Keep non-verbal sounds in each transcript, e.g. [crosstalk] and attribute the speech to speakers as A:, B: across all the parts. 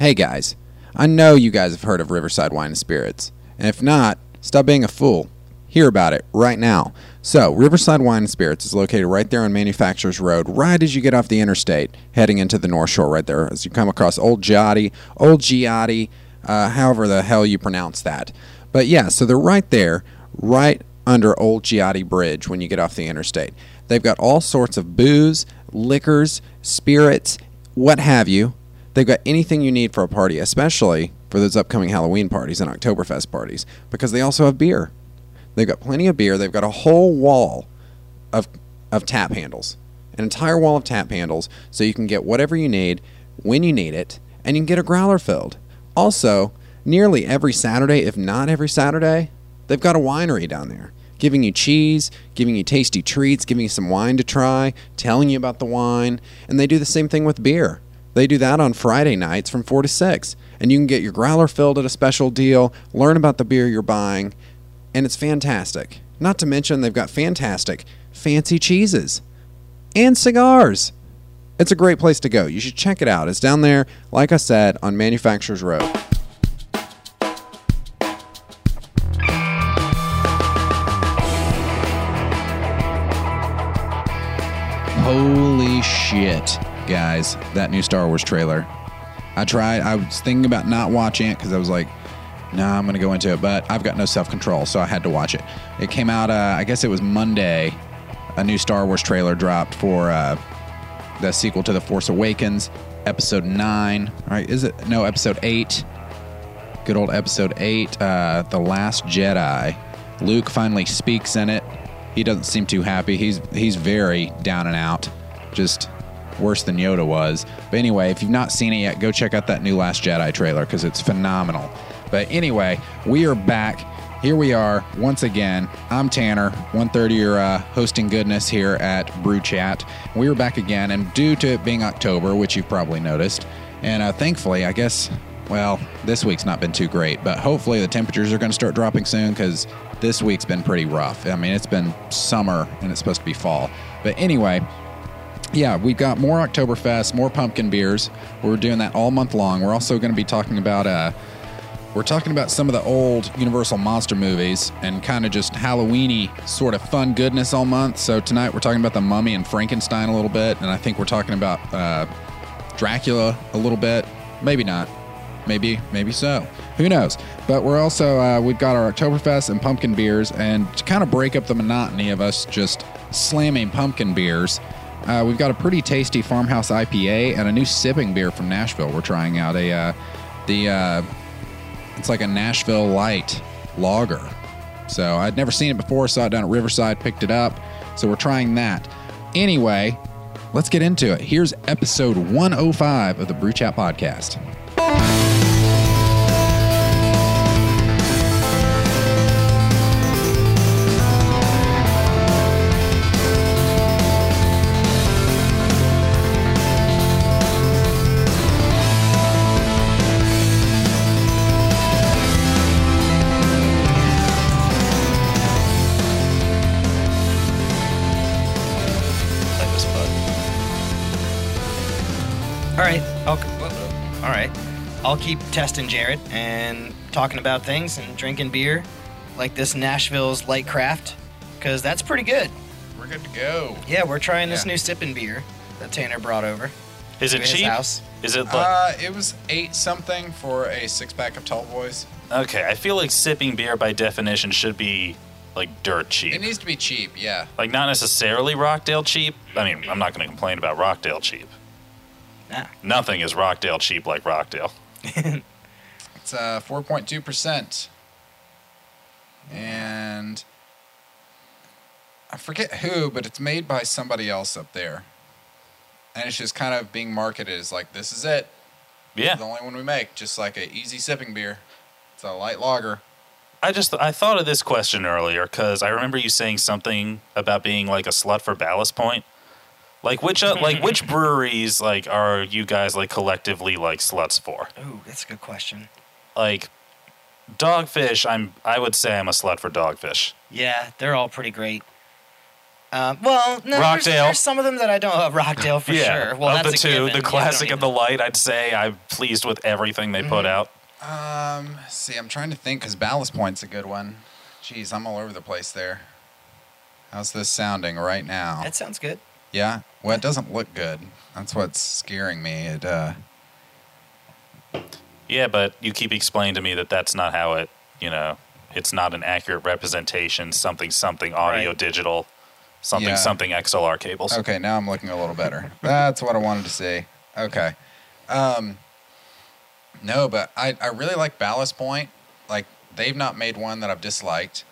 A: Hey guys, I know you guys have heard of Riverside Wine and Spirits, and if not, stop being a fool. Hear about it right now. So, Riverside Wine and Spirits is located right there on Manufacturers Road, right as you get off the interstate, heading into the North Shore, right there, as you come across Old Giardi, Old Giardi, uh, however the hell you pronounce that. But yeah, so they're right there, right under Old Giardi Bridge when you get off the interstate. They've got all sorts of booze, liquors, spirits, what have you. They've got anything you need for a party, especially for those upcoming Halloween parties and Oktoberfest parties, because they also have beer. They've got plenty of beer. They've got a whole wall of of tap handles, an entire wall of tap handles, so you can get whatever you need when you need it, and you can get a growler filled. Also, nearly every Saturday, if not every Saturday, they've got a winery down there, giving you cheese, giving you tasty treats, giving you some wine to try, telling you about the wine, and they do the same thing with beer. They do that on Friday nights from 4 to 6. And you can get your growler filled at a special deal, learn about the beer you're buying, and it's fantastic. Not to mention, they've got fantastic fancy cheeses and cigars. It's a great place to go. You should check it out. It's down there, like I said, on Manufacturers Road. Holy shit, guys! That new Star Wars trailer. I tried. I was thinking about not watching it because I was like, "Nah, I'm gonna go into it," but I've got no self control, so I had to watch it. It came out. Uh, I guess it was Monday. A new Star Wars trailer dropped for uh, the sequel to The Force Awakens, Episode Nine. All right, is it no Episode Eight? good old episode 8 uh, the last jedi luke finally speaks in it he doesn't seem too happy he's he's very down and out just worse than yoda was but anyway if you've not seen it yet go check out that new last jedi trailer because it's phenomenal but anyway we are back here we are once again i'm tanner 130 your uh, hosting goodness here at brew chat we are back again and due to it being october which you've probably noticed and uh, thankfully i guess well, this week's not been too great, but hopefully the temperatures are going to start dropping soon because this week's been pretty rough. I mean, it's been summer and it's supposed to be fall. But anyway, yeah, we've got more Oktoberfest, more pumpkin beers. We're doing that all month long. We're also going to be talking about uh, we're talking about some of the old Universal monster movies and kind of just Halloweeny sort of fun goodness all month. So tonight we're talking about the Mummy and Frankenstein a little bit, and I think we're talking about uh, Dracula a little bit. Maybe not. Maybe, maybe so. Who knows? But we're also uh, we've got our Oktoberfest and pumpkin beers, and to kind of break up the monotony of us just slamming pumpkin beers, uh, we've got a pretty tasty farmhouse IPA and a new sipping beer from Nashville. We're trying out a uh, the uh, it's like a Nashville light lager. So I'd never seen it before. Saw it down at Riverside, picked it up. So we're trying that. Anyway, let's get into it. Here's episode 105 of the Brew Chat podcast.
B: That was fun. All right, I'll, all right, I'll keep testing Jared and talking about things and drinking beer, like this Nashville's Light Craft, because that's pretty good.
A: We're good to go.
B: Yeah, we're trying this
A: Yeah.
B: new sipping beer that Tanner brought over
C: Is
B: to
C: it
B: his
C: cheap?
B: house.
C: Is it like
A: Uh, it was eight something for a six pack of Tall Boys.
B: Uh,
C: okay? I feel like sipping beer by definition should be like dirt
A: It
C: cheap.
A: needs to be cheap, yeah.
C: Like not necessarily Rockdale cheap. I mean, I'm not going to complain about Rockdale cheap.
B: Nah.
C: Nothing is Rockdale cheap like Rockdale.
A: It's uh, 4.2%. And I forget who, but it's made by somebody else up there. And it's just kind of being marketed as like, this is it. The
C: Yeah,
A: only one we make. Just like a easy sipping beer. It's a light lager.
C: I just I thought of this question earlier because I remember you saying something about being like a slut for Ballast Point. Like which uh, like which
B: [laughs]
C: breweries like are you guys like collectively like sluts for?
B: Ooh, that's a good question.
C: Like Dogfish, I'm I would say I'm a slut for Dogfish.
B: Yeah, they're all pretty great. Um, well, no, there's,
C: Rockdale.
B: there's some of them that I don't. Uh, Rockdale for
C: [laughs] yeah,
B: sure. Well,
C: of
B: that's
C: the
B: a
C: two,
B: given.
C: the classic and the light, I'd say I'm pleased with everything they
B: Mm-hmm.
C: put out.
A: Um, see, I'm trying to think because Ballast Point's a good one. Jeez, I'm all over the place there. How's this sounding right now?
B: [laughs] That sounds good.
A: yeah. Well, it doesn't look good. That's what's scaring me. It. Uh,
C: Yeah, but you keep explaining to me that that's not how it, you know, it's not an accurate representation. Something, something, audio,
B: Right.
C: digital, something,
A: Yeah.
C: something, XLR cables.
A: okay, now I'm looking a little better. That's what I wanted to see. Okay. Um, no, but I, I really like Ballast Point. Like they've not made one that I've disliked.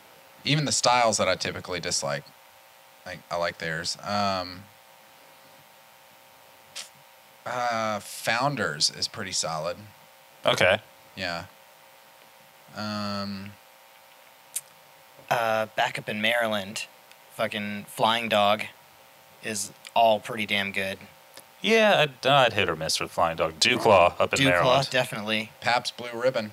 A: Even the styles that I typically dislike, like I like theirs. Um, uh, Founders is pretty solid.
C: Okay.
A: Yeah. Um,
B: Uh, back up in Maryland, fucking Flying Dog is all pretty damn good.
C: Yeah, I'd, I'd hit or miss with Flying Dog. Dewclaw up in
B: Duke Law,
C: Maryland.
B: definitely.
A: Paps Blue Ribbon.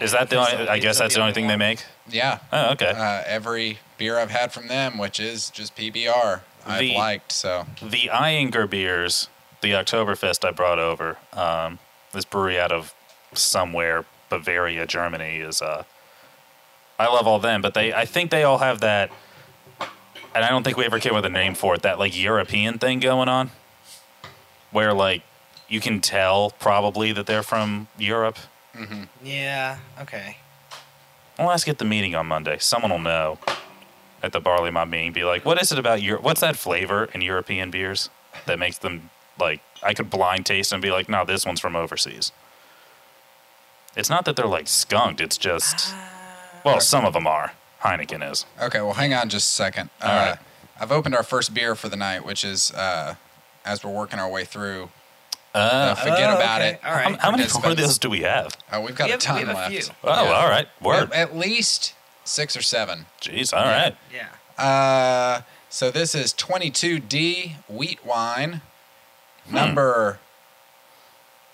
C: Is that the
B: Is
C: only?
B: that-
C: I
B: is
C: guess
B: that
C: that's
B: the
C: the only
B: only
C: thing they
B: one?
C: make.
A: Yeah.
C: Oh, okay.
A: Uh, every beer I've had from them, which is just PBR, I've
C: The-
A: liked. So
C: the Eyinger beers, the Oktoberfest I brought over, um, this brewery out of somewhere Bavaria, Germany is. Uh, I love all them, but they I think they all have that, and I don't think we ever came with a name for it. That like European thing going on, where like you can tell probably that they're from Europe.
B: Yeah. Okay.
C: I'll ask at the meeting on Monday. Someone will know at the Barley Mob meeting. Be like, what is it about your? What's that flavor in European beers that makes them like? I could blind taste and be like, no, this one's from overseas. It's not that they're like skunked. It's just,
B: Ah.
C: well, some of them are. Heineken is.
A: okay, well, hang on just a second. Uh,
C: All right.
A: I've opened our first beer for the night, which is uh, as we're working our way through. Uh,
C: Uh,
A: forget
B: Oh,
A: about
B: okay.
A: it.
B: All right.
C: how, how many more of
A: participants.
C: those do we have?
A: Uh, we've got
B: We
A: a
B: have- we
A: ton
B: have a
A: left.
B: few.
C: Oh,
A: Yeah.
C: all right.
A: At,
C: Word.
A: at least six or seven.
C: Jeez. All right.
B: Yeah.
A: Uh, so this is 22D wheat wine.
C: Hmm.
A: Number.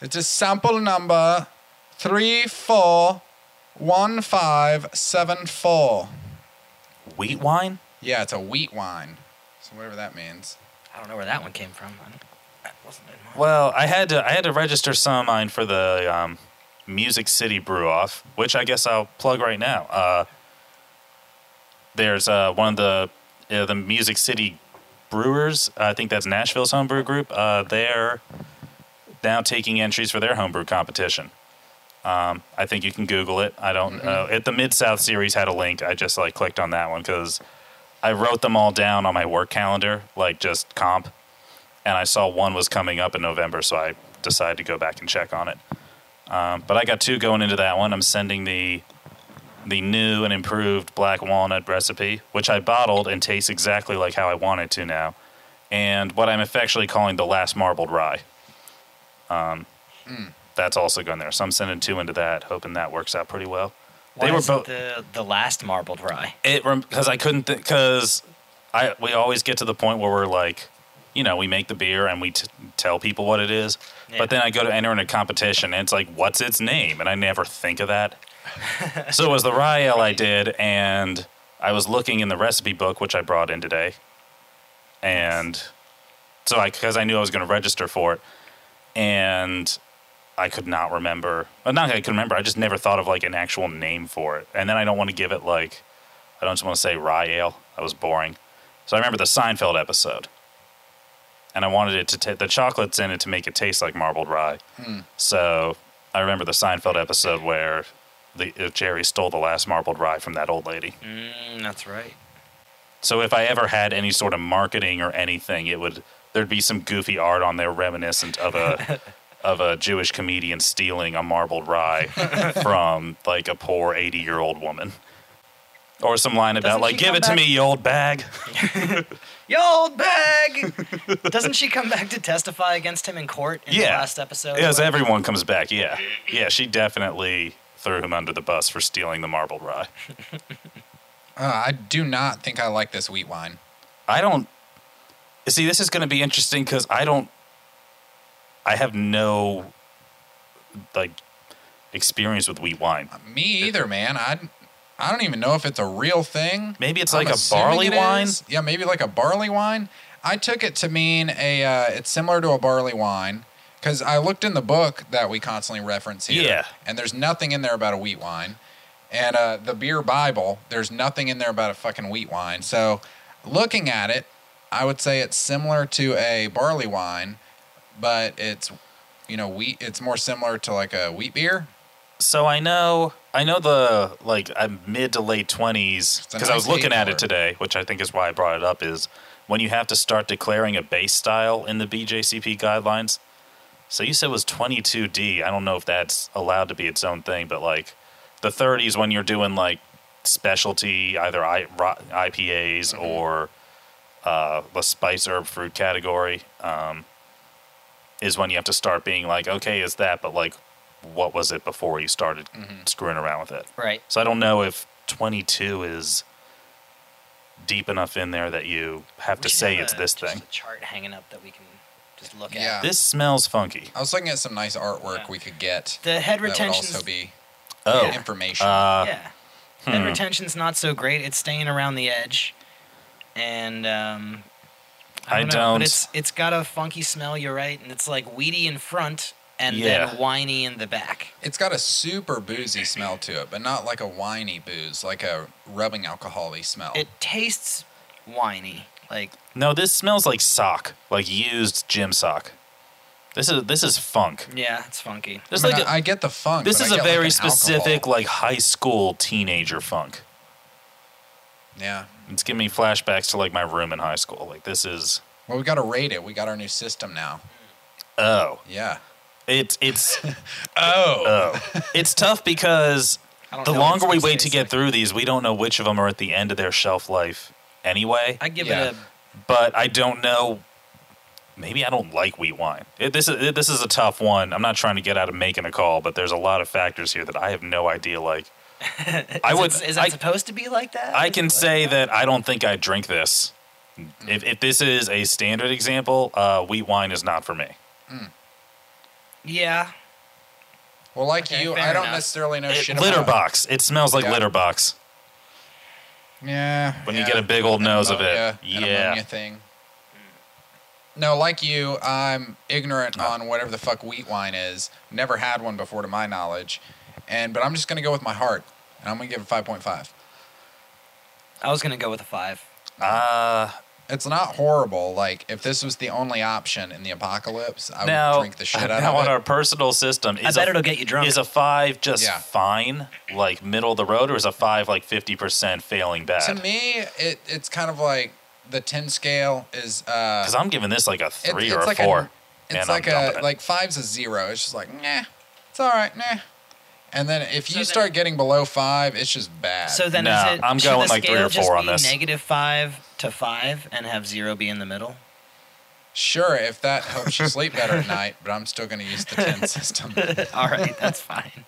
A: It's a sample number three four one five seven four.
C: Wheat wine.
A: Yeah, it's a wheat wine. So whatever that means.
B: I don't know where that one came from. I don't- That wasn't in mine.
C: Well, I had to I had to register some of mine for the um, Music City Brew Off, which I guess I'll plug right now. Uh, there's uh, one of the uh, the Music City Brewers. I think that's Nashville's homebrew group. Uh, they're now taking entries for their homebrew competition. Um, I think you can Google it. I don't know. At the Mid South series had a link. I just like clicked on that one because I wrote them all down on my work calendar, like just comp and I saw one was coming up in November, so I decided to go back and check on it. Um, but I got two going into that one. I'm sending the the new and improved black walnut recipe, which I bottled and tastes exactly like how I want it to now, and what I'm affectionately calling the last marbled rye. Um,
B: Hmm.
C: That's also going there, so I'm sending two into that, hoping that works out pretty well.
B: Why
C: they were
B: is it
C: both
B: the the last marbled rye.
C: it because I couldn't because I we always get to the point where we're like, you know, we make the beer and we t- tell people what it is,
B: Yeah.
C: but then I go to enter in a competition and it's like, what's its name? And I never think of that. so it was the rye ale I did, and I was looking in the recipe book which I brought in today, and so I because I knew I was going to register for it, and I could not remember. Well, not that I could remember. I just never thought of like an actual name for it. And then I don't want to give it like I don't just want to say rye ale. That was boring. So I remember the Seinfeld episode, and I wanted it to ta the chocolates in it to make it taste like marbled rye. So I remember the Seinfeld episode where the uh, Jerry stole the last marbled rye from that old lady.
B: Mm, that's right.
C: So if I ever had any sort of marketing or anything, it would there'd be some goofy art on there reminiscent
B: [laughs]
C: of a of a Jewish comedian stealing a
B: [laughs]
C: marbled rye from like a poor eighty year old woman. Or some line about
B: Doesn't
C: like,
B: she
C: give
B: come
C: it to
B: back-
C: me, you old bag.
B: Yo, old bag.
C: [laughs]
B: Doesn't she come back to testify against him in court in the
C: Yeah.
B: last episode?
C: Yes, everyone comes back, yeah. Yeah, she definitely threw him under the bus for stealing the marbled rye.
A: Uh, I do not think I like this wheat wine.
C: I don't see. This is going to be interesting because I don't. I have no like experience with wheat wine.
A: Me either, man. I I don't even know if it's a real thing.
C: Maybe it's
A: I'm
C: like a
A: assuming
C: barley
A: it
C: wine.
A: is. Yeah, maybe like a barley wine. I took it to mean a. Uh, it's similar to a barley wine because I looked in the book that we constantly reference here.
C: Yeah.
A: And there's nothing in there about a wheat wine, and uh, the beer Bible. There's nothing in there about a fucking wheat wine. So, looking at it, I would say it's similar to a barley wine, but it's, you know, wheat. It's more similar to like a wheat beer.
C: So I know, I know the like I'm mid to late twenties
A: a
C: because I
A: nice
C: was
A: age
C: looking at
A: for it.
C: it today, which I think is why I brought it up. Is when you have to start declaring a base style in the BJCP guidelines. So you said it was 22D. I don't know if that's allowed to be its own thing, but like the 30s when you're doing like specialty either I, ro- IPAs
A: Mm-hmm.
C: or uh, the spice herb fruit category um, is when you have to start being like, okay, is that? But like, what was it before you started
A: Mm-hmm.
C: screwing around with it?
B: Right.
C: So I don't know if 22 is deep enough in there that you have to
B: We should
C: say
B: have
C: it's
B: a-
C: this
B: just
C: thing.
B: A chart hanging up that we can just look at.
A: Yeah.
C: This smells funky.
A: I was looking at some nice artwork we could get.
B: The head
A: that would
B: retention's-
A: also be
C: Oh,
A: information.
C: uh,
B: yeah. Head retention's not so great. It's staying around the edge, and um,
C: I
B: don't. know,
C: don't-
B: but it's it's got a funky smell. You're right, and it's like weedy in front and
C: Yeah.
B: then whiny in the back.
A: It's got a super boozy smell to it, but not like a winey booze, like a rubbing alcohol-y smell.
B: It tastes whiny, like
C: no, this smells like sock, like used gym sock. This is this is funk.
B: yeah, it's funky.
A: I,
C: This is
A: mean,
C: like a-
A: I- I get the funk.
C: this
A: but I
C: is a
A: get, like,
C: very
A: an
C: specific
A: alcohol.
C: like high school teenager funk.
A: Yeah.
C: It's giving me flashbacks to like my room in high school. Like this is
A: Well, we got to rate it. We got our new system now.
C: oh,
A: Yeah.
C: it's
A: [laughs]
C: it's
A: Oh.
C: oh, it's tough because
B: I don't
C: the
B: know what
C: longer we
B: this
C: wait to
B: tastes
C: get
B: like.
C: through these, we don't know which of them are at the end of their shelf life anyway.
B: I give
A: Yeah.
B: it a
C: but I don't know. Maybe I don't like wheat wine. It, this is it, this is a tough one. I'm not trying to get out of making a call, but there's a lot of factors here that I have no idea. Like, [laughs] I
B: is
C: would.
B: It, is that
C: I,
B: supposed to be like that?
C: I can
B: Like-
C: say that I don't think I drink this. If, if this is a standard example, uh, wheat wine is not for me.
B: Yeah.
A: Well, like
B: Okay,
A: you,
B: fair
A: I don't
B: enough.
A: necessarily know
C: It-
A: shit
C: litter
A: about
C: box. It smells like
A: Yeah.
C: litter box
A: it. Yeah.
C: when
A: yeah.
C: you get a big old nose of it.
A: Ammonia, an
C: Yeah.
A: ammonia thing. No, like you, I'm ignorant
C: Ah.
A: on whatever the fuck wheat wine is. Never had one before, to my knowledge. And but I'm just gonna go with my heart, and I'm gonna give it 5.5.
B: I was gonna go with a five.
C: Uh,
A: It's not horrible. Like if this was the only option in the apocalypse, I would
C: now,
A: drink the
C: [laughs]
A: shit out
C: now on
A: of
C: our
A: it.
C: personal system, is
B: I bet
C: a-
B: it'll get you drunk.
C: Is a five just
A: Yeah.
C: fine, like middle of the road, or is a five like fifty percent failing
A: To
C: bad?
A: me, uh, it it's kind of like the 10 scale is uh,
C: Because I'm giving this like a
A: it-
C: three
A: it's
C: or a
A: like
C: four.
A: A, it's
C: and I'm
A: like
C: dumping
A: a
C: it.
A: like five's a zero. It's just like nah, it's all right, nah. And then if
B: So
A: you
B: then-
A: start getting below five, it's just bad.
B: So then,
C: Uh, Nah,
B: is it,
C: I'm
B: should
C: going
B: the
C: like three
B: scale
C: or
B: just
C: four on
B: be
C: this.
B: Negative five to five, and have zero be in the middle. [laughs]
A: Sure, if that helps you sleep better at night, but I'm still going to use the
B: [laughs]
A: 10 system.
B: All right, that's fine.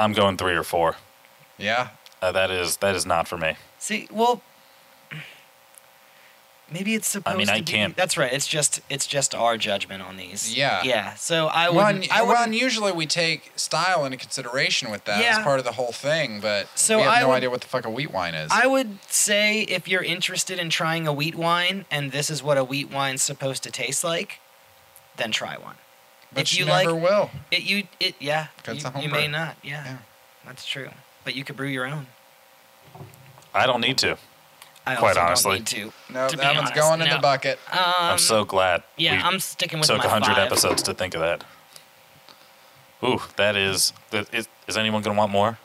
C: I'm going three or four.
A: Yeah.
C: Uh, that is that is not for me.
B: See, well, maybe it's supposed.
C: mean,
B: to
C: I
B: be-
C: can't-
B: That's right. It's just it's just our judgment on these.
A: Yeah.
B: Yeah. So I would.
A: Well, and,
B: I
A: well,
B: would.
A: and usually we take style into consideration with that
B: Yeah.
A: as part of the whole thing, but
B: So
A: we have
B: I
A: no
B: would-
A: idea what the fuck a wheat wine is.
B: I would say if you're interested in trying a wheat wine, and this is what a wheat wine's supposed to taste like, then try one.
A: but
B: if
A: you,
B: you
A: never
B: like-
A: will.
B: It you it yeah.
A: That's
B: you,
A: a home
B: you may
A: brew.
B: not. Yeah,
A: Yeah.
B: That's true. But you could brew your own.
C: I don't need to.
B: I
C: Quite
B: also don't
C: honestly.
B: need to.
A: No,
B: to be
A: that one's
B: honest,
A: going in
B: no.
A: the bucket.
B: Um,
C: I'm so glad.
B: yeah,
C: we
B: I'm sticking with
C: took
B: my
C: hundred
B: five.
C: episodes to think of that. Ooh, that is that is. Is anyone gonna want more?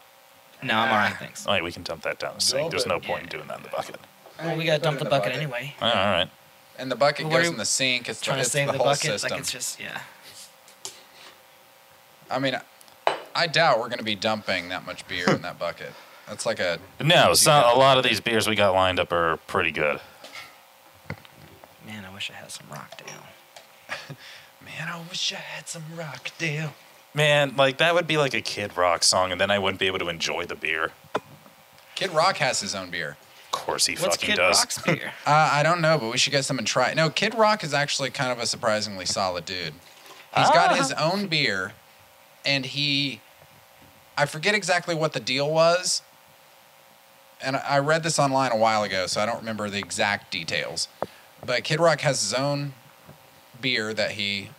B: No, I'm all right. Thanks.
C: All right, we can dump that down the sink. There's no point in doing that in the bucket.
B: Well, we gotta dump the bucket anyway.
C: All right.
A: And the bucket
B: Well, what
A: goes
B: are
A: in
B: you
A: the sink. It's,
B: Trying
A: the,
B: to
A: it's
B: save
A: the,
B: the,
A: whole
B: bucket,
A: system.
B: like it's just yeah.
A: I mean, I doubt we're going to be dumping that much beer in that bucket. That's like a.
C: No, so a lot of these beers we got lined up are pretty good.
B: Man, I wish I had some Rockdale.
A: Man, I wish I had some Rockdale.
C: Man, like that would be like a Kid Rock song, and then I wouldn't be able to enjoy the beer.
A: Kid Rock has his own beer.
C: Of course, he
B: What's
C: fucking
B: Kid
C: does.
B: Rock's
C: [laughs]
B: beer?
A: Uh, I don't know, but we should get some and try it. No, Kid Rock is actually kind of a surprisingly solid dude. He's got his own beer, and he. I forget exactly what the deal was, and I read this online a while ago, so I don't remember the exact details. But Kid Rock has his own beer that he,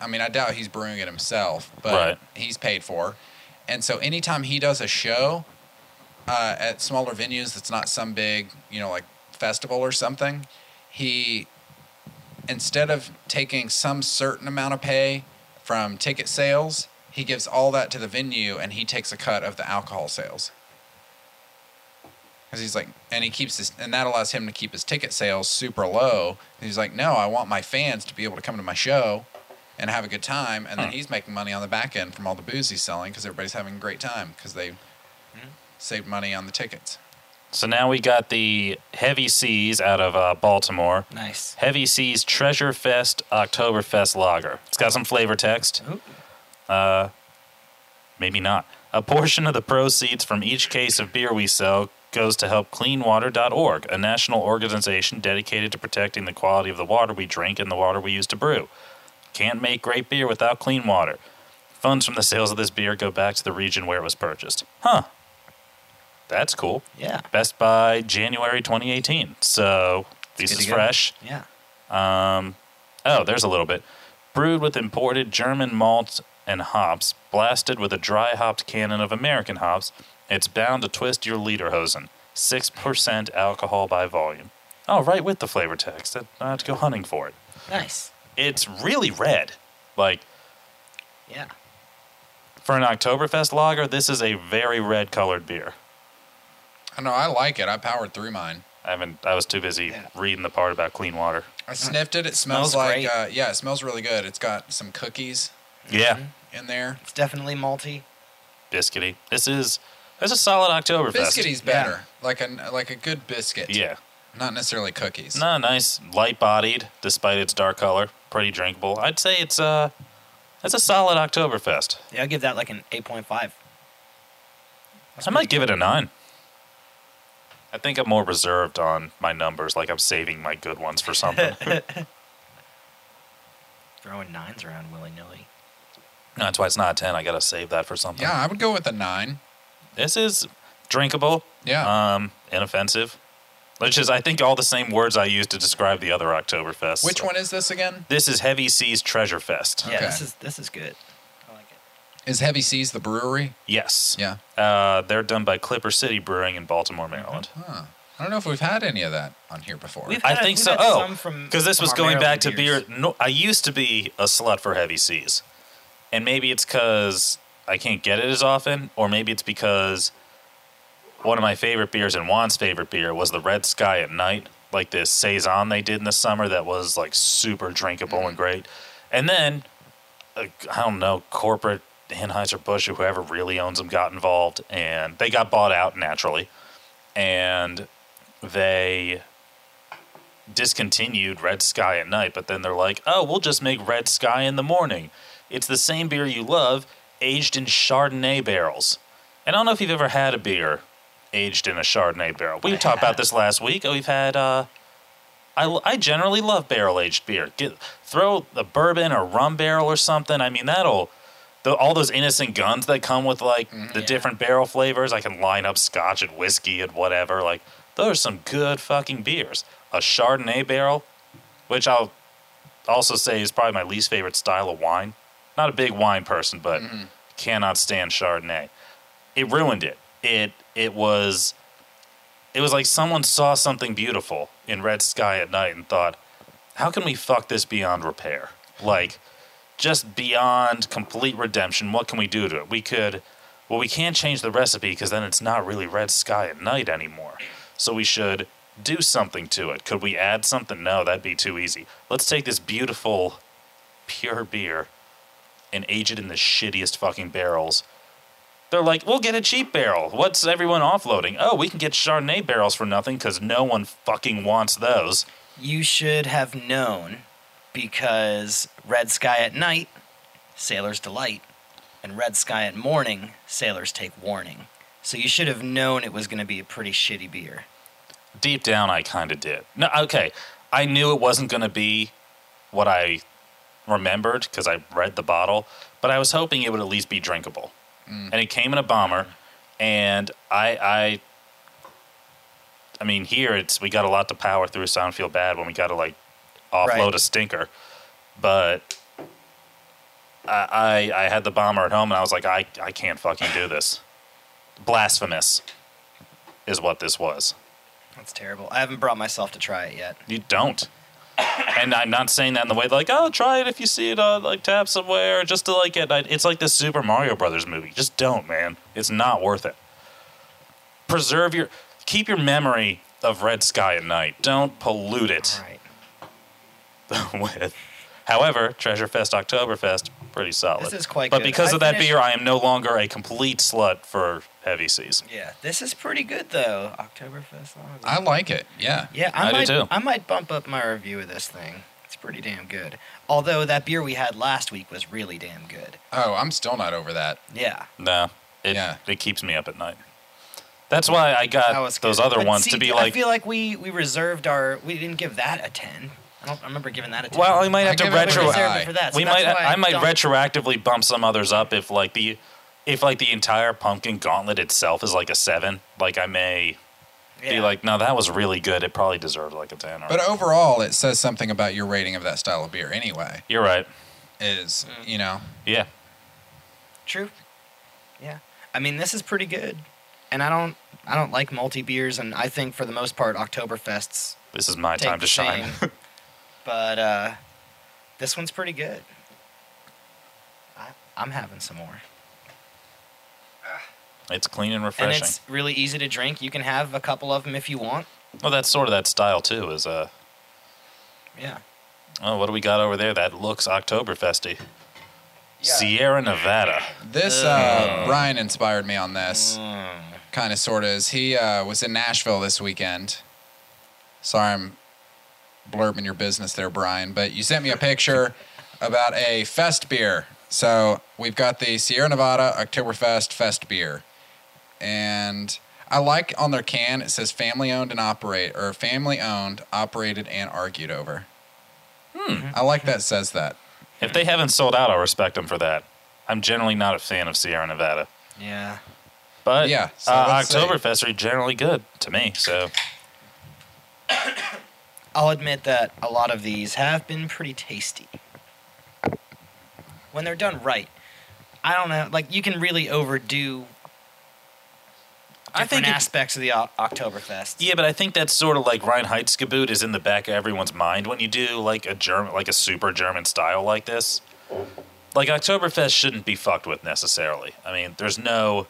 A: I mean, I doubt he's brewing it himself, but
C: Right.
A: he's paid for. And so anytime he does a show uh, at smaller venues that's not some big, you know, like festival or something, he instead of taking some certain amount of pay from ticket sales, he gives all that to the venue and he takes a cut of the alcohol sales. Because he's like, and he keeps his, and that allows him to keep his ticket sales super low. And he's like, no, I want my fans to be able to come to my show and have a good time. And then he's making money on the back end from all the booze he's selling because everybody's having a great time because they saved money on the tickets.
C: So now we got the Heavy Seas out of uh, Baltimore.
B: Nice.
C: Heavy Seas Treasure Fest Oktoberfest Lager. It's got some flavor text.
B: Ooh.
C: Uh, maybe not. A portion of the proceeds from each case of beer we sell goes to help cleanwater.org, a national organization dedicated to protecting the quality of the water we drink and the water we use to brew. Can't make great beer without clean water. Funds from the sales of this beer go back to the region where it was purchased. Huh. That's cool.
B: Yeah.
C: Best by January 2018. So this
A: good
C: is
A: to go.
C: fresh.
B: Yeah.
C: Um, oh, there's a little bit. Brewed with imported German malt and hops, blasted with a dry hopped cannon of American hops, it's bound to twist your lederhosen. 6% alcohol by volume. Oh, right with the flavor text. I I have to go hunting for it.
B: Nice.
C: It's really red. Like,
B: Yeah.
C: for an Oktoberfest lager, this is a very red colored beer.
A: I know, I like it. I powered through mine.
C: I haven't, I was too busy
B: Yeah.
C: reading the part about clean water.
A: I sniffed it. It smells,
B: smells
A: like,
B: great.
A: uh, yeah, it smells really good. It's got some cookies
C: Yeah.
A: in there.
B: It's definitely malty.
C: Biscuity. This is, this is solid Oktoberfest.
A: Biscuity's better, like a like a good biscuit.
C: Yeah.
A: not necessarily cookies.
C: No, nice, light-bodied, despite its dark color. Pretty drinkable. I'd say it's uh, it's a solid Oktoberfest.
B: Yeah, I'll give that like an 8.5.
C: I might give it a nine. I think I'm more reserved on my numbers. Like I'm saving my good ones for
A: [laughs]
C: something.
B: Throwing nines around willy nilly.
C: No, That's why it's not a ten. I gotta save that for something.
A: Yeah, I would go with a nine.
C: This is drinkable.
A: Yeah,
C: Um, inoffensive. Which is, I think, all the same words I used to describe the other Oktoberfest.
A: which
C: So-
A: one is this again?
C: This is Heavy Seas Treasure Fest.
B: Yeah,
A: Okay.
B: this is this is good. I like it.
A: Is Heavy Seas the brewery?
C: Yes.
A: Yeah.
C: Uh, they're done by Clipper City Brewing in Baltimore, Maryland.
A: Huh. I don't know if we've had any of that on here before.
B: We've-
C: I
B: had-
C: think
B: we've
C: so.
B: had
C: Oh,
B: some from-
C: because this
B: from
C: was
B: our
C: going
B: Maryland
C: back to beer.
B: beers.
C: No, I used to be a slut for heavy seas, and maybe it's because I can't get it as often, or maybe it's because one of my favorite beers and Juan's favorite beer was the Red Sky at Night, like this saison they did in the summer that was like super drinkable and great. And then uh, I don't know, corporate Anheuser Busch or whoever really owns them got involved, and they got bought out naturally, and they discontinued Red Sky at night, but then they're like, oh, we'll just make Red Sky in the morning. It's the same beer you love, aged in Chardonnay barrels. And I don't know if you've ever had a beer aged in a Chardonnay barrel. We talked about this last week. We've had, uh, I, I generally love barrel aged beer. Get, throw a bourbon or rum barrel or something. I mean, that'll. The, all those innocent guns that come with like the
B: Yeah.
C: different barrel flavors, I can line up scotch and whiskey and whatever. Like, those are some good fucking beers. A Chardonnay barrel, which I'll also say is probably my least favorite style of wine. Not a big wine person, but cannot stand Chardonnay. It ruined it. It it was it was like someone saw something beautiful in red sky at night and thought, "How can we fuck this beyond repair?" Like just beyond complete redemption. What can we do to it? We could well, we can't change the recipe because then it's not really red sky at night anymore. So we should do something to it. Could we add something? No, that'd be too easy. Let's take this beautiful pure beer and age it in the shittiest fucking barrels. They're like, we'll get a cheap barrel. What's everyone offloading? Oh, we can get Chardonnay barrels for nothing because no one fucking wants those.
B: You should have known because Red Sky at Night, Sailor's Delight, and Red Sky at Morning, Sailors Take Warning. So you should have known it was going to be a pretty shitty beer.
C: Deep down, I kind of did. No, okay. I knew it wasn't going to be what I remembered because I read the bottle, but I was hoping it would at least be drinkable. And it came in a bomber, and I, I I mean, here it's we got a lot to power through, so I don't feel bad when we got to like offload
B: Right.
C: a stinker. But I, I I had the bomber at home, and I was like, I I can't fucking do this. Blasphemous is what this was.
B: That's terrible. I haven't brought myself to try it yet.
C: You don't. and I'm not saying that in the way like, oh, try it if you see it on like tab somewhere, or just to like it. It's like this Super Mario Brothers movie. Just don't, man. It's not worth it. Preserve your, keep your memory of Red Sky at night. Don't pollute it
B: All right.
C: [laughs] with. However, Treasure Fest Oktoberfest, pretty solid.
B: This is quite
C: But
B: good.
C: because
B: I
C: of that
B: finished-
C: beer, I am no longer a complete slut for heavy seas.
B: Yeah, this is pretty good though. Oktoberfest. Lager.
A: I like it. Yeah.
B: Yeah, I,
C: I do
B: might,
C: too.
B: I might bump up my review of this thing. It's pretty damn good. Although that beer we had last week was really damn good.
A: Oh, I'm still not over that.
B: Yeah.
C: No, it,
A: Yeah.
C: it keeps me up at night. That's why I
B: That
C: got
B: was
C: those
B: good.
C: other
B: But
C: ones
B: see,
C: to be
B: I
C: like.
B: feel like we we reserved our we didn't give that a ten. I don't I remember giving that a ten.
C: Well, we might
A: I
C: have to
A: give it a
B: we
C: retro.
A: reserve.
B: reserved it for that. so
C: we
B: that's
C: might.
B: why
C: I, might
B: don't-
C: retroactively bump some others up if like the, if like the entire pumpkin gauntlet itself is like a seven. Like I may be
B: yeah.
C: like, no, that was really good. It probably deserved like a ten. Or,
A: But oh overall, it says something about your rating of that style of beer anyway.
C: you're right.
A: Is,
B: Mm.
A: you know,
C: Yeah,
B: True. Yeah. I mean, this is pretty good. And I don't I don't like multi beers and I think for the most part Oktoberfests
C: this is my
B: take
C: time to
B: the
C: shine.
B: shame.
C: [laughs]
B: but uh this one's pretty good. I, I'm having some more.
C: it's clean and
B: And
C: refreshing.
B: it's really easy to drink. You can have a couple of them if you want.
C: Well, that's sort of that style too. Is uh,
B: Yeah.
C: oh, what do we got over there? That looks Oktoberfesty. Sierra Nevada.
A: this uh, Brian inspired me on
B: Mm.
A: this.
C: Mm.
A: Kind of, sort of. Is he uh, was in Nashville this weekend? Sorry, I'm blurbing your business there, Brian. But you sent me a picture about a fest beer. So we've got the Sierra Nevada Oktoberfest Fest beer, and I like on their can it says family owned and operate or family owned, operated and argued over. Hmm. I like that says that.
C: If they haven't sold out, I respect them for that. I'm generally not a fan of Sierra Nevada.
B: Yeah.
C: But
A: Yeah,
C: yeah,
A: so
C: uh,
A: let's see.
C: Oktoberfest are generally good to me. So
B: I'll admit that a lot of these have been pretty tasty. When they're done right. I don't know. Like, you can really overdo different
C: I think it-
B: aspects of the o- Oktoberfest.
C: yeah, but I think that's sort of like Ryan Heitskaboot is in the back of everyone's mind when you do like a German, like a super German style like this. Like Oktoberfest shouldn't be fucked with necessarily. I mean, there's no.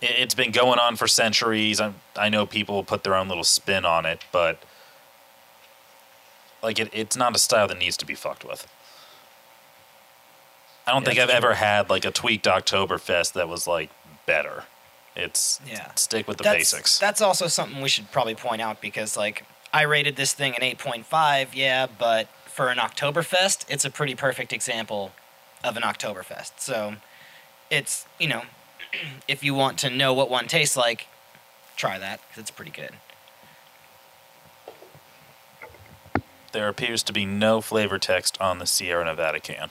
C: It, it's been going on for centuries. I I know people put their own little spin on it, but like it, it's not a style that needs to be fucked with. I don't
B: Yeah,
C: think
B: that's
C: I've ever had like a tweaked Oktoberfest that was like better. It's
B: Yeah.
C: stick with the
B: that's,
C: basics.
B: That's also something we should probably point out because, like, I rated this thing an 8.5, yeah, but for an Oktoberfest, it's a pretty perfect example of an Oktoberfest. So it's, you know, [clears throat] if you want to know what one tastes like, try that 'cause it's pretty good.
C: There appears to be no flavor text on the Sierra Nevada can.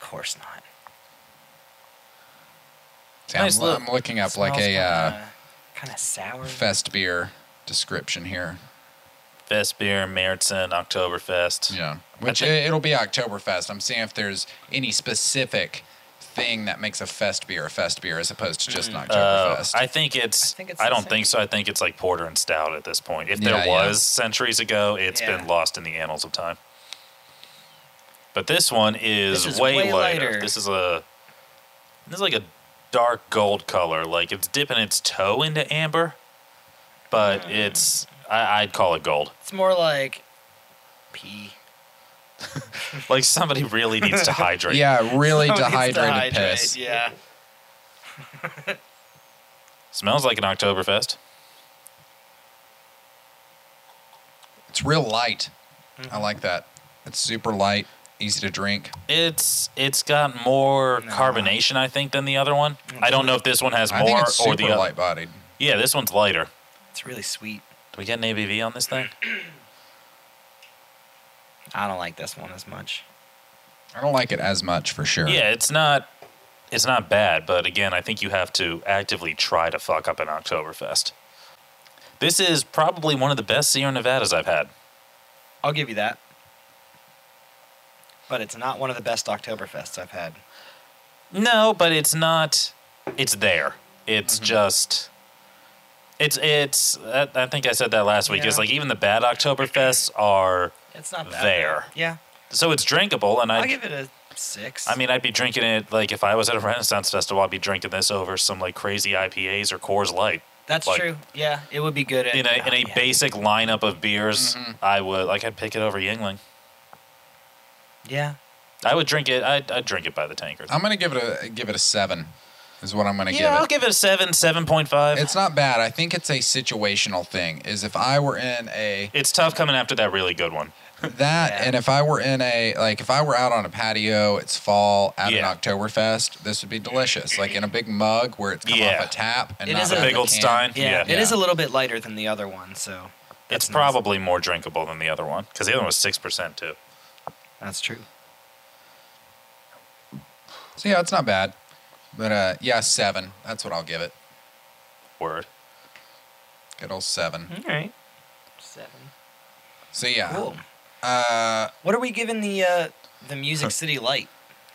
B: Of course not.
A: See, I'm,
C: Nice
A: lo-
C: look.
A: I'm looking up like a uh,
B: kind of sour.
A: fest beer description here.
C: Fest beer, Meritzen, Oktoberfest.
A: Yeah, which
C: think-
A: it, it'll be Oktoberfest. I'm seeing if there's any specific thing that makes a fest beer a fest beer as opposed to just an
C: Uh,
A: Oktoberfest.
C: I think
B: I
C: it's. I,
B: think it's the
C: don't
B: same.
C: think so. I think it's like porter and stout at this point. If
A: Yeah,
C: there
A: yeah.
C: was centuries ago, it's
B: Yeah.
C: been lost in the annals of time. But this one is,
B: This is
C: way,
B: way
C: lighter.
B: lighter.
C: This is a. This is like a dark gold color. Like it's dipping its toe into amber, but
B: Mm.
C: it's. I, I'd call it gold.
B: It's more like pee.
C: Like somebody really needs
A: [laughs]
C: to hydrate.
A: yeah, really
B: [laughs]
C: Oh,
B: It's
A: dehydrated
B: dehydrate,
A: piss.
B: Yeah.
C: Smells like an Oktoberfest.
A: It's real light. I like that. It's super light, easy to drink.
C: It's it's got more
B: Nah.
C: carbonation, I think, than the other one. I don't know if this one has
A: I think
C: more
A: it's super
C: or the other.
A: light bodied.
C: Yeah, this one's lighter.
B: It's really sweet.
C: Do we get an ABV on this thing?
B: I don't like this one as much.
A: I don't like it as much for sure.
C: Yeah, it's not. it's not bad, but again, I think you have to actively try to fuck up an Oktoberfest. This is probably one of the best Sierra Nevadas I've had.
B: I'll give you that. But it's not one of the best Oktoberfests I've had.
C: No, but it's not. It's there. It's
A: Mm-hmm.
C: just. It's it's. I, I think I said that last week. It's
B: Yeah.
C: like even the bad Oktoberfests are.
B: It's not bad.
C: There.
B: Yeah.
C: So it's drinkable, and
B: I'll
C: I.
B: give it a six.
C: I mean, I'd be drinking it like if I was at a Renaissance festival, I'd be drinking this over some like crazy IPAs or Coors Light.
B: that's
C: like-
B: true. Yeah, it would be good. At,
C: In a in a
B: Yeah.
C: basic lineup of beers, I would like I'd pick it over Yingling.
B: Yeah.
C: I would drink it. I'd, I'd drink it by the tankard.
A: I'm gonna give it a give it a seven. Is what I'm gonna
C: yeah,
A: give it.
C: I'll give it a seven, seven point five.
A: It's
C: It's
A: not bad. I think it's a situational thing. Is if I were in a
C: it's tough coming after that really good one.
A: that,
B: Yeah.
A: and if I were in a like, if I were out on a patio, it's fall at
C: Yeah.
A: an Oktoberfest, this would be delicious. Like in a big mug where it's come
C: Yeah.
A: off a tap and
B: It
A: not
B: is
A: out
B: a
A: of
B: big
A: a
C: old
A: can.
C: stein.
B: Yeah. It is
C: Yeah.
B: a little bit lighter than the other one, so that's
C: it's
B: nice.
C: probably more drinkable than the other one because the other one was six percent too.
B: that's true.
A: So yeah, it's not bad. But uh, yeah, seven. That's what I'll give it.
C: Word.
A: Good old seven.
B: All right. Seven.
A: So yeah.
B: Cool.
A: Uh,
B: What are we giving the uh, the Music City Light?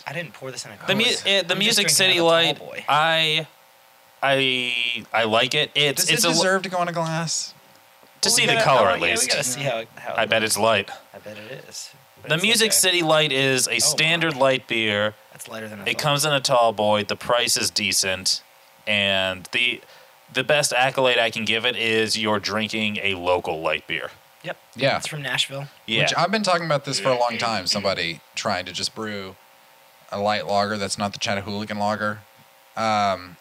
B: I didn't pour this in a cup.
C: The, mu- eh, the
B: I'm just
C: Music
B: drinking out
C: City
B: of
C: Light.
B: Tallboy.
C: I, I, I like it. It's
A: does
C: it's
A: it
C: a li-
A: deserve to go in a glass?
C: to
B: Well,
C: see
B: we
C: the
B: gotta-
C: color
B: oh,
C: at
B: yeah,
C: least.
B: We gotta see how, it- how
C: I bet it's light.
B: I bet it is. But
C: The
B: it's okay. Oh,
C: Music
B: Uh-huh.
C: City Light is a standard light beer.
B: It's lighter than I
C: It
B: thought.
C: comes in a tall boy. The price is decent, and the the best accolade I can give it is you're drinking a local light beer.
B: Yep.
A: Yeah.
B: It's from Nashville.
C: Yeah.
A: Which I've been talking about this for a long time. Somebody trying to just brew a light lager that's not the Chattahoolican lager. Um,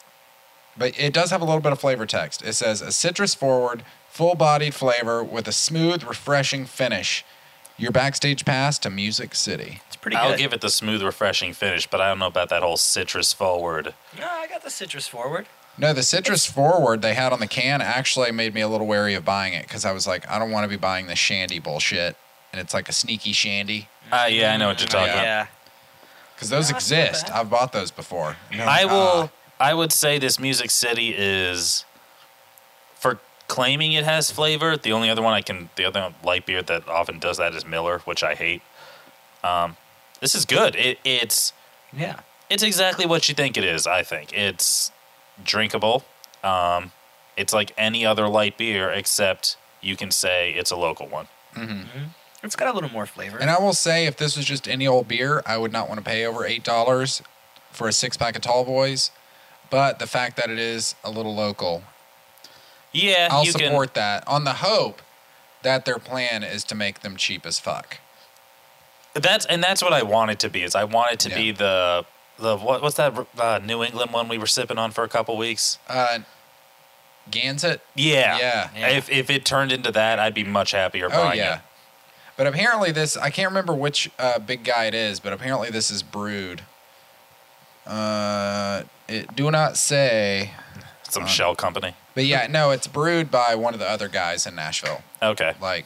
A: but it does have a little bit of flavor text. It says a citrus forward, full bodied flavor with a smooth, refreshing finish. Your backstage pass to Music City.
B: It's pretty good.
C: I'll give it the smooth, refreshing finish, but I don't know about that whole citrus forward.
B: No, I got the citrus forward.
A: No, the citrus forward they had on the can actually made me a little wary of buying it because I was like, I don't want to be buying this shandy bullshit. And it's like a sneaky shandy
C: Ah, yeah, I know what you're talking about.
B: Mm-hmm. Oh, yeah.
A: because those
B: No, that's not
A: exist.
B: bad.
A: I've bought those before. And they're
C: I
A: like,
C: will.
A: "Ah."
C: I would say this Music City is for claiming it has flavor. The only other one I can, the other light beer that often does that is Miller, which I hate. Um, this is good. It, it's
B: Yeah.
C: it's exactly what you think it is. I think it's drinkable. Um, it's like any other light beer, except you can say it's a local one.
B: It's got a little more flavor.
A: And I will say, if this was just any old beer, I would not want to pay over eight dollars for a six pack of Tall Boys. But the fact that it is a little local,
C: Yeah,
A: I'll
C: you
A: support that on the hope that their plan is to make them cheap as fuck.
C: can. That's and that's what I want it to be. Is I want it to
A: Yeah.
C: be the the what, what's that uh, New England one we were sipping on for a couple weeks.
A: Uh, Gansett,
C: Yeah.
A: Yeah.
B: Yeah.
C: If if it turned into that, I'd be much happier
A: oh
C: buying
A: yeah.
C: it.
A: But apparently, this I can't remember which uh, big guy it is, but apparently this is brewed. Uh, it do not say,
C: Some
A: Uh-huh.
C: shell company.
A: but yeah, no, it's brewed by one of the other guys in Nashville.
C: Okay.
A: like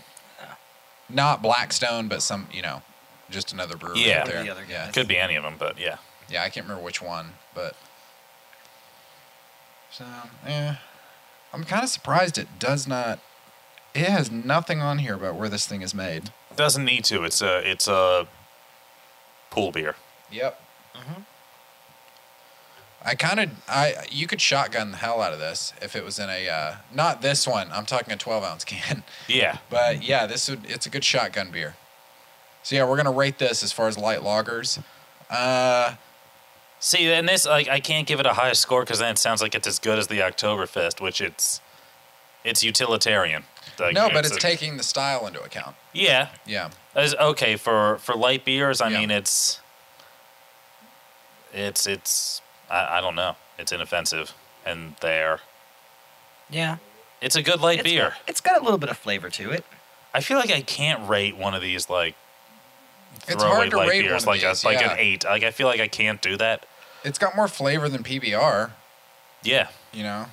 A: not Blackstone, but some you know, just another brewery.
C: Yeah.
A: out there.
B: The other guys.
A: yeah,
C: Could be any of them, but yeah.
A: yeah. I can't remember which one, but so yeah, I'm kind of surprised it does not. It has nothing on here about where this thing is made.
C: Doesn't need to. It's a it's a pool beer.
A: Yep. Mm-hmm. I kind of I you could shotgun the hell out of this if it was in a uh, not this one. I'm talking a 12 ounce can.
C: Yeah.
A: But yeah, this would it's a good shotgun beer. So yeah, we're gonna rate this as far as light lagers. Uh,
C: See, and this like I can't give it a high score because then it sounds like it's as good as the Oktoberfest, which it's it's utilitarian. Like,
A: no, but it's
C: a-
A: taking the style into account.
C: yeah.
A: Yeah,
C: It's okay for for light beers. I
A: Yeah.
C: mean, it's it's it's I, I don't know. It's inoffensive and there.
B: yeah.
C: It's a good light
B: It's
C: beer.
B: got- it's got a little bit of flavor to it.
C: I feel like I can't rate one of these like
A: it's
C: throwaway
A: hard to
C: light
A: rate
C: beers
A: one
C: like
A: of these.
C: a, like
A: yeah.
C: an eight. Like I feel like I can't do that.
A: It's got more flavor than PBR.
C: Yeah,
A: You know,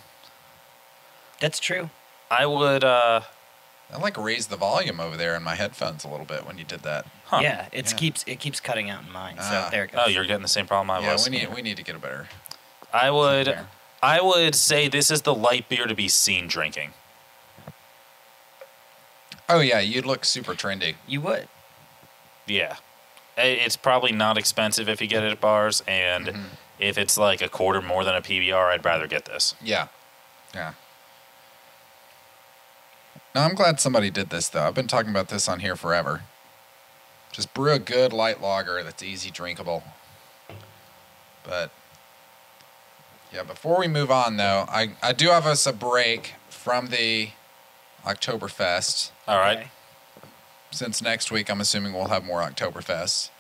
B: That's true.
C: I would. uh
A: I like raised the volume over there in my headphones a little bit when you did that.
B: Yeah, it
A: Yeah.
B: keeps it keeps cutting out in mine. So
A: Ah.
B: there it goes.
C: Oh, you're getting the same problem I
A: yeah,
C: was.
A: we need we need to get a better.
C: I would,
A: Fair.
C: I would say this is the light beer to be seen drinking.
A: Oh yeah, you'd look super trendy.
B: You would.
C: Yeah, I- it's probably not expensive if you get it at bars, and
A: Mm-hmm.
C: if it's like a quarter more than a PBR, I'd rather get this.
A: Yeah, yeah. No, I'm glad somebody did this though. I've been talking about this on here forever. Just brew a good light lager that's easy drinkable. But yeah, before we move on though, I I do have us a break from the Oktoberfest.
C: All right.
B: Okay.
A: since next week I'm assuming we'll have more Oktoberfest.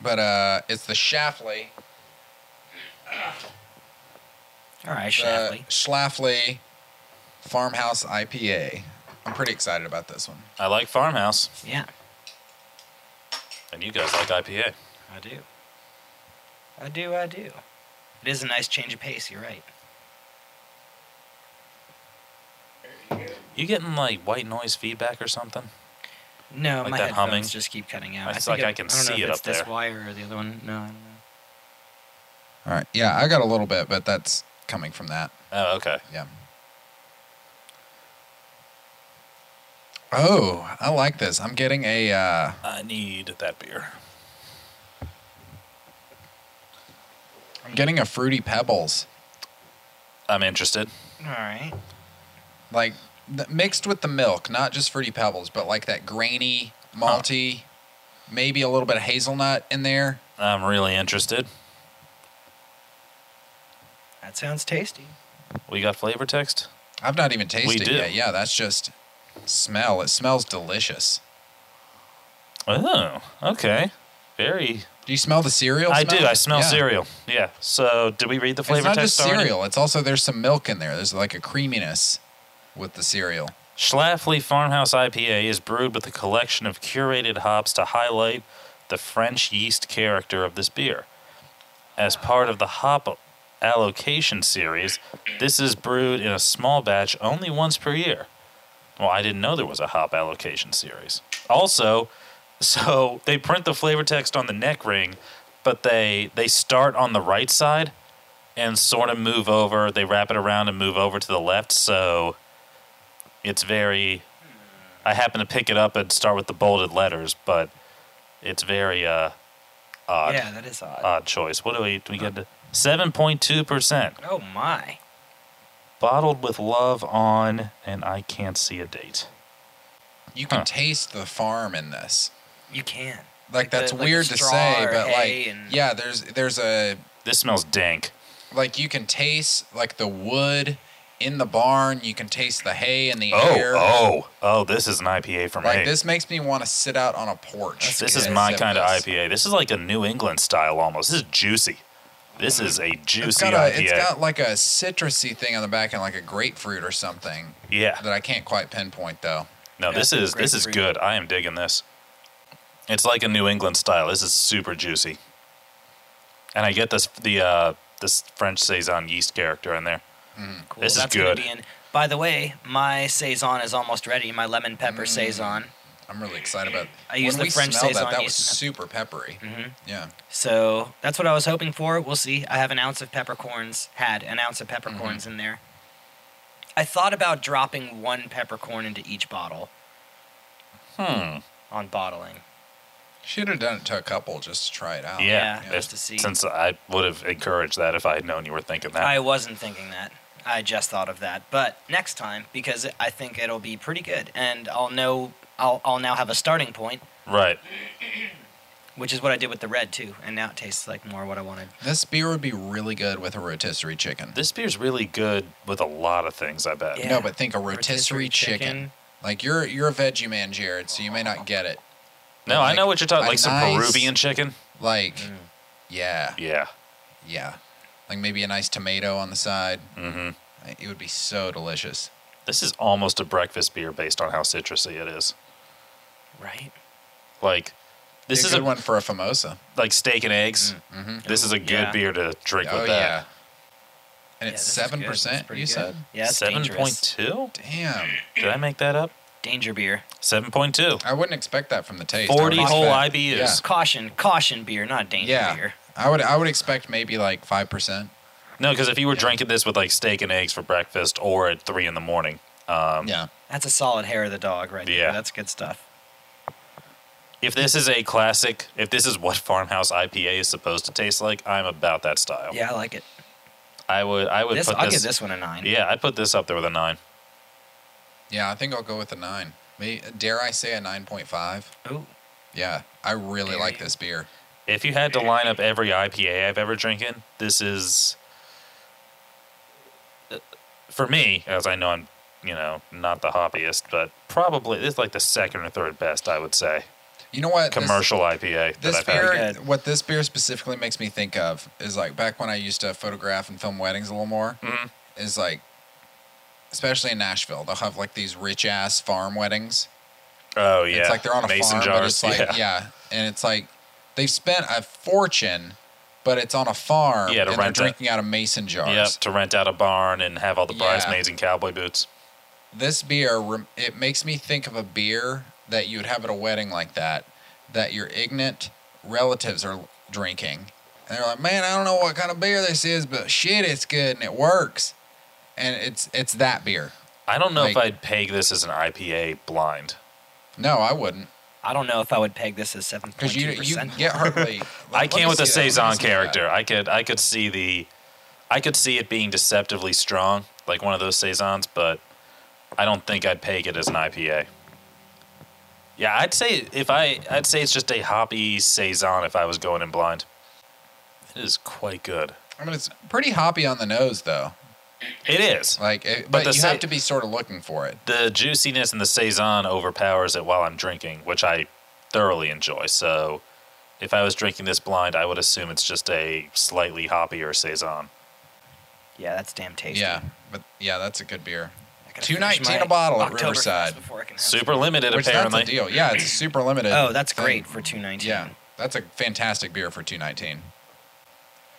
A: But uh it's the Schlafly,
B: All right,
A: the
B: Shafley.
A: Schlafly Farmhouse IPA. I'm pretty excited about this one.
C: I like farmhouse,
B: yeah,
C: and you guys like IPA.
B: I do. I do. I do. It is a nice change of pace. You're right.
C: You getting like white noise feedback or something?
B: No,
C: Like
B: my
C: that
B: headphones
C: humming?
B: just keep cutting out.
C: I feel
B: think
C: like
B: it-
C: I can
B: don't know
C: see
B: if
C: it
B: it's
C: up
B: this
C: there.
B: wire or the other one. No, I don't know.
A: All right. Yeah, I got a little bit, but that's coming from that.
C: Oh, okay.
A: Yeah. Oh, I like this. I'm getting a uh
C: I need that beer.
A: I'm getting a fruity pebbles.
C: I'm interested.
B: All right.
A: Like th- mixed with the milk, not just fruity pebbles, but like that grainy, malty, maybe a little bit of hazelnut in there.
C: I'm really interested.
B: That sounds tasty.
C: We got flavor text.
A: I've not even tasted it
C: do.
A: yet. Yeah, that's just smell. It smells delicious.
C: Oh, okay. Very.
A: Do you smell the cereal?
C: I do.
A: smell?
C: I smell
A: Yeah.
C: cereal. Yeah. So, did we read the
A: It's
C: flavor
A: not
C: text
A: just
C: already?
A: cereal. It's also there's some milk in there. There's like a creaminess with the cereal.
C: Schlafly Farmhouse IPA is brewed with a collection of curated hops to highlight the French yeast character of this beer. As part of the hop allocation series, this is brewed in a small batch only once per year. Well, I didn't know there was a hop allocation series. Also, [laughs] so they print the flavor text on the neck ring, but they they start on the right side and sort of move over, they wrap it around and move over to the left, so it's very i happen to pick it up and start with the bolded letters but it's very uh odd
B: Yeah, that is odd.
C: odd choice what do we do we get
A: Uh-huh.
C: to 7.2%
B: Oh my.
C: bottled with love on and i can't see a date
A: You can
C: Huh.
A: taste the farm in this.
B: You can.
A: Like,
B: Like the-
A: that's
B: like the
A: weird to
B: straw
A: say,
B: or
A: but
B: hay
A: like
B: and-
A: yeah, there's there's a
C: this smells dank
A: like you can taste like the wood in the barn. You can taste the hay in the
C: oh
A: air.
C: oh oh this is an ipa for me
A: Like this makes me want to sit out on a porch.
C: this is
A: and
C: my
A: sip
C: kind of
A: this.
C: ipa this is like a new england style almost this is juicy this is a juicy
A: Mm. It's got,
C: IPA.
A: a, it's got like a citrusy thing on the back and like a grapefruit or something
C: yeah.
A: that I can't quite pinpoint though.
C: No,
B: Yeah,
C: this
B: it's
C: is this is
B: grapefruit.
C: good. I am digging this. It's like a New England style. This is super juicy. And I get this the uh this French saison yeast character in there.
B: Cool.
C: This is
B: That's gonna
C: good.
B: Be in. By the way, my saison is almost ready. My lemon pepper
A: Mm.
B: saison.
A: I'm really excited about.
B: I use
A: when
B: the
A: we
B: French
A: smelled
B: Saison
A: that. That was
B: yeast in that.
A: super peppery.
B: Mm-hmm.
A: Yeah.
B: So that's what I was hoping for. We'll see. I have an ounce of peppercorns. Had an ounce of peppercorns
A: Mm-hmm.
B: in there. I thought about dropping one peppercorn into each bottle
C: Hmm.
B: on bottling.
A: Should have done it to a couple just to try it out.
C: Yeah.
B: Yeah,
C: if-
B: just to see.
C: Since I would have encouraged that if I had known you were thinking that.
B: I wasn't thinking that. I just thought of that. But next time, because I think it'll be pretty good, and I'll know I'll I'll now have a starting point,
C: right.
B: which is what I did with the red too, and now it tastes like more what I wanted.
A: This beer would be really good with a rotisserie chicken.
C: This beer's really good with a lot of things, I bet.
B: Yeah.
A: No, but think a rotisserie, chicken. Like you're you're a veggie man, Jared, so you may not get it.
C: No, I
A: Like-
C: know what you're talking
A: like
C: like some
A: nice-
C: Peruvian chicken.
A: Like, yeah,
C: Mm. Yeah.
A: yeah. Like maybe a nice tomato on the side.
C: Mm-hmm.
A: It would be so delicious.
C: This is almost a breakfast beer based on how citrusy it is.
B: right?
C: Like this
A: Be a
C: is
A: good
C: a
A: one for a famosa.
C: like steak and eggs.
A: Mm-hmm.
C: This is a good
B: Yeah.
C: beer to drink
A: Oh
C: with
A: yeah.
C: that.
A: And
B: Yeah,
A: it's
B: this is good.
A: seven
B: This is
A: percent.
B: pretty
A: You
B: good.
A: said.
B: Yeah, it's
C: Seven
B: dangerous.
C: point two?
A: Damn.
C: Did I make that up?
B: Danger beer.
C: Seven point two.
A: I wouldn't expect that from the taste. I would
C: 40 whole
A: expect-
C: IBUs.
A: Yeah.
B: Caution, caution beer, not danger
A: Yeah.
B: beer.
A: I would I would expect maybe like five percent.
C: No, because if you were drinking this with like steak and eggs for breakfast or at three in the morning, um,
A: Yeah.
B: That's a solid hair of the dog right
C: Yeah.
B: there. That's good stuff.
C: if this is a classic, if this is what farmhouse IPA is supposed to taste like, I'm about that style.
B: Yeah, I like it.
C: I would. I would
B: This,
C: put
B: I'll
C: this,
B: give this one a nine.
C: Yeah, I put this up there with a nine.
A: Yeah, I think I'll go with a nine. May dare I say a nine point five?
B: Ooh,
A: Yeah. I really
B: Dare
A: like
B: you.
A: this beer.
C: If you had to line up every IPA I've ever drinking, this is uh, for me. As I know, I'm you know not the hobbyist, but probably it's like the second or third best I would say
A: You know what? This-
C: commercial IPA that
A: This
C: I've had.
A: beer,
B: Good.
A: what this beer specifically makes me think of is like back when I used to photograph and film weddings a little more,
C: Mhm.
A: is like, especially in Nashville, they'll have like these rich ass farm weddings.
C: Oh yeah,
A: It's like they're on a
C: mason
A: farm, but
C: jars.
A: it's like, yeah. And it's like they've spent a fortune, but it's on a farm
C: Yeah,
A: and
C: to
A: they're
C: rent it.
A: drinking out of mason jars.
C: Yep, to rent out a barn and have all the
A: Yeah.
C: bridesmaids in cowboy boots.
A: This beer, rem- it makes me think of a beer that you'd have at a wedding like that, that your ignorant relatives are drinking. And they're like, man, I don't know what kind of beer this is, but shit, it's good and it works. And it's it's that beer.
C: I don't know if
A: Like-
C: I'd peg this as an IPA blind.
A: No, I wouldn't.
B: I don't know if I would peg this as seven point
A: Because you,
B: two
A: you
B: percent.
A: get hardly.
C: [laughs] I can with the saison
A: Saison
C: character. I could I could see the I could see it being deceptively strong, like one of those saisons, but I don't think I'd peg it as an IPA. Yeah, I'd say if I I'd say it's just a hoppy saison if I was going in blind. It is quite good.
A: I mean, it's pretty hoppy on the nose, though.
C: It is.
A: Like, it,
C: But
A: but,
C: the
A: you
C: sa-
A: have to be sort of looking for it.
C: the juiciness and the saison overpowers it while I'm drinking, which I thoroughly enjoy. So, if I was drinking this blind, I would assume it's just a slightly hoppier saison.
B: yeah, that's damn tasty.
A: Yeah, but yeah, that's a good beer.
B: I gotta
A: Two
B: finish
A: nineteen
B: my
A: a bottle at
B: Oktoberfest
A: Riverside.
B: before I can have
C: Super limited,
A: Which
C: apparently.
A: that's a deal. Yeah,
C: [clears throat]
A: it's super limited.
B: some. Oh, that's
A: thing.
B: great for two nineteen.
A: Yeah, that's a fantastic beer for two nineteen.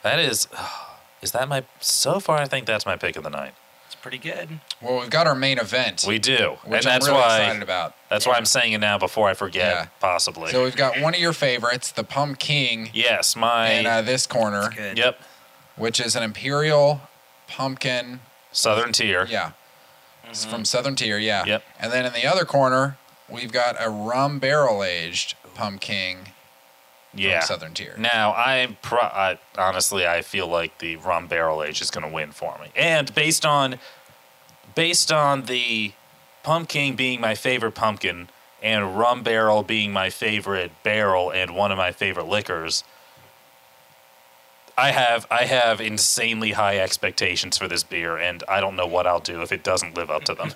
C: That is, [sighs] is that my? So far, I think that's my pick of the night.
B: it's pretty good.
A: Well, we've got our main event,
C: We do,
A: which
C: and that's
A: I'm really
C: why
A: excited about.
C: that's why I'm saying it now before I forget,
A: Yeah.
C: possibly.
A: So we've got one of your favorites, the Pump King,
C: yes,
A: in
C: my
A: uh, this corner,
B: It's good.
C: yep,
A: which is an imperial pumpkin.
C: Southern Tier.
A: Yeah, It's from Southern Tier. Yeah.
C: Mm-hmm. Yep.
A: And then in the other corner, we've got a rum barrel aged Pump King
C: yeah.
A: from Southern Tier.
C: Now I'm pro- I, honestly I feel like the rum barrel age is going to win for me, and based on based on the pumpkin being my favorite pumpkin and rum barrel being my favorite barrel and one of my favorite liquors, I have I have insanely high expectations for this beer, and I don't know what I'll do if it doesn't live up to
B: [laughs]
C: them.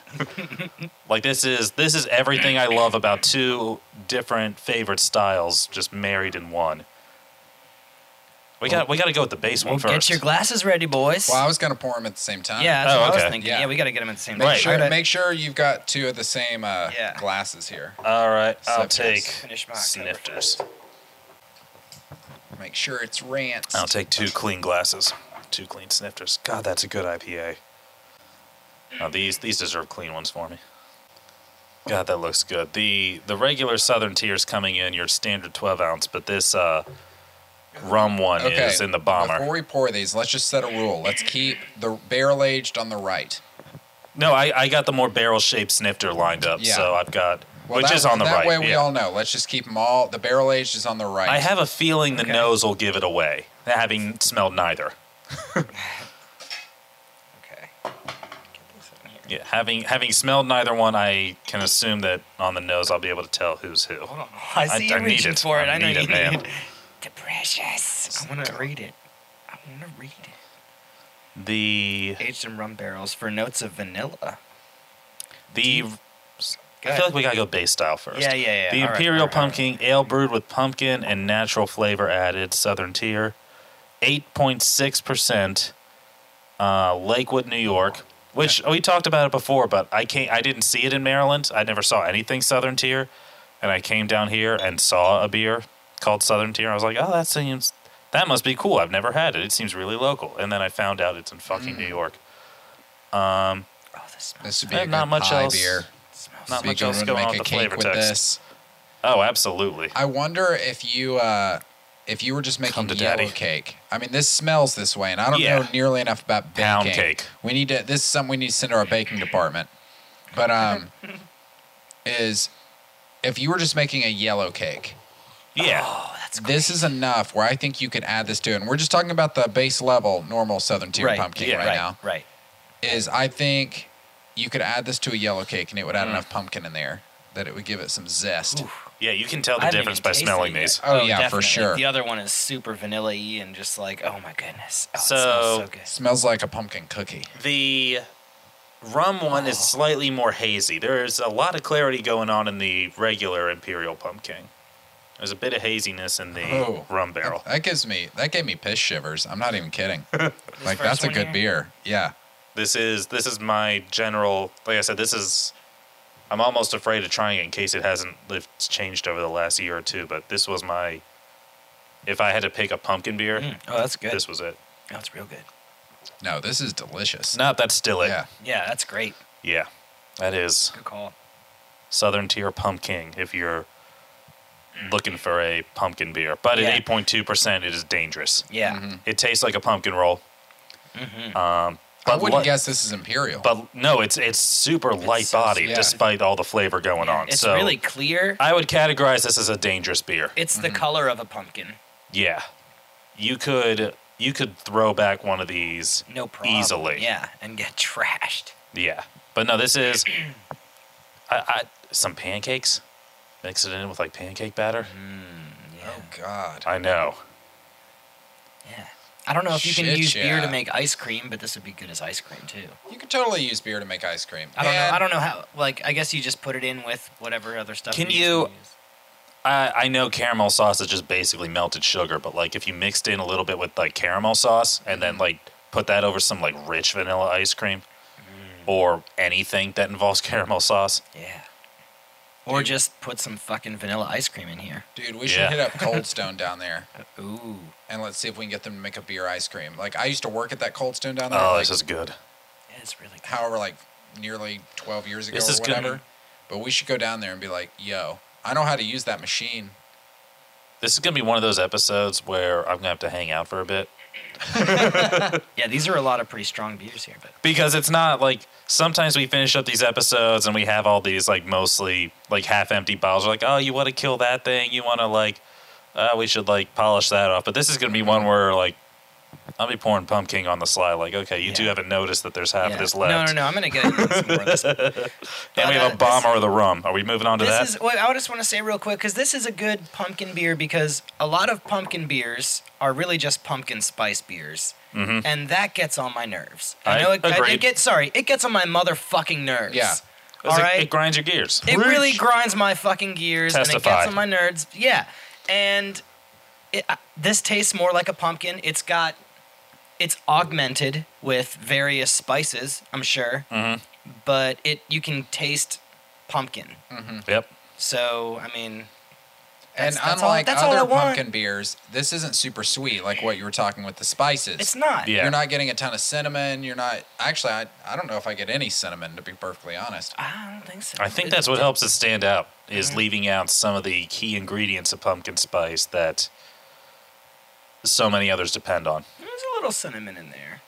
C: like this is this is everything I love about two different favorite styles just married in one. We got we got to go with the base one first.
B: Get your glasses ready, boys.
A: Well, I was gonna pour them at the same time.
B: Yeah, that's
C: Oh,
B: what I
C: okay.
B: was thinking.
A: Yeah.
B: Yeah, we got to get them at the same
A: Make
C: Right.
A: sure
B: time.
A: make sure you've got two of the same uh,
B: Yeah.
A: glasses here.
C: All right, I'll
A: Sniffers.
C: take
B: Finish my Oktoberfest.
C: snifters.
A: Make sure it's rants.
C: I'll take two clean glasses, two clean snifters. God, that's a good IPA. Now these these deserve clean ones for me. God, that looks good. the The regular Southern Tier's coming in your standard twelve ounce, but this uh, rum one is in the bomber.
A: Before we pour these, let's just set a rule. Let's keep the barrel aged on the right.
C: No, I, I got the more barrel shaped snifter lined up,
A: Yeah.
C: so I've got
A: Well,
C: which
A: that-
C: is on the
A: that
C: right.
A: way we
C: yeah.
A: all know. Let's just keep them all. The barrel aged is on the right.
C: I have a feeling the
B: Okay.
C: nose will give it away, having smelled neither.
B: Okay. Get this in here.
C: Yeah, having having smelled neither one, I can assume that on the nose I'll be able to tell who's who.
B: Hold on. I
C: I-
B: see
C: I
B: you
C: need
B: reaching
C: it.
B: for it.
C: I
B: I, know
C: need
B: you
C: it, man.
B: need it. The precious. I want to read it. I want to read it.
C: The
B: Aged in rum barrels for notes of vanilla.
C: the
B: Go
C: I
B: ahead.
C: feel like we gotta go base style first.
B: Yeah, yeah, yeah.
C: The
B: All right,
C: Imperial
B: all right, all right.
C: Pumpkin Ale brewed with pumpkin and natural flavor added, Southern Tier, eight point six percent, uh, Lakewood, New York. Which we talked about it before, but I can't. I didn't see it in Maryland. I never saw anything Southern Tier, and I came down here and saw a beer called Southern Tier. I was like, oh, that seems that must be cool. I've never had it. It seems really local. And then I found out
B: Mm.
C: it's in fucking New York. Um,
B: Oh, this smells,
A: this would be
C: Eh,
A: a
C: not
A: good
C: much
A: pie
C: else.
A: beer.
B: smells
C: Not much
A: Speaking
C: else
A: of
C: going
A: make
C: on
A: a
C: with the
A: cake
C: flavor
A: with
C: text.
A: this,
C: Oh, absolutely.
A: I wonder if you uh, if you were just making
C: Come to
A: yellow
C: daddy.
A: cake. I mean, this smells this way, and I don't
C: Yeah.
A: know nearly enough about baking.
C: Pound cake.
A: We need to. This is something we need to send to our baking department. But
C: [laughs]
A: um, is if you were just making a yellow cake,
C: Yeah.
B: Oh,
A: this is enough where I think you could add this to it. And we're just talking about the base level normal southern tier
B: right,
A: pumpkin
C: yeah,
A: right,
B: right,
A: now.
B: right.
A: Is I think you could add this to a yellow cake, and it would
C: Mm.
A: add enough pumpkin in there that it would give it some zest.
C: Yeah, you can tell
B: I
C: the
B: haven't
C: difference
B: even
C: by
B: tasted
C: smelling
B: it yet.
C: these.
A: Oh, yeah, for
B: definitely.
A: sure.
B: The other one is super vanilla y and just like, oh my goodness. Oh, it
C: So-
B: smells so good.
A: Smells like a pumpkin cookie.
C: The rum one is slightly more hazy. There's a lot of clarity going on in the regular imperial pumpkin. There's a bit of haziness in the
A: Oh.
C: rum barrel.
A: That gives me that gave me piss shivers. I'm not even kidding. like
B: first
A: that's a
B: one
A: good
B: here?
A: beer. Yeah.
C: This is this is my general. Like I said, this is. I'm almost afraid of trying it in case it hasn't if it's changed over the last year or two. But this was my. If I had to pick a pumpkin beer,
B: Mm. Oh, that's good.
C: this was it.
B: That's real good.
A: No, this is delicious.
C: Not that's still it.
A: Yeah.
B: Yeah, that's great.
C: Yeah, that is
B: Good call.
C: Southern Tier Pumpkin. If you're looking for a pumpkin beer, but
B: Yeah.
C: at 8.2 percent, it is dangerous.
B: Yeah.
A: Mm-hmm.
B: Mm-hmm.
C: It tastes like a pumpkin roll. Um,
A: I
C: but
A: wouldn't
C: li-
A: guess this is imperial.
C: But no, it's it's super light body
A: yeah.
C: despite all the flavor going on.
B: It's
C: so
B: really clear.
C: I would categorize this as a dangerous beer.
B: It's the color of a pumpkin.
C: yeah, you could you could throw back one of these
B: No problem.
C: easily.
B: Yeah, and get [laughs] trashed.
C: Yeah, but no,
A: [clears throat]
C: this is I, I some pancakes. Mix it in with like pancake batter.
B: Yeah.
A: oh God.
C: I know.
B: yeah. I don't know if you can
A: Shit,
B: use beer to
A: yeah.
B: make ice cream, but this would be good as ice cream too.
A: You could totally use beer to make ice cream.
B: I don't
A: Man,
B: know. I don't know how. Like, I guess you just put it in with whatever other stuff.
C: Can
B: usually
C: you-
B: use.
C: I, I know caramel sauce is just basically melted sugar, but like if you mixed in a little bit with like caramel sauce and then like put that over some like rich vanilla ice cream or anything that involves [laughs] caramel sauce,
B: Yeah. Or just put some fucking vanilla ice cream in here. Uh,
A: Dude, we should
B: [laughs]
C: Yeah.
A: hit up Cold Stone down there
B: Ooh.
A: and let's see if we can get them to make a beer ice cream. Like I used to work at that Cold Stone down there.
C: oh,
A: like,
C: this is good.
B: That is really good.
A: however like nearly 12 years ago
C: This
A: or
C: is good.
A: whatever. But we should go down there and be like, "Yo, I know how to use that machine."
C: This is gonna be one of those episodes where I'm gonna have to hang out for a bit
B: Yeah, these are a lot of pretty strong beers here, but
C: because it's not like sometimes we finish up these episodes and we have all these like mostly like half empty bottles. We're like, oh, you want to kill that thing? You want to like, uh, we should like polish that off. But this is gonna be one where like, I'll be pouring pumpkin on the sly. Like, okay, you two
B: Yeah.
C: haven't noticed that there's half
B: yeah.
C: of this
B: no,
C: left.
B: no, no. I'm gonna get into some more of
C: [laughs]
B: this.
C: And we have
B: Uh,
C: a
B: this-
C: bomber of the rum. Are we moving on to
B: This
C: that?
B: is what I just want to say real quick because this is a good pumpkin beer because a lot of pumpkin beers are really just pumpkin spice beers, and that gets on my nerves.
C: Mm-hmm. I
B: know it, I,
C: agreed.
B: it gets sorry, it gets on my motherfucking nerves.
A: Yeah.
C: It's
B: all
C: like-
B: right.
C: It grinds your gears.
B: It really grinds my fucking gears and it
C: Testify.
B: gets on my nerds. Yeah, and it, uh, this tastes more like a pumpkin. It's got, it's augmented with various spices, I'm sure,
C: Mm-hmm.
B: but it you can taste pumpkin.
C: Yep.
B: So I mean,
A: And
B: That's- that's all-
A: unlike
B: that's all I
A: other
B: want.
A: pumpkin beers, this isn't super sweet like what you were talking with the spices.
B: it's not.
C: Yeah.
A: You're not getting a ton of cinnamon. You're not actually. I, I don't know if I get any cinnamon to be perfectly honest.
B: I don't think so.
C: I think that's what helps it stand out
B: Mm-hmm.
C: is leaving out some of the key ingredients of pumpkin spice that so many others depend on.
B: There's a little cinnamon in there.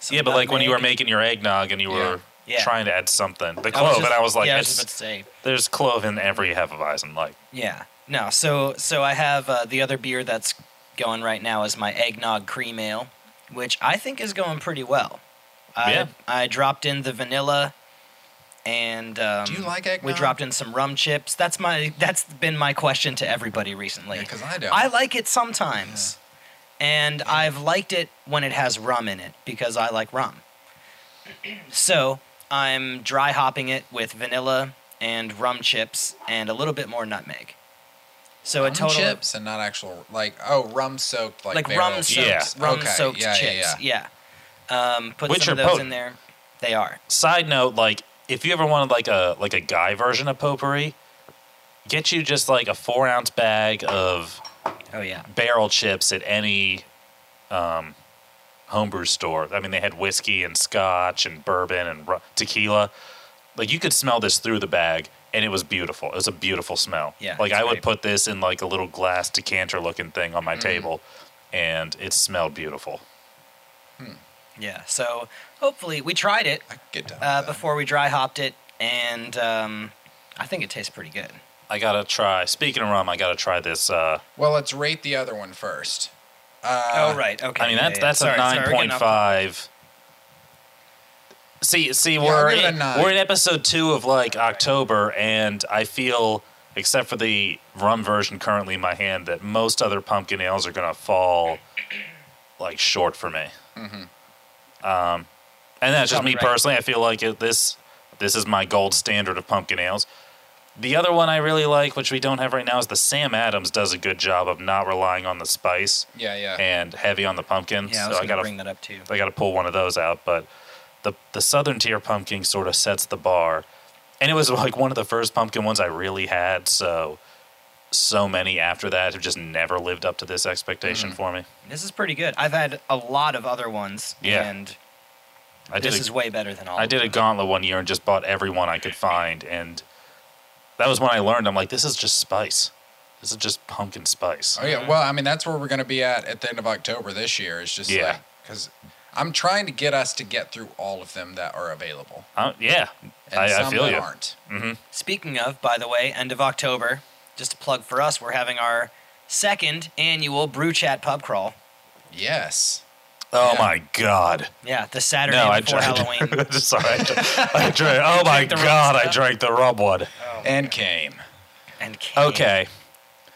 B: Some
C: yeah, but like when you were
B: nutmeg.
C: making your eggnog and you were
B: Yeah. Yeah.
C: trying to add something, the
B: was
C: clove,
B: just-
C: and I was like,
B: yeah, I was
C: it's,
B: just about to say,
C: there's clove in every Hefeweizen. Like,
B: yeah, no. So so I have uh, the other beer that's going right now is my eggnog cream ale, which I think is going pretty well. I,
C: Yeah.
B: I dropped in the vanilla, and um,
A: Do you like
B: We
A: eggnog?
B: dropped in some rum chips. That's my that's been my question to everybody recently.
A: Because I don't.
B: I like it sometimes. And I've liked it when it has rum in it because I like rum. so I'm dry hopping it with vanilla and rum chips and a little bit more nutmeg. So
A: rum
B: a total of-
A: chips and not actual like oh rum soaked like
B: like
A: barrel
B: rum soaked,
A: chips.
C: Yeah.
B: rum
A: Okay,
B: soaked
A: yeah, yeah,
B: chips. Yeah. Um, put
C: Which
B: some of
C: are
B: those in
C: potent.
B: there. They are.
C: side note, like if you ever wanted like a like a guy version of potpourri, get you just like a four ounce bag of
B: Oh yeah.
C: barrel chips at any um, homebrew store. I mean, they had whiskey and scotch and bourbon and ru- tequila. like you could smell this through the bag and it was beautiful. It was a beautiful smell.
B: Yeah,
C: Like
B: it's
C: I would
B: great. Mm-hmm.
C: put this in like a little glass decanter looking thing on my table and it smelled beautiful.
B: Yeah. So hopefully we tried it
A: I can get down.
B: uh,
A: with that.
B: before we dry hopped it, and um, I think it tastes pretty good.
C: I gotta try speaking of rum, I gotta try this uh
A: Well, let's rate the other one first.
B: oh right. Okay.
C: I mean
B: yeah,
C: that's
B: yeah.
C: that's
B: Sorry,
C: a
B: sorry,
C: nine
B: we're getting
C: point
B: off-
C: five. See, see,
A: I'll
C: we're
A: give it a
C: in,
A: nine.
C: we're in episode two of like October, and I feel, except for the rum version currently in my hand, that most other pumpkin ales are gonna fall like short for me. Um, and that's
B: Mm-hmm.
C: just
B: Probably
C: me
B: right.
C: personally. I feel like it, this this is my gold standard of pumpkin ales. The other one I really like, which we don't have right now, is the Sam Adams. Does a good job of not relying on the spice
A: Yeah, yeah.
C: and heavy on the pumpkin.
B: Yeah, I was
C: so I
B: gonna
C: gotta
B: bring that up too.
C: I gotta pull one of those out. But the the southern tier pumpkin sort of sets the bar, and it was [laughs] like one of the first pumpkin ones I really had. So so many after that have just never lived up to this expectation
B: Mm.
C: for me.
B: This is pretty good. I've had a lot of other ones,
C: Yeah.
B: and
C: I did
B: this
C: a,
B: is way better than all.
C: I
B: of
C: did a
B: them.
C: gauntlet one year and just bought every one I could find, and that was when I learned. I'm like, this is just spice. This is just pumpkin spice.
A: Oh yeah. Well, I mean, that's where we're going to be at at the end of October this year. It's just
C: Yeah.
A: yeah, because I'm trying to get us to get through all of them that are available,
C: Uh, yeah,
A: and
C: I, I
A: some
C: feel
A: that
C: you.
A: aren't.
B: Speaking of, by the way, end of October, just a plug for us. We're having our second annual Brew Chat Pub Crawl.
A: Yes.
C: Oh
A: Yeah.
C: my god.
B: Yeah, the Saturday
C: no, I
B: before
C: drank. [laughs]
B: Halloween.
C: Sorry, I
B: [laughs]
C: drank. I drank oh my
B: the rum
C: god, I
B: stuff?
C: drank the rum one.
A: And came.
B: and Kane.
C: Okay,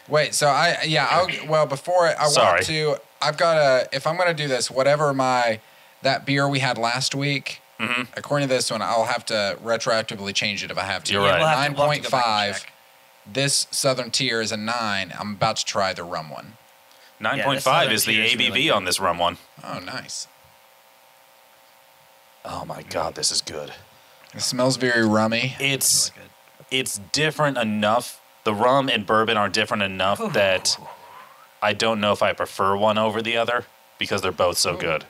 A: Wait. So I yeah. I'll, well, before I
C: Sorry.
A: want to, I've got to. If I'm going to do this, whatever my that beer we had last week.
C: Mm-hmm.
A: According to this one, I'll have to retroactively change it if I have to.
C: You're Yeah, right. we'll
B: have
A: Nine
B: to- we'll have
A: point
B: to go back and
A: five. This Southern Tier is a nine. I'm about to try the rum one.
C: nine
B: Yeah,
C: point
B: this
C: five
B: other
C: is the
B: tier is
C: ABV
B: really good.
C: on this rum one.
A: Oh, nice.
C: Oh my god, this is good.
A: It smells very rummy.
C: It's
B: Really good.
C: it's different enough. The rum and bourbon are different enough that I don't know if I prefer one over the other because they're both so good.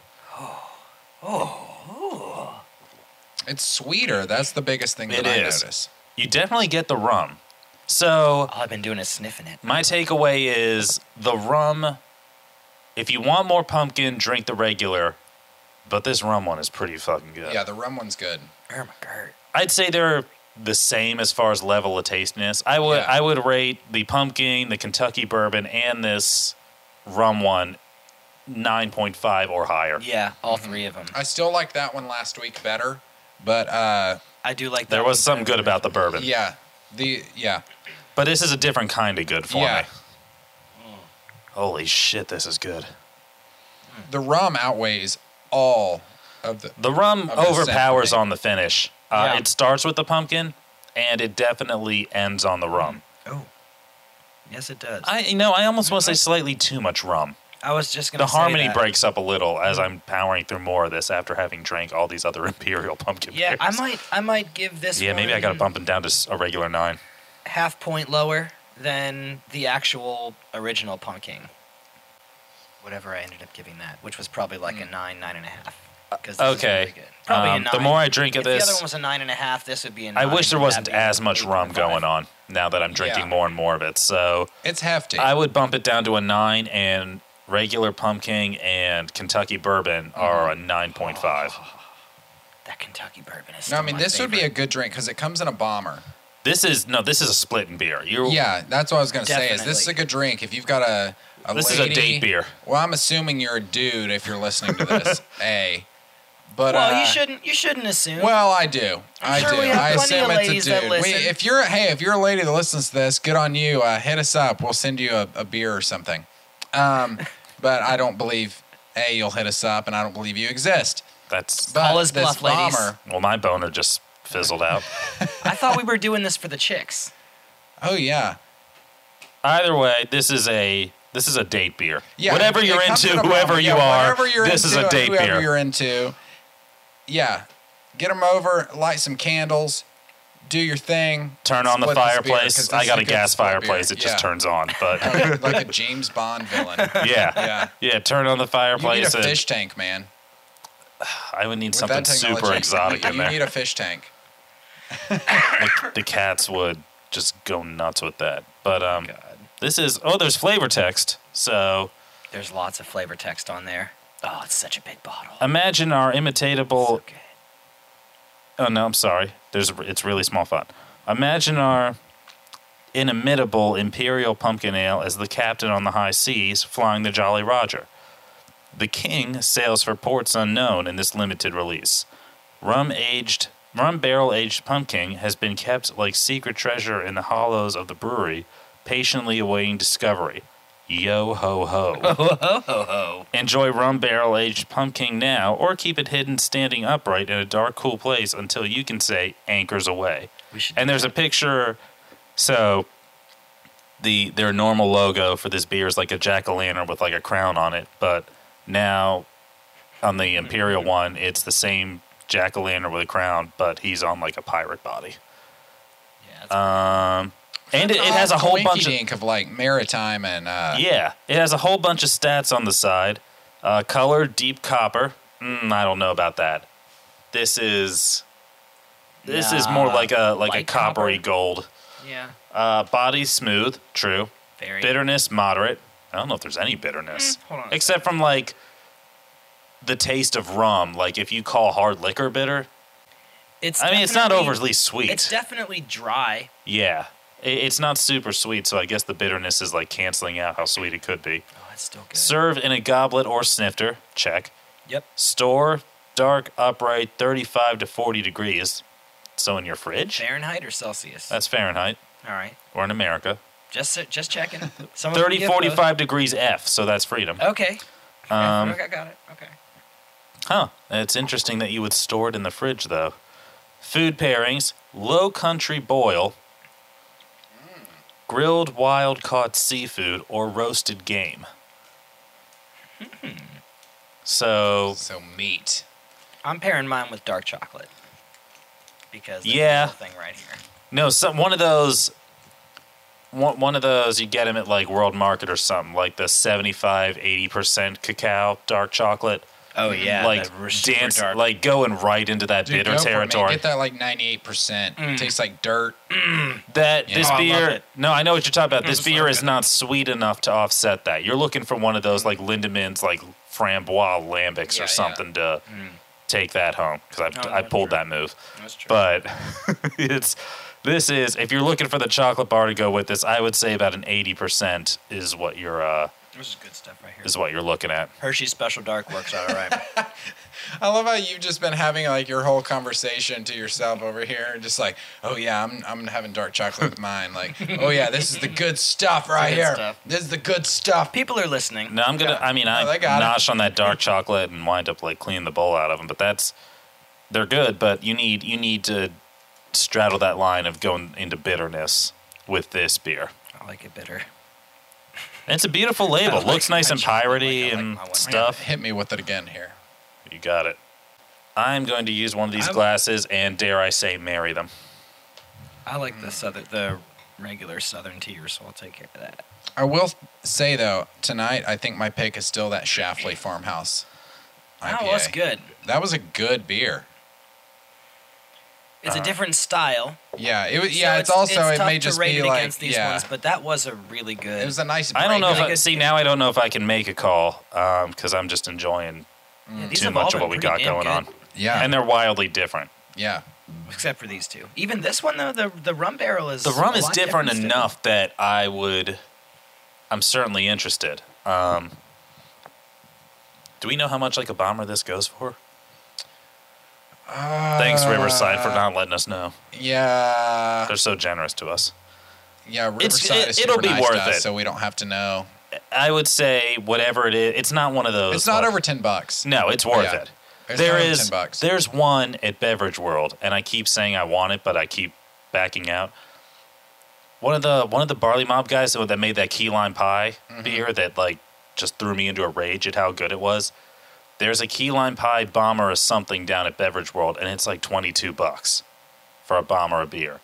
A: It's sweeter. That's the biggest thing that
C: It
A: I
C: is.
A: notice.
C: You definitely get the rum. So
B: All I've been doing is sniffing it.
C: my takeaway is the rum. If you want more pumpkin, drink the regular. But this rum one is pretty fucking good.
A: Yeah, the rum one's good.
B: Oh my god.
C: I'd say they're the same as far as level of tastiness. I would
A: Yeah.
C: I would rate the pumpkin, the Kentucky bourbon, and this rum one nine point five or higher.
B: Yeah,
C: Mm-hmm.
B: all three of them.
A: I still like that one last week better, but uh,
B: I do like.
C: There
B: that
C: was
B: one
C: something
B: better.
C: good about the bourbon,
A: yeah, the yeah,
C: but this is a different kind of good for
A: Yeah.
C: me. Holy shit, this is good.
A: the rum outweighs all of the.
C: The rum
A: Of the
C: overpowers
A: same.
C: on the finish. Uh,
B: Yeah.
C: It starts with the pumpkin, and it definitely ends on the rum.
B: Oh. Yes, it does. I,
C: I, you know, I almost want to say slightly too much rum.
B: was just gonna.
C: the
B: say
C: harmony
B: that.
C: breaks up a little as I'm powering through more of this after having drank all these other [laughs] imperial pumpkin
B: Yeah, I
C: beers.
B: might. I might give this.
C: Yeah, maybe I
B: one
C: gotta bump them down to s- a regular nine.
B: half point lower than the actual original punking. Whatever I ended up giving that, which was probably like
A: Hmm.
B: a nine, nine and a half. 'cause this is
C: okay.
B: really good. Probably
C: Um,
B: a nine.
C: the more I drink
B: if
C: of
B: the other
C: this,
B: one was a nine and a half, this would be a
C: I
B: nine.
C: wish there
B: but
C: wasn't
B: that'd be
C: as much rum
B: 8.5.
C: going on now that I'm drinking
A: Yeah.
C: more and more of it. So
A: It's hefty.
C: I would bump it down to a nine, and regular pumpkin and Kentucky bourbon are a
B: Mm-hmm.
C: 9.5.
B: That Kentucky bourbon is.
A: no,
B: still
A: I mean
B: my
A: this would be a
B: favorite.
A: good drink because it comes in a bomber.
C: This is no, this is a split in beer. You're,
A: Yeah, that's what I was gonna say. Is this is a
B: Definitely.
A: good drink if you've got a. a
C: This is a
A: lady,
C: date beer.
A: Well, I'm assuming you're a dude if you're listening to
C: [laughs]
A: this. a, but
B: Well,
A: uh,
B: you shouldn't. You shouldn't assume.
A: Well, I do.
B: I'm
A: I
B: sure
A: do.
B: we have
A: I
B: plenty
A: assume
B: of
A: it's
B: ladies
A: a
B: that
A: dude. We,
B: listen.
A: if you're hey, if you're a lady that listens to this, good on you. Uh, hit us up. We'll send you a, a beer or something.
B: [laughs]
A: Um, but I don't believe a you'll hit us up, and I don't believe you exist.
C: that's
A: But
B: Call us
A: this
B: bluff, ladies.
A: bomber-
C: well, my boner just fizzled out.
A: [laughs]
B: I thought we were doing this for the chicks.
A: Oh yeah.
C: Either way, this is a this is a date beer.
A: Yeah.
C: whatever
A: it
C: you're
A: comes
C: into,
A: in a
C: whoever
A: bomber.
C: you
A: Yeah,
C: are,
A: whatever you're
C: this is
A: into
C: a
A: and
C: date
A: whoever
C: beer.
A: you're into. Yeah. Get them over, light some candles, do your thing.
C: Turn on the
A: split this beer, 'cause
C: fireplace.
A: this
C: I
A: is
C: got a
A: good
C: gas
A: split beer.
C: fireplace. It just
A: Yeah.
C: turns on.
A: [laughs]
C: But
A: like a James Bond villain.
C: [laughs] yeah,
A: Yeah.
C: yeah. Turn on the
A: You need a
C: fireplace. and
A: fish tank, man.
C: I would need
A: With
C: something
A: that technology,
C: super
A: [laughs]
C: exotic
A: you,
C: in
A: you
C: there.
A: need a fish tank.
C: like, the cats would just go nuts with that. But um,
B: God.
C: this is oh, there's flavor text. So
B: There's lots of flavor text on there. Oh, it's such a big bottle.
C: imagine our imitatable.
B: okay.
C: Oh no, I'm sorry. There's it's really small font. Imagine our inimitable imperial pumpkin ale as the captain on the high seas, flying the Jolly Roger. The king sails for ports unknown in this limited release. Rum aged, rum barrel aged pumpkin has been kept like secret treasure in the hollows of the brewery, patiently awaiting discovery. Yo ho ho. Enjoy rum barrel aged pumpkin now, or keep it hidden standing upright in a dark, cool place until you can say anchors away.
B: We should
C: And there's a picture. So the their normal logo for this beer is like a jack o' lantern with like a crown on it, but now on the imperial one, it's the same jack o' lantern with a crown, but he's on like a pirate body.
B: Yeah, that's-
C: Um, and
A: Oh,
C: it, it has a whole bunch of
D: of, of like maritime and uh,
C: yeah, it has a whole bunch of stats on the side. Uh, color, deep copper. Mm, I don't know about that. This is this is more
B: Nah,
C: like a like a
B: light
C: coppery
B: copper?
C: gold.
B: yeah.
C: Uh, body smooth, true.
B: Very.
C: Bitterness moderate. I don't know if there's any bitterness,
B: Mm, hold on a
C: except from like the taste of rum. Like if you call hard liquor bitter,
B: It's
C: I mean it's not
B: definitely-
C: overly sweet.
B: It's definitely dry.
C: yeah, I- it's not super sweet, so I guess the bitterness is like canceling out how sweet it could be.
B: Oh, it's still good.
C: Serve in a goblet or snifter. Check.
B: Yep.
C: Store dark upright 35 to 40 degrees. So in your fridge?
B: Fahrenheit or Celsius?
C: That's Fahrenheit
B: All right.
C: or in America.
B: Just uh, just
C: [laughs]
B: checking. Someone
C: 30
B: can give those.
C: 45 degrees F, so that's freedom.
B: Okay.
C: Um,
B: okay, got it. Okay.
C: Huh. It's interesting that you would store it in the fridge though. Food pairings: low country boil, grilled wild caught seafood or roasted game. So
D: so meat.
B: I'm pairing mine with dark chocolate because there's
C: Yeah.
B: this thing right here.
C: No, some one of those. One, one of those you get them at like World Market or something, like the 75, 80% cacao dark chocolate.
B: Oh yeah,
C: Mm, like dance, like going right into that bitter territory. Mm.
D: Get that like ninety-eight percent. Tastes like dirt.
C: That this
D: Oh, I love
C: beer,
B: it.
C: no, I know what you're talking about. This
B: so
C: beer is
B: good.
C: not sweet enough to offset that. You're looking for one of those like Lindemans, like framboise lambics
D: Yeah, yeah.
C: or something to take that home because I,
D: Oh,
B: No,
C: I
B: that's
C: pulled
B: true.
C: that move.
B: That's true.
C: But [laughs] it's this is if you're looking for the chocolate bar to go with this, I would say about an eighty percent is what you're uh,
B: this is good stuff right here.
C: is what you're looking at.
B: Hershey's Special Dark works out all
C: [laughs]
B: right.
D: I love how you've just been having like your whole conversation to yourself over here, and just like, oh yeah, I'm I'm having dark chocolate with mine.
B: [laughs]
D: Like, oh yeah, this is the good stuff right
B: Good
D: here.
B: stuff.
D: This is the good stuff.
B: People are listening.
C: No, I'm gonna. I mean, I
D: Oh, they got it.
C: nosh on that dark chocolate and wind up like cleaning the bowl out of them. But that's they're good. But you need you need to straddle that line of going into bitterness with this beer.
B: I like it bitter.
C: And it's
B: [laughs]
C: a beautiful label.
B: I like
C: Looks nice
B: my
C: in
B: chocolate,
C: piracy
B: like I like
C: and
B: my one.
C: stuff.
D: Hit me with it again here.
C: You got it. I'm going to use one of these
B: I'm-
C: glasses and dare I say marry them.
B: I like the southern, the regular Southern tier, so I'll take care of that.
D: I will say though, tonight I think my pick is still that Shafley Farmhouse. IPA.
B: Oh, well, it's good.
D: That was a good beer.
B: It's
C: Uh-huh.
B: a different style.
D: Yeah, it
B: so
D: was. Yeah, it's, also it
B: tough
D: may
B: to
D: just
B: rate
D: be
B: it
D: like
B: against these
D: yeah,
B: ones, but that was a really good.
D: it was a nice.
C: I don't know if
D: break.
C: I, see now. I don't know if I can make a call because I'm just enjoying
B: yeah, these
C: too
B: have all
C: much of
B: been
C: what we
B: pretty
C: got
B: damn
C: going on,
B: good,
D: yeah,
C: and they're wildly different.
D: yeah.
B: except for these two. Even this one though, the the rum barrel is
C: the rum
B: a
C: is
B: lot
C: different
B: still.
C: enough that I would. I'm certainly interested. Um, do we know how much like a bomber this goes for? Thanks
D: Uh,
C: Riverside for not letting us know.
D: Yeah,
C: They're so generous to us.
D: yeah.
C: It's-
D: Riverside
C: it-
D: is
C: it'll
D: super
C: be
D: nice
C: worth
D: to us,
C: it.
D: so we don't have to know.
C: I would say whatever it is, it's not one of those.
D: It's not
C: like-
D: over ten bucks.
C: No, it's worth
D: Yeah.
C: it.
D: It's
C: there
D: not over 10
C: is
D: bucks.
C: there's one at Beverage World, and I keep saying I want it, but I keep backing out. One of the one of the barley mob guys that that made that key lime pie
D: Mm-hmm.
C: beer that like just threw me into a rage at how good it was. There's a key lime pie bomber or something down at Beverage World, and it's like twenty two bucks for a bomber of beer.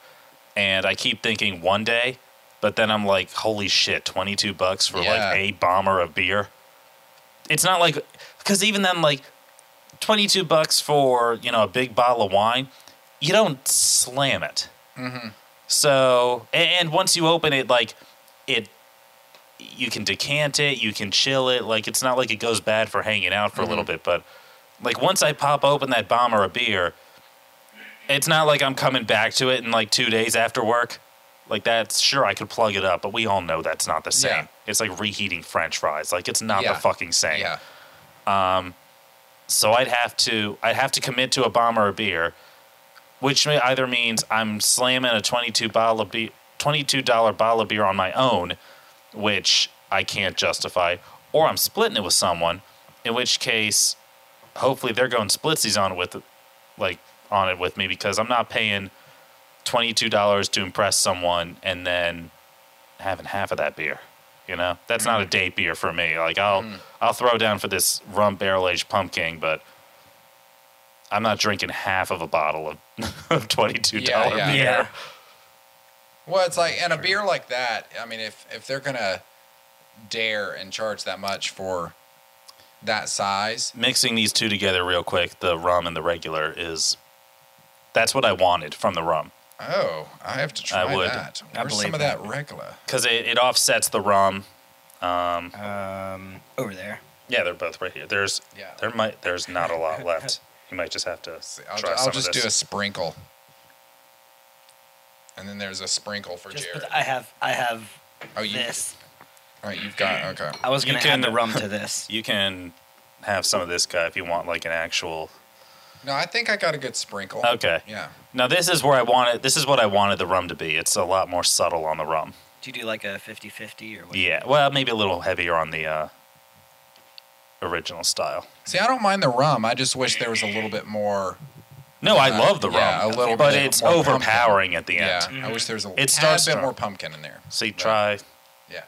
C: And I keep thinking one day, but then I'm like, holy shit, twenty two bucks for
D: Yeah.
C: like a bomber of beer. It's not like because even then, like 22 bucks for you know a big bottle of wine you don't slam it. So a- and once you open it, like it, you can decant it, you can chill it. Like it's not like it goes bad for hanging out for a
A: Mm-hmm.
C: little bit, but like once I pop open that bomb or a beer, it's not like I'm coming back to it in like two days after work. Like that's sure I could plug it up, but we all know that's not the same.
A: Yeah.
C: It's like reheating French fries. Like it's not
A: Yeah.
C: the fucking same.
A: Yeah.
C: So I'd have to I'd have to commit to a bomb or a beer, which may either means I'm slamming a twenty two bottle of be- twenty two dollar bottle of beer on my own, which I can't justify, or I'm splitting it with someone, in which case, hopefully they're going splitsies on it with, like on it with me because I'm not paying twenty two dollars to impress someone and then having half of that beer. You know, that's
A: Mm-hmm.
C: not a date beer for me. Like I'll I'll throw down for this rum barrel aged pumpkin, but I'm not drinking half of a bottle of, [laughs] of twenty two dollar
A: Yeah.
C: beer.
B: Yeah.
A: Well, it's like, and a beer like that. I mean, if if they're gonna dare and charge that much for that size,
C: Mixing these two together real quick, the rum and the regular is that's what I wanted from the rum
A: oh, I have to try
C: I would.
A: that.
B: I
A: Where's some
B: believe
A: of that regular?
C: because it, it offsets the rum. Um,
B: Um, over there.
C: yeah, they're both right here. There's
A: Yeah.
C: there might there's not a lot left. You might just have to
A: I'll,
C: try
A: ju-
C: some
A: I'll
C: of
A: just do
C: this.
A: a sprinkle, and then there's a sprinkle for
B: Just,
A: Jared.
B: but I have, I have
A: oh, you,
B: this.
A: all right, you've got okay.
B: I was
C: You
B: gonna
C: can- [laughs]
B: add the rum to this.
C: You can have some of this guy if you want like an actual.
A: No, I think I got a good sprinkle.
C: Okay.
A: Yeah.
C: Now this is where I wanted. This is what I wanted the rum to be. It's a lot more subtle on the rum.
B: Do you do like a 50-50 or what?
C: Yeah. Well, maybe a little heavier on the uh, original style.
A: See, I don't mind the rum. I just wish there was a little bit more.
C: No, I
A: Uh,
C: love the rum.
A: yeah, a little
C: but
A: bit
C: it's
A: more
C: overpowering at the
A: Yeah,
C: end.
A: I wish there was a tad
C: It starts
A: bit
C: to-
A: more pumpkin in there.
C: So you try
A: Yeah.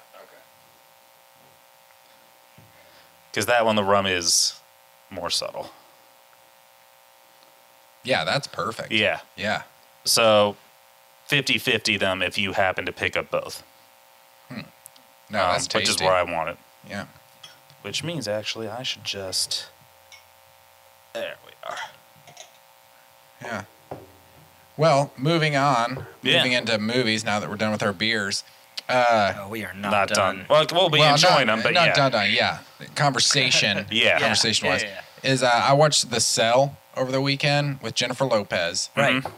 C: because that one the rum is more subtle.
A: Yeah, that's perfect.
C: Yeah.
A: Yeah.
C: So 50-50 them if you happen to pick up both,
A: No,
C: um,
A: that's tasty.
C: which is where I want it.
A: Yeah.
C: Which means actually I should just. There we are.
A: Yeah. Well, moving on,
C: Yeah.
A: moving into movies now that we're done with our beers. Uh,
B: Oh, we are not,
C: Not,
B: done.
C: done. Well, we'll be
A: well,
C: enjoying
A: not,
C: them, but
A: not
C: yeah.
A: done, done. Yeah. Conversation.
C: [laughs] Yeah.
A: Conversation wise.
B: Yeah, yeah,
A: Is uh, I watched The Cell over the weekend with Jennifer Lopez,
B: Right.
C: Mhm.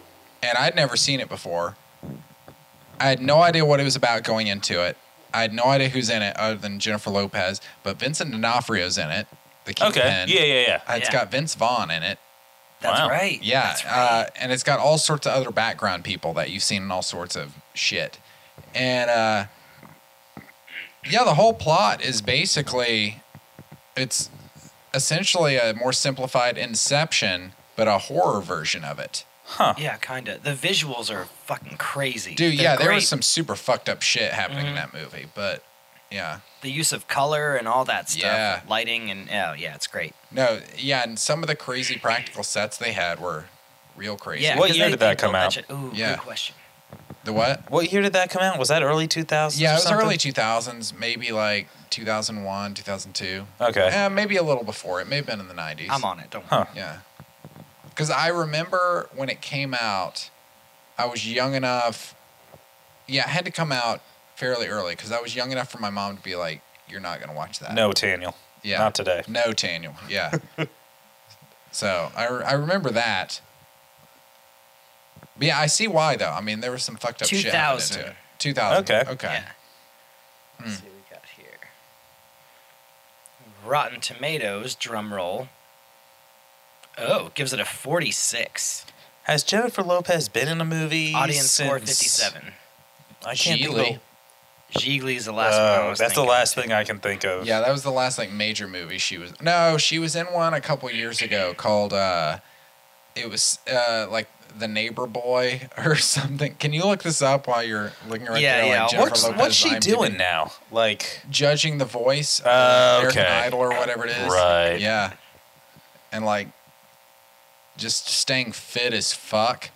A: and I'd never seen it before. I had no idea what it was about going into it. I had no idea who's in it other than Jennifer Lopez, but Vincent D'Onofrio's in it. The
C: Okay.
A: kingpin. Uh,
C: Yeah, yeah, yeah.
A: It's
B: Yeah.
A: got Vince Vaughn in it.
B: That's
C: Wow.
B: right.
A: Yeah,
B: That's right.
A: uh, and it's got all sorts of other background people that you've seen in all sorts of shit, and uh, yeah, the whole plot is basically it's essentially a more simplified Inception, but a horror version of it.
C: Huh.
B: yeah, kind of. The visuals are fucking crazy.
A: Dude,
B: They're
A: yeah, there
B: great. Mm-hmm.
A: was some super fucked up shit happening in that movie, but yeah,
B: the use of color and all that stuff.
A: Yeah.
B: Lighting and oh yeah, it's great.
A: no, yeah, and some of the crazy practical sets they had were real crazy.
B: Yeah.
C: What
B: 'cause
C: year
B: they-
C: did
B: they
C: that come
B: built
C: out?
B: shit- Ooh,
A: Yeah.
B: good question.
A: The what?
C: What year did that come out? Was that early 2000s?
A: Yeah,
C: or
A: it was
C: something?
A: early 2000s, maybe like 2001, 2002.
C: Okay.
A: Yeah, Eh, maybe a little before. It may have been in the 90s.
B: I'm on it. Don't
C: Huh.
B: worry.
A: Yeah. Because I remember when it came out, I was young enough. Yeah, it had to come out fairly early because I was young enough for my mom to be like, you're not going to watch that.
C: No, Daniel.
A: Yeah.
C: Not today.
A: No, Daniel. Yeah. [laughs] so I, re- I remember that. But yeah, I see why, though. I mean, there was some fucked up shit. happening
B: 2000.
A: to it. 2000.
C: Okay. Hmm.
A: Okay.
B: Yeah. Let's see what we got here. Rotten Tomatoes, drum roll. Oh, gives it a 46.
C: Has Jennifer Lopez been in a movie?
B: Audience score
C: since-
B: 57.
C: I can't think
A: Geely.
C: of-
B: Giggli's the last one. I
C: Oh,
B: was
C: that's the
B: thinking.
C: last thing I can think of.
A: Yeah, that was the last like major movie she was. No, she was in one a couple years ago called uh it was uh like The Neighbor Boy [laughs] or something. Can you look this up while you're looking right
B: Yeah,
A: there?
B: yeah,
A: Like Jennifer
C: What's,
A: Lopez
C: what's she
A: IMDb?
C: doing now? Like,
A: Judging the voice, or
C: Uh,
A: American
C: okay.
A: Idol or whatever it is.
C: Right.
A: Yeah. And like just staying fit as fuck.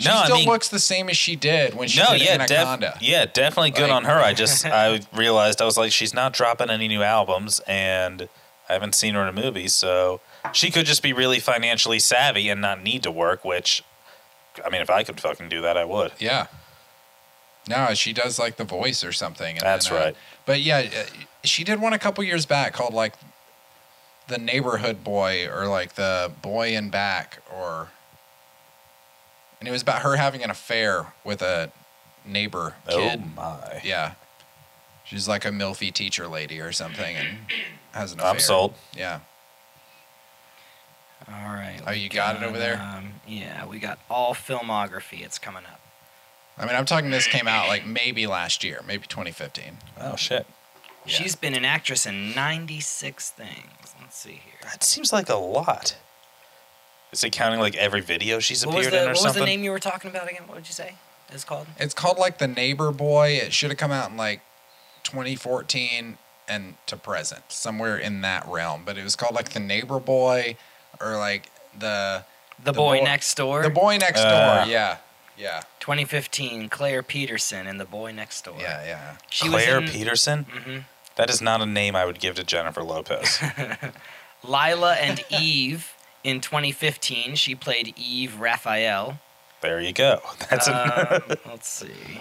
A: She
C: No, I
A: still
C: mean-
A: looks the same as she did when she
C: no,
A: did
C: yeah,
A: Anaconda.
C: def- yeah, definitely good
A: Like-
C: on her.
B: [laughs]
C: I just I realized I was like, she's not dropping any new albums, and I haven't seen her in a movie, so she could just be really financially savvy and not need to work, which I mean, if I could fucking do that, I would.
A: Yeah. No, she does like the voice or something. and
C: That's
A: then, uh,
C: right.
A: But yeah, uh, she did one a couple years back called like the neighborhood boy or like the boy in back or and it was about her having an affair with a neighbor kid.
C: Oh my!
A: Yeah. She's like a milfy teacher lady or something and has an affair.
C: I'm sold.
A: Yeah.
B: All right.
A: Oh,
B: we
A: you got it over there?
B: Um, yeah, we got all filmography. It's coming up.
A: I mean, I'm talking this came out like maybe last year, maybe 2015.
C: Oh shit! Yeah.
B: She's been an actress in 96 things. Let's see here.
C: That seems like a lot. Is it counting like every video she's
B: What was
C: appeared
B: the,
C: in or
B: what was
C: something?
B: the name you were talking about again? What did you say? It's called.
A: It's called like The Neighbor Boy. It should have come out in like 2014 and to present, somewhere in that realm. But it was called like The Neighbor Boy or like The The
B: The, boy,
A: Boy-
B: next door.
A: The Boy Next
C: Uh.
A: Door. Yeah. Yeah.
B: 2015. Claire Peterson in The Boy Next Door.
A: Yeah, yeah.
B: She
C: Claire
B: was in Mm-hmm.
C: Peterson. That is not a name I would give to Jennifer Lopez.
B: [laughs] Lila and [laughs] Eve in 2015. She played Eve Raphael.
C: there you go. That's a,
B: um, let's see.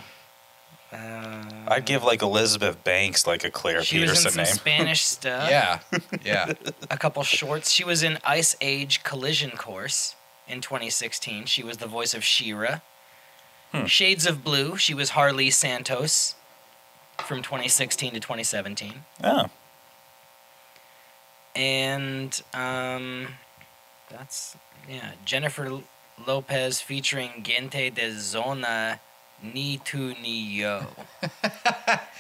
B: Uh,
C: I'd give like Elizabeth Banks like a Claire
B: she was in
C: Peterson
B: some
C: name.
B: Spanish stuff.
A: Yeah. Yeah.
B: a couple shorts. She was in Ice Age Collision Course in 2016. She was the voice of Shira. Shades of Blue. She was Harley Santos from 2016 to 2017.
C: oh,
B: And um, that's yeah, Jennifer L- Lopez featuring Gente de Zona Ni Tu Ni Yo.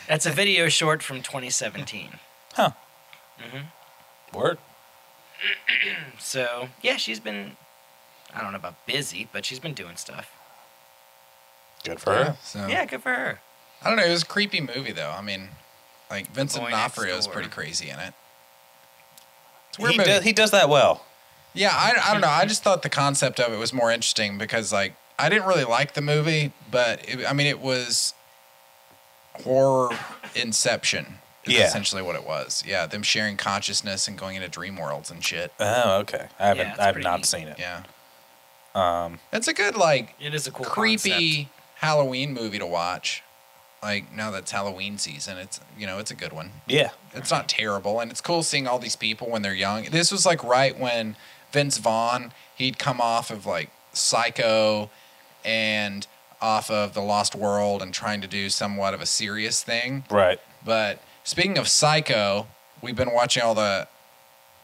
B: that's a video short from 2017.
C: huh?
B: Mhm.
C: Word.
B: So yeah, she's been I don't know about busy, but she's been doing stuff.
C: Good [laughs] for
A: Yeah,
C: her.
A: so-
B: Yeah, good for her.
A: I don't know. It was a creepy movie, though. I mean, like Vincent
B: Boy Next
A: D'Onofrio is
B: Door.
A: pretty crazy in it. It's a weird
C: He,
A: movie.
C: does he does that well.
A: Yeah, I, I don't know. I just thought the concept of it was more interesting because, like, I didn't really like the movie, but it, I mean, it was horror inception. Is
C: Yeah.
A: essentially what it was. Yeah, them sharing consciousness and going into dream worlds and shit.
C: Oh, okay. I haven't.
B: it's
C: I've
B: pretty
C: not
B: neat.
C: seen it.
A: Yeah,
C: Um,
A: it's a good like
B: It is a cool
A: creepy Halloween movie to watch. Like now that's Halloween season, it's you know it's a good one.
C: yeah.
A: It's not terrible, and it's cool seeing all these people when they're young. This was like right when Vince Vaughn he'd come off of like Psycho and off of The Lost World and trying to do somewhat of a serious thing.
C: Right.
A: But speaking of Psycho, we've been watching all the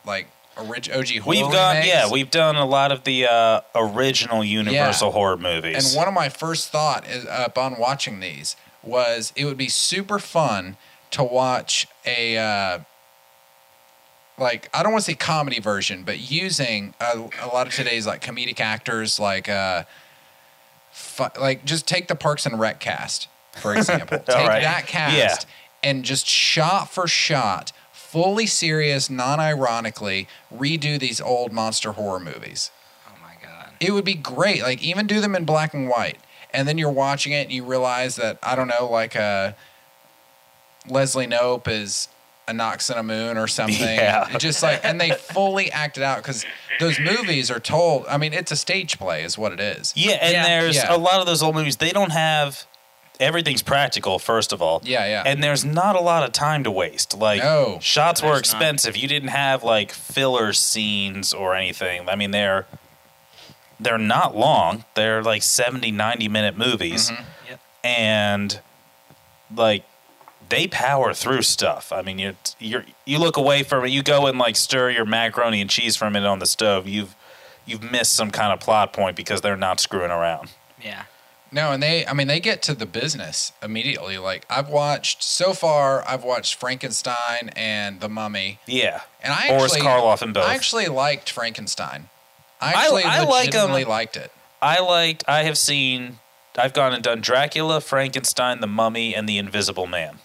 A: like orig- OG horror.
C: We've gone.
A: remakes.
C: Yeah, we've done a lot of the uh, original Universal horror movies.
A: And one of my first thought is, uh, upon watching these was it would be super fun to watch a uh, like I don't want to say comedy version, but using a, a lot of today's like comedic actors, like uh, fu- like just take the Parks and Rec cast for
C: [laughs]
A: example,
C: All
A: take
C: right.
A: that cast
C: Yeah.
A: and just shot for shot. Fully serious, non ironically, redo these old monster horror movies
B: concept. Oh my god.
A: it would be great. Like even do them in black and white, and then you're watching it and you realize that I don't know, like uh, Leslie Nope is a Knox on a Moon or something.
C: [laughs] Yeah.
A: It Just like and they fully act it out because those movies are told. I mean, it's a stage play, is what it is.
C: yeah, and
B: Yeah.
C: there's
A: Yeah.
C: a lot of those old movies. They don't have everything's practical. First of all.
A: Yeah, yeah.
C: [laughs] And there's not a lot of time to waste. Like
A: No.
C: shots were
B: There's not.
C: expensive. You didn't have like filler scenes or anything. I mean, they're they're not long. They're like 70, 90 minute movies.
A: Mm-hmm.
B: Yep.
C: and like they power through stuff. I mean, you you you look away from it, you go and like stir your macaroni and cheese for a minute on the stove. You've you've missed some kind of plot point because they're not screwing around.
B: Yeah.
A: No, and they, I mean, they get to the business immediately. Like I've watched so far, I've watched Frankenstein and The Mummy,
C: Yeah,
A: and I
C: Boris
A: actually,
C: Karloff in both.
A: I actually liked Frankenstein. I
C: I-
A: actually
C: I like 'em.
A: legitimately liked it.
C: I liked. I have seen. I've gone and done Dracula, Frankenstein, The Mummy, and The Invisible Man.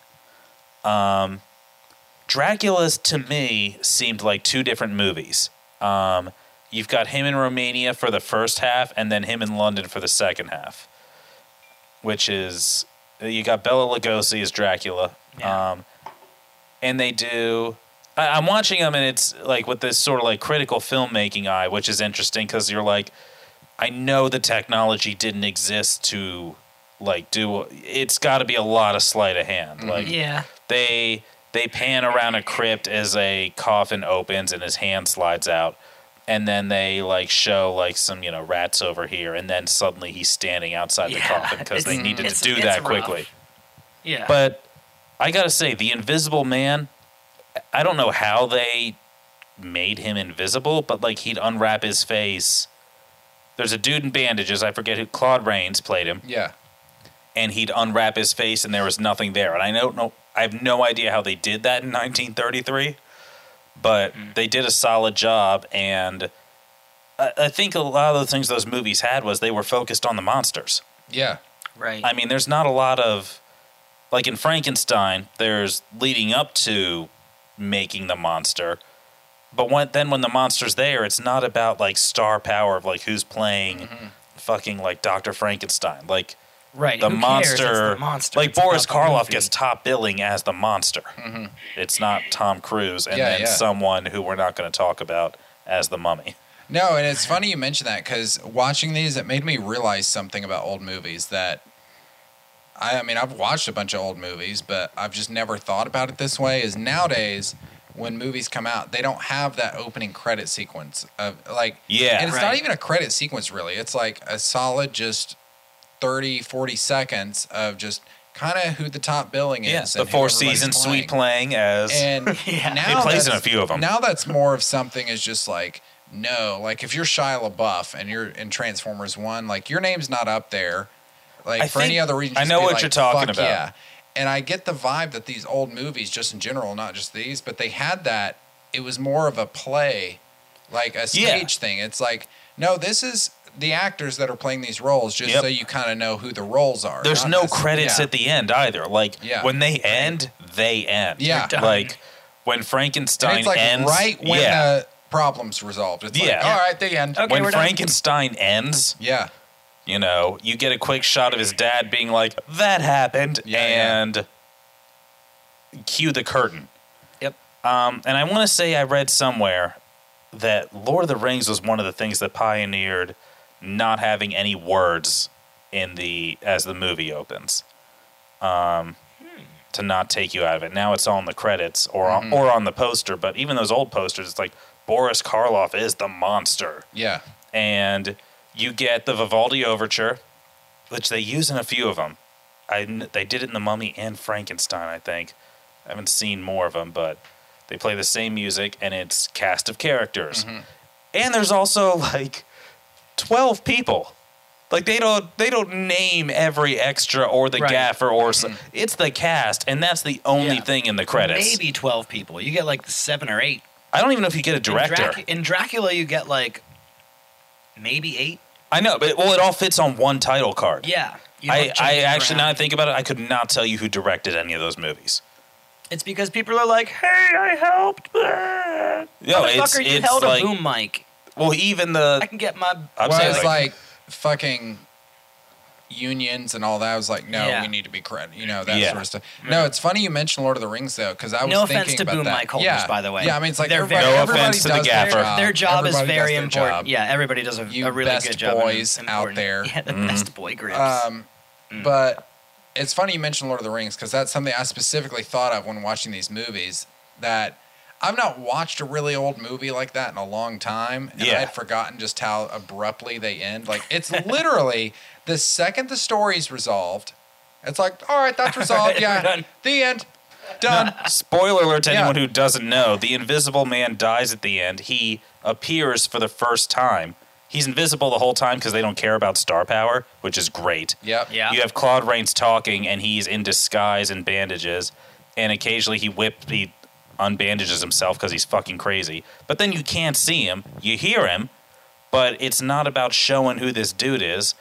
C: Um, Dracula's to me seemed like two different movies. Um, you've got him in Romania for the first half, and then him in London for the second half, which is you got Bella Lugosi as Dracula.
B: Yeah.
C: Um, and they do. I, I'm watching them, and it's like with this sort of like critical filmmaking eye, which is interesting because you're like, I know the technology didn't exist to like do. It's got to be a lot of sleight of
B: Mm-hmm.
C: hand. Like
B: Yeah.
C: they they pan around a crypt as a coffin opens and his hand slides out and then they like show like some you know rats over here and then suddenly he's standing outside
B: Yeah,
C: the coffin because they
B: it's-
C: needed
B: it's-
C: to do
B: it's
C: that
B: rough.
C: quickly
B: Yeah.
C: but i gotta say the invisible man i don't know how they made him invisible but like he'd unwrap his face there's a dude in bandages i forget who claude rains played him
A: Yeah.
C: and he'd unwrap his face and there was nothing there. And I don't know, I have no idea how they did that in 1933, but they did a solid job. And I, I think a lot of the things those movies had was they were focused on the monsters.
A: Yeah.
B: right.
C: I mean, there's not a lot of, like in Frankenstein, there's leading up to making the monster. But when, then when the monster's there, it's not about like star power of like who's playing fucking like Dr. Frankenstein. Like,
B: right.
C: the
B: Who cares?
C: monster,
B: It's the monster.
C: like
B: It's
C: Boris
B: about the
C: Karloff
B: movie.
C: gets top billing as the monster. It's not Tom Cruise and
A: Yeah,
C: then
A: yeah.
C: someone who we're not going to talk about as the mummy.
A: No, and it's funny you mention that because watching these, it made me realize something about old movies that I, I mean, I've watched a bunch of old movies, but I've just never thought about it this way. Is nowadays when movies come out, they don't have that opening credit sequence of like,
C: Yeah.
A: and it's not
B: Right.
A: even a credit sequence really. It's like a solid just 30, 40 seconds of just kind of who the top billing is.
C: Yes, the
A: and who
C: Four
A: everybody's
C: Seasons
A: playing.
C: Suite playing as [laughs]
A: And
B: Yeah.
A: now
C: He plays
A: that's-
C: in a few of 'em.
A: Now that's more of something is just like no, like if you're Shia LaBeouf and you're in Transformers One, like your name's not up there. Like
C: I
A: for any
C: think-
A: other reason,
C: I
A: just
C: know
A: be
C: what
A: like,
C: you're talking
A: "Fuck
C: about."
A: Yeah, and I get the vibe that these old movies, just in general, not just these, but they had that. It was more of a play, like a stage
C: Yeah.
A: thing. It's like no, this is the actors that are playing these roles, just
C: Yep.
A: so you kind of know who the roles are.
C: there's
A: not
C: no
A: necessarily-
C: credits
A: yeah.
C: at the end either. Like
A: Yeah.
C: when they end, they end.
A: Yeah. They're
B: done.
C: like when
A: And
C: Frankenstein
A: it's like
C: ends,
A: right when
C: yeah.
A: the problem's resolved. It's
C: Yeah.
A: like all right, the end.
B: Okay,
C: when
B: we're done.
C: Frankenstein ends,
A: Yeah.
C: you know, you get a quick shot of his dad being like, "That happened,"
A: Yeah, yeah.
C: and cue the curtain.
B: Yep.
C: Um, and I want to say I read somewhere that Lord of the Rings was one of the things that pioneered not having any words in the as the movie opens, um, to not take you out of it. Now it's all in the credits or on, or on the poster, but even those old posters, it's like Boris Karloff is the monster
A: Yeah.
C: and you get the Vivaldi overture, which they use in a few of them. I kn- they did it in The Mummy and Frankenstein, I think. I haven't seen more of them, but they play the same music and it's cast of characters.
B: Mm-hmm.
C: And there's also like 12 people. Like they don't they don't name every extra or the
B: Right. Mm-hmm.
C: gaffer or so, it's the cast and that's the only
B: Yeah.
C: thing in the credits.
B: Maybe 12 people. You get like seven or eight.
C: I don't even know if you get a
B: In
C: director.
B: Dracu- in Dracula, you get like maybe eight.
C: I know, but well it all fits on one title card.
B: Yeah. You
C: I,
B: don't
C: I
B: change
C: actually, now
B: around.
C: I think about it, I could not tell you who directed any of those movies.
B: It's because people are like, hey, I helped. No,
C: No, it's,
B: Motherfucker, you
C: it's
B: held
C: like,
B: a boom mic.
C: well, even
B: I
C: the,
B: can get my.
C: I'm
A: well,
C: saying
A: it's
C: like,
A: like, fucking unions and all that. I was like, no,
B: Yeah.
A: we need to be credit. You know that
C: Yeah.
A: sort of stuff. No, it's funny you mentioned Lord of the Rings though, because I was
B: No offense
A: thinking
B: to
A: about
B: boom
A: that.
B: mic holders,
A: yeah.
B: by the way.
A: Yeah, I mean it's like
B: They're
A: everybody,
B: very- No
A: everybody
C: offense to the
A: does their
C: gaffer.
A: job.
B: their job is
A: Everybody does
B: very
A: their
B: important.
A: job.
B: Yeah, everybody does a,
A: You
B: a really
A: best
B: good job.
A: boys out
B: important.
A: there.
B: [laughs]
A: Mm-hmm.
B: Yeah, the best boy grips.
A: Um, But it's funny you mentioned Lord of the Rings because that's something I specifically thought of when watching these movies. That I've not watched a really old movie like that in a long time, and
C: Yeah.
A: I had forgotten just how abruptly they end. Like it's literally [laughs] the second the story's resolved, it's like, all right, that's resolved.
B: right,
A: yeah,
B: we're done."
A: the end, done.
C: [laughs] spoiler alert to
A: Yeah.
C: anyone who doesn't know, the Invisible Man dies at the end. He appears for the first time. He's invisible the whole time because they don't care about star power, which is great.
A: yep.
B: Yeah.
C: You have Claude Rains talking, and he's in disguise and bandages, and occasionally he whip he unbandages himself because he's fucking crazy. But then you can't see him, you hear him, but it's not about showing who this dude is.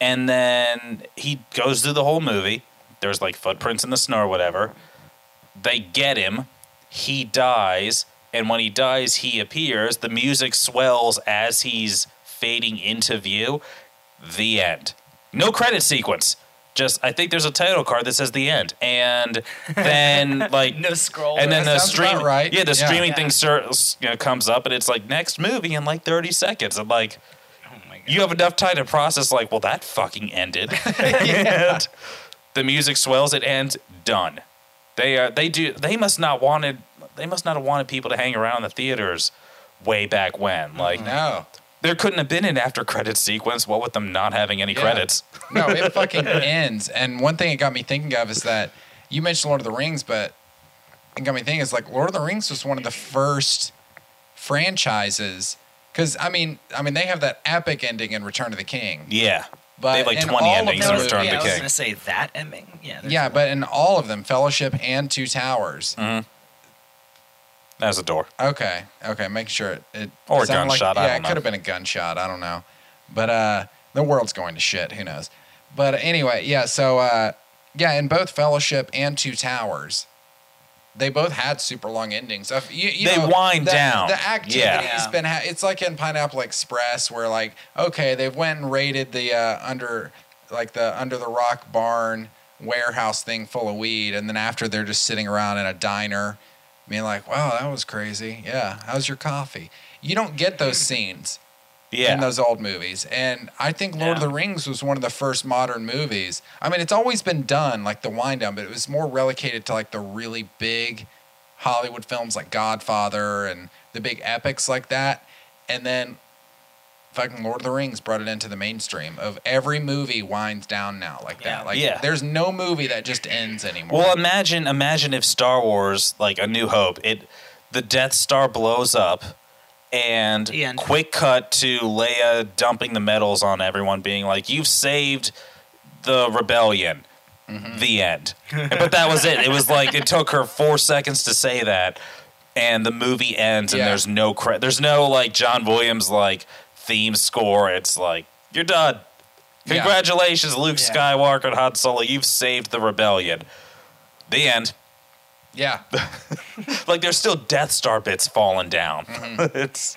C: And then he goes through the whole movie. There's like footprints in the snow or whatever. They get him. He dies. And when he dies, he appears. The music swells as he's fading into view. The end. No credit sequence. Just, I think there's a title card that says the end. And then,
A: [laughs]
C: like,
B: no scroll.
C: and then
A: That
C: the
A: sounds about
C: stream,
A: right.
C: yeah, the
A: Yeah.
C: streaming
B: Yeah.
C: thing sur- you know, comes up, and it's like next movie in like 30 seconds. I'm like,
B: oh my go.
C: you have enough time to process like well that
A: [laughs]
C: fucking ended and the music swells it ends done they are they do they must not wanted they must not have wanted people to hang around the theaters way back
A: Mm-hmm.
C: when like
A: No.
C: there couldn't have been an after credit sequence what with them not having any
A: Yeah.
C: credits
A: No, it fucking ends. And one thing it got me thinking of is that you mentioned Lord of the Rings, but it got me thinking is like Lord of the Rings was one of the first franchises because I mean, I mean they have that epic ending in Return of the King,
C: yeah
A: but
C: they have like
A: in
C: 20
A: all of
C: endings
A: those-
C: in return
B: yeah, I
C: of the
B: was
C: king
B: gonna say that ending. Yeah. there's
A: yeah,
B: a-
A: but in all of them, Fellowship and Two Towers.
C: Mm-hmm. that was a door
A: Okay, okay, make sure it, it
C: Or a
A: sounded
C: gunshot,
A: Like,
C: I
A: yeah,
C: don't
A: it
C: know.
A: could have been a gunshot. I don't know, but uh, the world's going to shit. Who knows? But anyway, yeah. So uh, yeah, in both Fellowship and Two Towers, they both had super long endings. Of you, you
C: They
A: know,
C: wind
A: the,
C: down.
A: The activity's
B: Yeah.
A: been. Ha- it's like in Pineapple Express, where like okay, they went and raided the uh, under like the under the rock barn warehouse thing full of weed, and then after they're just sitting around in a diner, being like, "Wow, that was crazy. Yeah, how's your coffee?" You don't get those scenes
C: yeah
A: in those old movies. And I think Lord of
C: Yeah.
A: the Rings was one of the first modern movies. I mean, it's always been done like the wind down, but it was more relocated to like the really big Hollywood films like Godfather and the big epics like that. And then fucking Lord of the Rings brought it into the mainstream of every movie winds down now like
B: Yeah.
A: that. Like
C: Yeah.
A: there's no movie that just ends anymore.
C: Well, imagine imagine if Star Wars, like A New Hope, it the Death Star blows up, and
B: The end.
C: quick cut to Leia dumping the medals on everyone, being like, "You've saved the rebellion." The end. but that was it. It was like it took her four seconds to say that, and the movie ends,
A: Yeah.
C: and there's no cre- there's no like John Williams like theme score. It's like you're done.
A: Yeah.
C: Congratulations, Luke
B: Yeah.
C: Skywalker and Han Solo. You've saved the rebellion. The end.
A: yeah.
C: Like there's still Death Star bits falling down.
A: Mm-hmm.
C: it's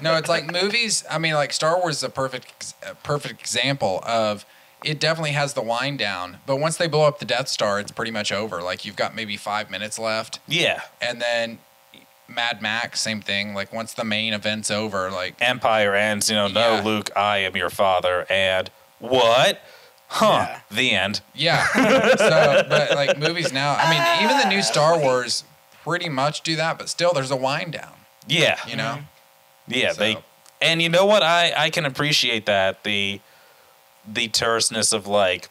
A: no, it's like movies. I mean, like Star Wars is a perfect, ex- a perfect example of it. Definitely has the wind down, but once they blow up the Death Star, it's pretty much over. Like you've got maybe five minutes left,
C: yeah,
A: and then Mad Max, same thing. Like once the main event's over, like
C: Empire ends. You know, no
A: Yeah.
C: Luke, I am your father. And what? Huh?
B: Yeah.
C: The end.
A: yeah. so, but like movies now, I mean, even the new Star Wars pretty much do that, but still, there's a wind down.
C: Yeah,
A: You know,
C: yeah. They
A: So-
C: and you know what? I I can appreciate that the the terseness of like.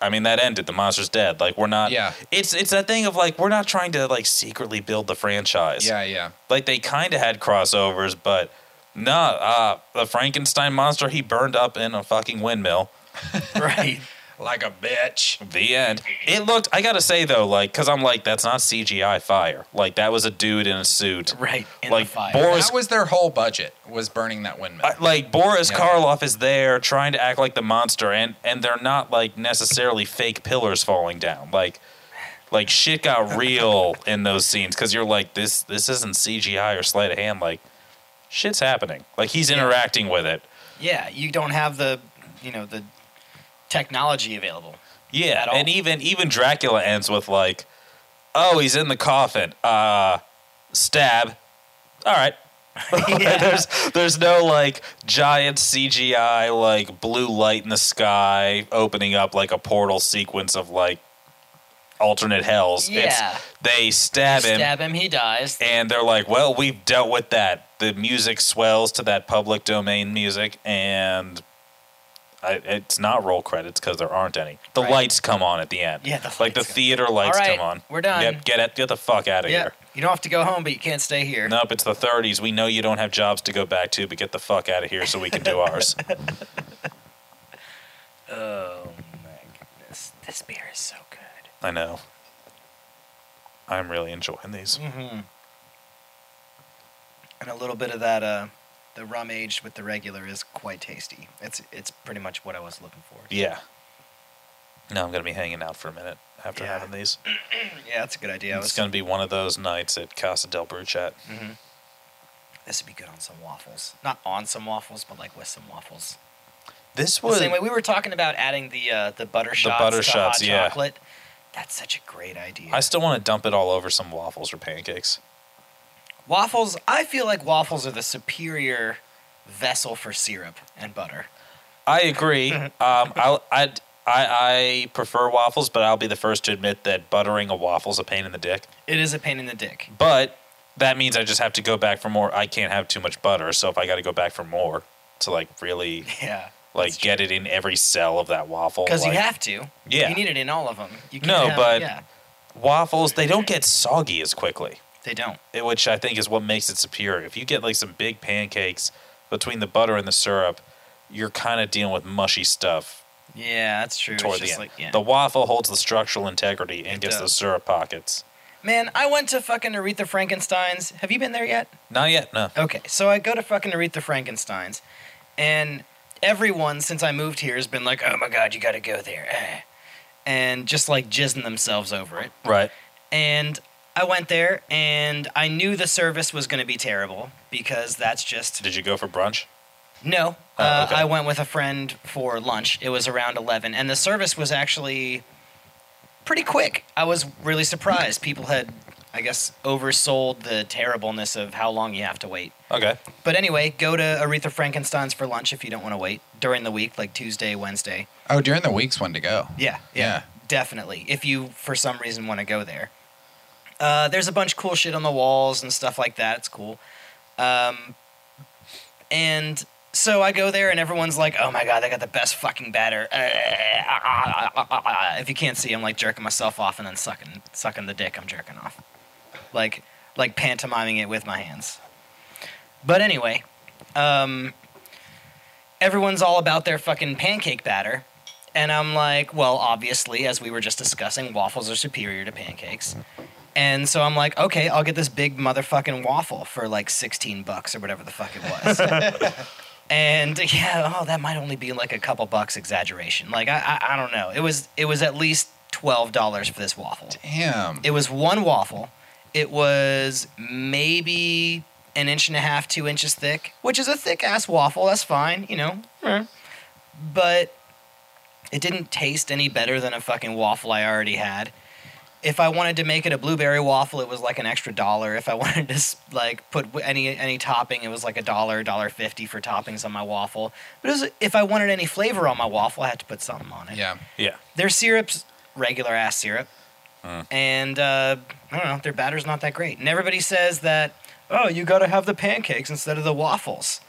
C: I mean that ended. The monster's dead. Like we're not.
A: Yeah.
C: It's it's that thing of like we're not trying to like secretly build the franchise.
A: yeah, yeah.
C: like they kind of had crossovers, but no, uh, the Frankenstein monster he burned up in a fucking windmill.
B: [laughs]
C: [laughs]
B: right.
A: Like a bitch.
C: The end. It looked. I gotta say though, like, cause I'm like, that's not CGI fire. Like that was a dude in a suit.
B: Right. In
C: like
B: the fire.
C: Boris.
A: That was their whole budget was burning that windmill.
C: I- like Boris
A: Yeah.
C: Karloff is there trying to act like the monster, and and they're not like necessarily fake pillars falling down. Like, like shit got real in those scenes because you're like this this isn't CGI or sleight of hand. Like, shit's happening. Like he's interacting with it.
B: yeah. You don't have the, you know, the technology available.
C: [laughs] Yeah,
B: at all.
C: and even even Dracula ends with like, "Oh, he's in the coffin. Uh, stab. All right." [laughs]
B: Yeah. [laughs]
C: there's there's no like giant CGI like blue light in the sky opening up like a portal sequence of like alternate hells.
B: Yeah.
C: they stab him
B: Stab him. He dies.
C: and they're like, "Well, we've dealt with that." The music swells to that public domain music, and I, it's not roll credits because there aren't any. The
B: Right.
C: lights come on at the end.
B: Yeah, the
C: like the
B: lights go-
C: theater lights
B: right,
C: come on.
B: we're done.
C: Yep, get it, get the fuck out of
B: Yeah.
C: here.
B: You don't have to go home, but you can't stay here.
C: Nope, it's the 30s. We know you don't have jobs to go back to, but get the fuck out of here so we
B: [laughs]
C: can do ours.
B: Oh my goodness. This beer is so good.
C: I know. I'm really enjoying these.
B: Mm-hmm. And a little bit of that, uh, the rum aged with the regular is quite tasty. It's it's pretty much what I was looking for.
C: Yeah. No, I'm gonna be hanging out for a minute after
B: Yeah.
C: having these.
B: Yeah, that's a good idea. I
C: it's
B: was- Mm-hmm.
C: gonna be one of those nights at Casa del Brew Chat.
B: This would be good on some waffles. Not on some waffles, but like with some waffles.
C: This
B: The
C: was
B: same way we were talking about adding the uh, the butter shots
C: butter
B: to
C: shots,
B: hot
C: yeah.
B: chocolate. That's such a great idea.
C: I still want to dump it all over some waffles or pancakes.
B: waffles. I feel like waffles are the superior vessel for syrup and butter. [laughs]
C: I agree. Um, I'll, I'd, I I prefer waffles, but I'll be the first to admit that buttering a waffle's a pain in the dick.
B: It is a pain in the dick.
C: But that means I just have to go back for more. I can't have too much butter, so if I got to go back for more to like really
B: [laughs] Yeah.
C: like get it in every cell of that waffle,
B: Because
C: like,
B: you have to.
C: Yeah.
B: You need it in all of them. You can't
C: No,
B: have-
C: but-
B: yeah,
C: waffles they don't get soggy as quickly,
B: they don't.
C: eh, which I think is what makes it superior. If you get like some big pancakes between the butter and the syrup, you're kind of dealing with mushy stuff
B: Yeah, that's true. It's
C: toward the
B: just
C: end.
B: like, yeah.
C: The waffle holds the structural integrity and
B: It
C: gets
B: does.
C: those syrup pockets.
B: Man, I went to fucking Aretha Frankenstein's. Have you been there yet?
C: Not yet, no.
B: Okay, so I go to fucking Aretha Frankenstein's, and everyone since I moved here has been like, "Oh my god, you got to go there," eh," and just like jizzing themselves over it.
C: Right.
B: And I went there, and I knew the service was going to be terrible because that's just
C: Did you go for brunch?
B: no.
C: Oh,
B: uh,
C: okay.
B: I went with a friend for lunch. It was around eleven, and the service was actually pretty quick. I was really surprised. People had, I guess, oversold the terribleness of how long you have to wait.
C: Okay.
B: But anyway, go to Aretha Frankenstein's for lunch if you don't want to wait during the week, like Tuesday, Wednesday.
A: Oh, during the week's one to go.
B: Yeah,
A: Yeah.
B: definitely. If you, for some reason, want to go there, uh, there's a bunch of cool shit on the walls and stuff like that. It's cool. Um, and so I go there, and everyone's like, "Oh my god, they got the best fucking batter!" [laughs] Uh, ah, ah, ah, ah, ah. If you can't see, I'm like jerking myself off and then sucking, sucking the dick I'm jerking off, like, like pantomiming it with my hands. But anyway, um, everyone's all about their fucking pancake batter. And I'm like, well, obviously, as we were just discussing, waffles are superior to pancakes. And so I'm like, okay, I'll get this big motherfucking waffle for like 16 bucks or whatever the fuck it was. and yeah, oh, that might only be like a couple bucks exaggeration. Like I, I, I don't know. It was it was at least twelve dollars for this waffle.
A: Damn.
B: Um, It was one waffle. It was maybe an inch and a half, two inches thick, which is a thick ass waffle. That's fine, you know. But it didn't taste any better than a fucking waffle I already had. If I wanted to make it a blueberry waffle, it was like an extra dollar. If I [laughs] wanted to s- like put w- any any topping, it was like a dollar, dollar fifty for toppings on my waffle. But it was, if I wanted any flavor on my waffle, I had to put something on it
A: Yeah.
C: Yeah.
B: their syrup's regular ass syrup, and uh, I don't know, their batter's not that great. And everybody says that, oh, you got to have the pancakes instead of the waffles.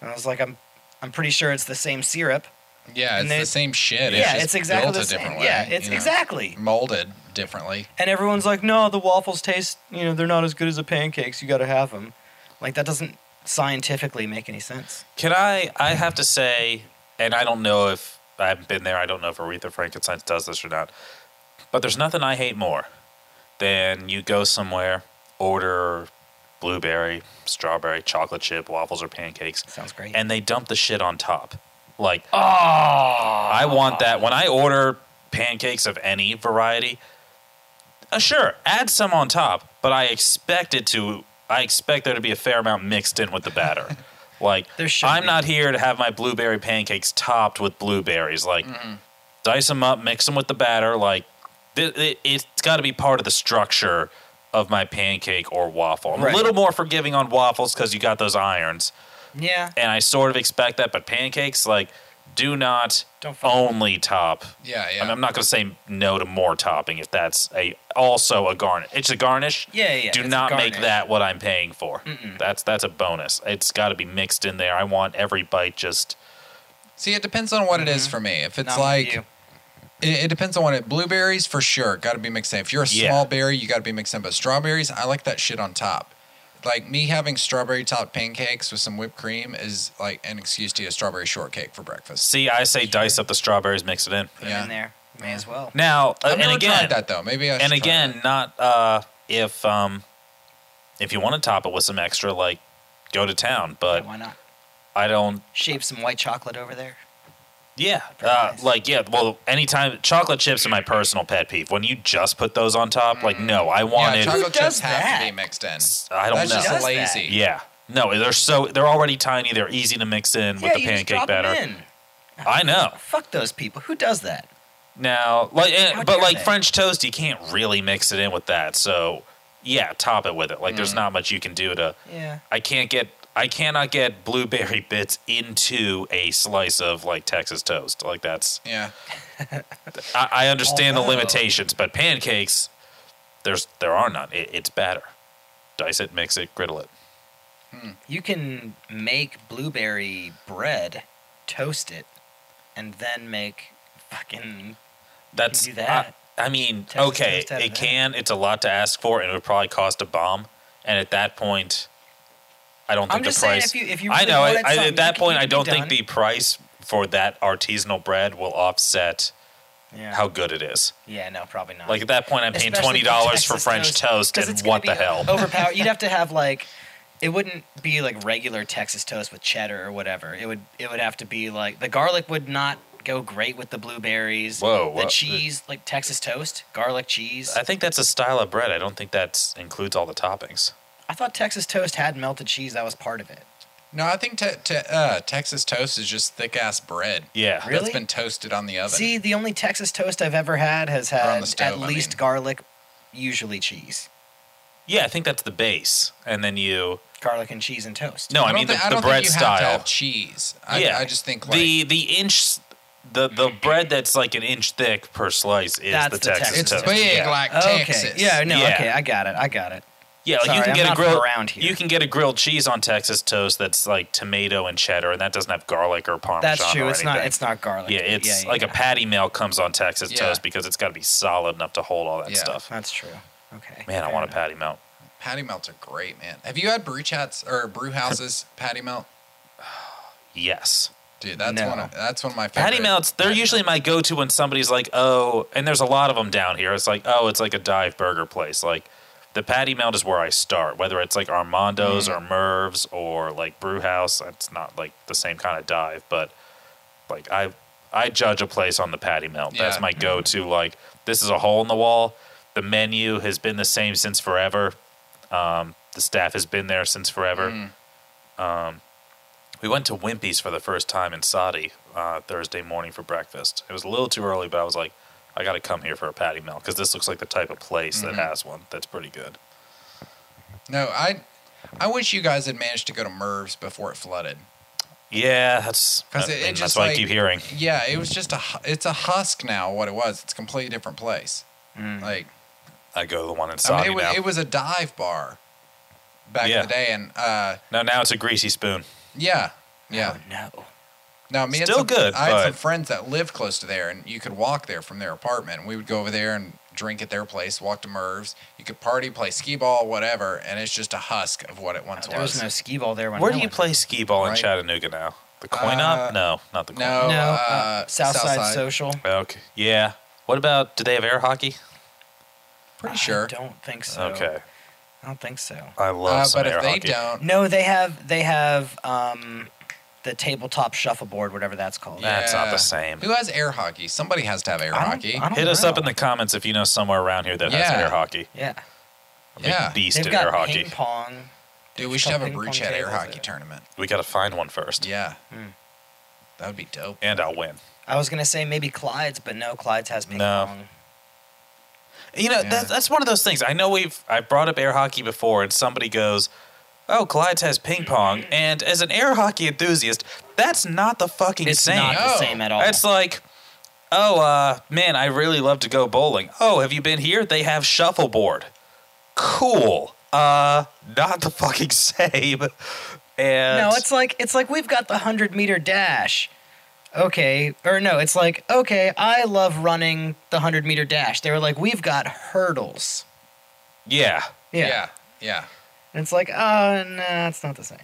B: And I was like, I'm, I'm pretty sure it's the same syrup.
A: Yeah. It's
B: And they-
A: the same shit.
B: yeah,
A: just
B: it's exactly
A: built
B: the
A: a
B: same.
A: different way.
B: yeah, it's
A: you know,
B: exactly.
A: molded differently.
B: And everyone's like, no, the waffles taste, you know, they're not as good as the pancakes. You got to have them. Like that doesn't scientifically make any sense.
C: Can I? I have to say, and I don't know if I haven't been there. I don't know if Aretha Frankenstein does this or not. But there's nothing I hate more than you go somewhere, order blueberry, strawberry, chocolate chip, waffles, or pancakes,
B: Sounds great.
C: and they dump the shit on top. Like, oh, I want that. When I order pancakes of any variety, uh, sure, add some on top, but I expect it to. I expect there to be a fair amount mixed in with the batter.
B: [laughs]
C: like,
B: There should
C: I'm
B: be.
C: not here to have my blueberry pancakes topped with blueberries. Like,
B: Mm-hmm.
C: dice them up, mix them with the batter. Like, th- it, it's got to be part of the structure of my pancake or waffle. I'm
B: Right.
C: a little more forgiving on waffles because you got those irons
B: yeah.
C: and I sort of expect that. But pancakes, like, do not
B: Don't fuck
C: only top.
A: Yeah.
C: I
A: Yeah.
C: mean, I'm not going to say no to more topping if that's a also a garnish. It's a garnish.
B: Yeah, yeah,
C: Do
B: it's a
C: not make
B: garnish.
C: that what I'm paying for. That's that's a bonus. It's got to be mixed in there. I want every bite just
A: See, it depends on what it is for me. If it's
B: Mm-hmm. Not with
A: like,
B: you.
A: it, it depends on what it. Blueberries for sure, got to be mixed in. If you're a
C: Yeah.
A: small berry, you got to be mixed in. But strawberries, I like that shit on top. Like me having strawberry topped pancakes with some whipped cream is like an excuse to eat a strawberry shortcake for breakfast.
C: see. I say dice up the strawberries, mix it in.
B: put 'em
A: yeah.
B: in there. May as well.
C: Now uh,
A: I've
C: and
A: never
C: again,
A: tried that though. Maybe I should
C: and
A: try
C: again, not uh, if um, if you want to top it with some extra, like go to town. But
B: Why not?
C: I don't
B: Shave some white chocolate over there.
C: Yeah,
B: Very
C: uh,
B: nice.
C: like yeah. Well, anytime chocolate chips are my personal pet peeve. When you just put those on top, like no,
B: Mm.
C: I
A: that.
C: wanted.
A: yeah,
C: Yeah,
A: chocolate
B: Who
A: chips
B: does
A: have to be
B: that?
A: mixed in.
C: I don't
A: That's
C: know.
B: Does
A: just
B: that?
A: lazy.
C: no, they're so they're already tiny. They're easy to mix in with
B: yeah,
C: the
B: you just
C: pancake
B: drop 'em
C: batter. Oh.
B: in.
C: I know.
B: Fuck those people. Who does that?
C: Now, like, eh,
B: How
C: but
B: dare
C: like
B: they?
C: French toast, you can't really mix
B: Mm.
C: it in with that. So yeah, top it with it. Like, there's not much you can do to.
B: Yeah.
C: I can't get. I cannot get blueberry bits into a slice of like Texas toast. Like that's
A: Yeah.
C: I, I understand the
B: Oh,
A: Although-
C: limitations, but pancakes, there's there are none. It, it's batter. Dice it, mix it, griddle it.
B: You can make blueberry bread, toast it, and then make fucking.
C: That's
B: do that.
C: I, I mean,
B: Texas
C: okay,
B: toast out of
C: it
B: that.
C: can. It's a lot to ask for, and it would probably cost a bomb. And at that point, I don't think
B: I'm
C: the
B: just saying, if
C: price.
B: you if you
C: I
B: really
C: know. I,
B: wanted
C: I,
B: something,
C: at that
B: you
C: point,
B: could- you
C: I
B: could
C: don't
B: be
C: think the
B: done.
C: price for that artisanal bread will offset
B: yeah.
C: how good it is.
B: yeah no probably not
C: Like at that point, I'm paying
B: Especially
C: twenty dollars
B: Texas
C: for French toast,
B: 'cause
C: and
B: it's gonna
C: what the
B: be
C: hell?
B: [laughs] Overpowered. You'd have to have like, it wouldn't be like regular Texas toast with cheddar or whatever. It would it would have to be like the garlic would not go great with the blueberries.
C: Whoa,
B: the
C: what-
B: cheese like Texas toast, garlic cheese.
C: I
B: I,
C: think that's a style of bread. I don't think that includes all the toppings.
B: thought Texas toast had melted cheese. That was part of it.
A: No, I think te- te- uh, Texas toast is just thick ass bread.
C: Yeah,
B: Really?
A: That's been toasted on the oven.
B: See, the only Texas toast I've ever had has
A: on
B: had
A: the stove,
B: at
A: I
B: least
A: mean.
B: garlic, usually cheese,
C: yeah. I think that's the base, and then you.
B: garlic and cheese and toast.
C: No, I,
A: don't
C: mean the,
A: thi-
C: the
A: don't
C: bread
A: think you Have to
C: style.
A: have cheese. I,
C: yeah,
A: I just think like
C: the the inch, the the bread that's like an inch thick per slice is
B: That's
C: the,
B: the
C: Texas,
A: it's
B: Texas
C: toast.
B: toast.
A: big
C: yeah.
A: like
B: Okay.
A: Texas.
B: Yeah. No.
C: Yeah.
B: Okay. I got it. I got it.
C: Yeah, like
B: Sorry,
C: you can
B: I'm
C: get a
B: not from
C: grilled
B: around here.
C: You can get a grilled cheese on Texas toast that's like tomato and cheddar, and that doesn't have garlic or parmesan.
B: That's true.
C: Or
B: It's
C: anything.
B: not. It's not garlic.
C: Yeah, it's like a patty melt comes on Texas
A: Yeah.
C: toast because it's got to be solid enough to hold all that
A: Yeah.
C: stuff.
B: That's true. Okay.
C: Man, I
B: Fair
C: want a
B: enough.
C: patty melt.
A: Patty melts are great, man. Have you had brew chats or brew houses patty melt?
C: Yes.
A: Dude, that's
B: No.
A: one. Of, that's one of my favorite.
C: Patty melts, they're usually my go to when somebody's like, oh, and there's a lot of them down here. It's like, oh, it's like a dive burger place. Like, the patty melt is where I start, whether it's like Armando's
A: Mm.
C: or Merv's or like Brewhouse. It's not like the same kind of dive, but like I I judge a place on the patty melt.
A: Yeah.
C: That's my go to. Like, this is a hole in the wall. The menu has been the same since forever. Um, the staff has been there since forever.
A: Mm.
C: Um, We went to Wimpy's for the first time in Saudi uh, Thursday morning for breakfast. It was a little too early, but I was like, I got to come here for a patty melt because this looks like the type of place
A: Mm-hmm.
C: that has one. That's pretty good.
A: No, I. I wish you guys had managed to go to Merv's before it flooded.
C: Yeah, that's
A: 'Cause
C: I
A: it- it
C: mean, that's
A: just,
C: what I
A: like-
C: keep hearing.
A: Yeah, it was just a. hu- It's a husk now. What it was, it's a completely different place. Like
C: I go to the one in
A: I mean,
C: Saudi
A: it, was,
C: now.
A: it was a dive bar back
C: Yeah.
A: in the day, and uh,
C: no, now it's a greasy spoon.
A: yeah, yeah.
B: Oh, no.
A: No, me
C: Still
A: and some,
C: good,
A: I had some
C: but-
A: friends that lived close to there, and you could walk there from their apartment. We would go over there and drink at their place, walk to Merv's. You could party, play skee ball, whatever, and it's just a husk of what it once
B: There was
A: was.
B: no skee ball there when
C: Where
B: I
C: do you
B: went.
C: play skee ball in
A: Right.
C: Chattanooga now? The coin op?
A: Uh,
C: No, not the coin.
A: no,
B: No.
A: uh,
B: uh, Southside,
A: Southside.
B: Social.
C: Okay. Yeah. What about? Do they have air hockey?
A: Pretty sure.
B: I don't think so.
C: Okay.
B: I don't think so.
C: I love
A: Uh,
C: some
A: but if
C: air
A: they
C: hockey.
A: don't,
B: No, they have. They have um, the tabletop shuffleboard, whatever that's called.
A: Yeah.
C: That's not the same.
A: who has air hockey? Somebody has to have air
B: I don't-
A: hockey.
B: I don't
C: Hit us
B: know.
C: up in the comments if you know somewhere around here that has
A: Yeah.
C: air hockey.
B: Yeah.
C: A big
A: yeah,
C: beast
B: They've
C: in
B: got
C: air hockey.
B: ping pong.
A: dude, we should have a
B: ping pong
A: brew chat air
B: tables
A: hockey
B: there.
A: tournament.
C: We got to find one first.
A: Yeah,
B: Hmm.
A: that would be dope.
C: And I'll win.
B: I was gonna say maybe Clyde's, but no, Clyde's has ping
C: No.
B: pong.
C: You know,
A: Yeah.
C: that, that's one of those things. I know we've I brought up air hockey before, and somebody goes, "Oh, Clyde's has ping pong," and as an air hockey enthusiast, that's not the fucking
B: It's
C: same.
B: not the
A: No.
B: same at all.
C: It's like, oh uh, man, I really love to go bowling. Oh, have you been here? They have shuffleboard. Cool. Uh, not the fucking [laughs] same. And
B: No, it's like it's like we've got the hundred meter dash. Okay, or no, it's like okay, I love running the hundred meter dash. They were like, we've got hurdles.
C: yeah.
B: Yeah,
A: yeah. yeah.
B: And it's like, oh no, it's not the same.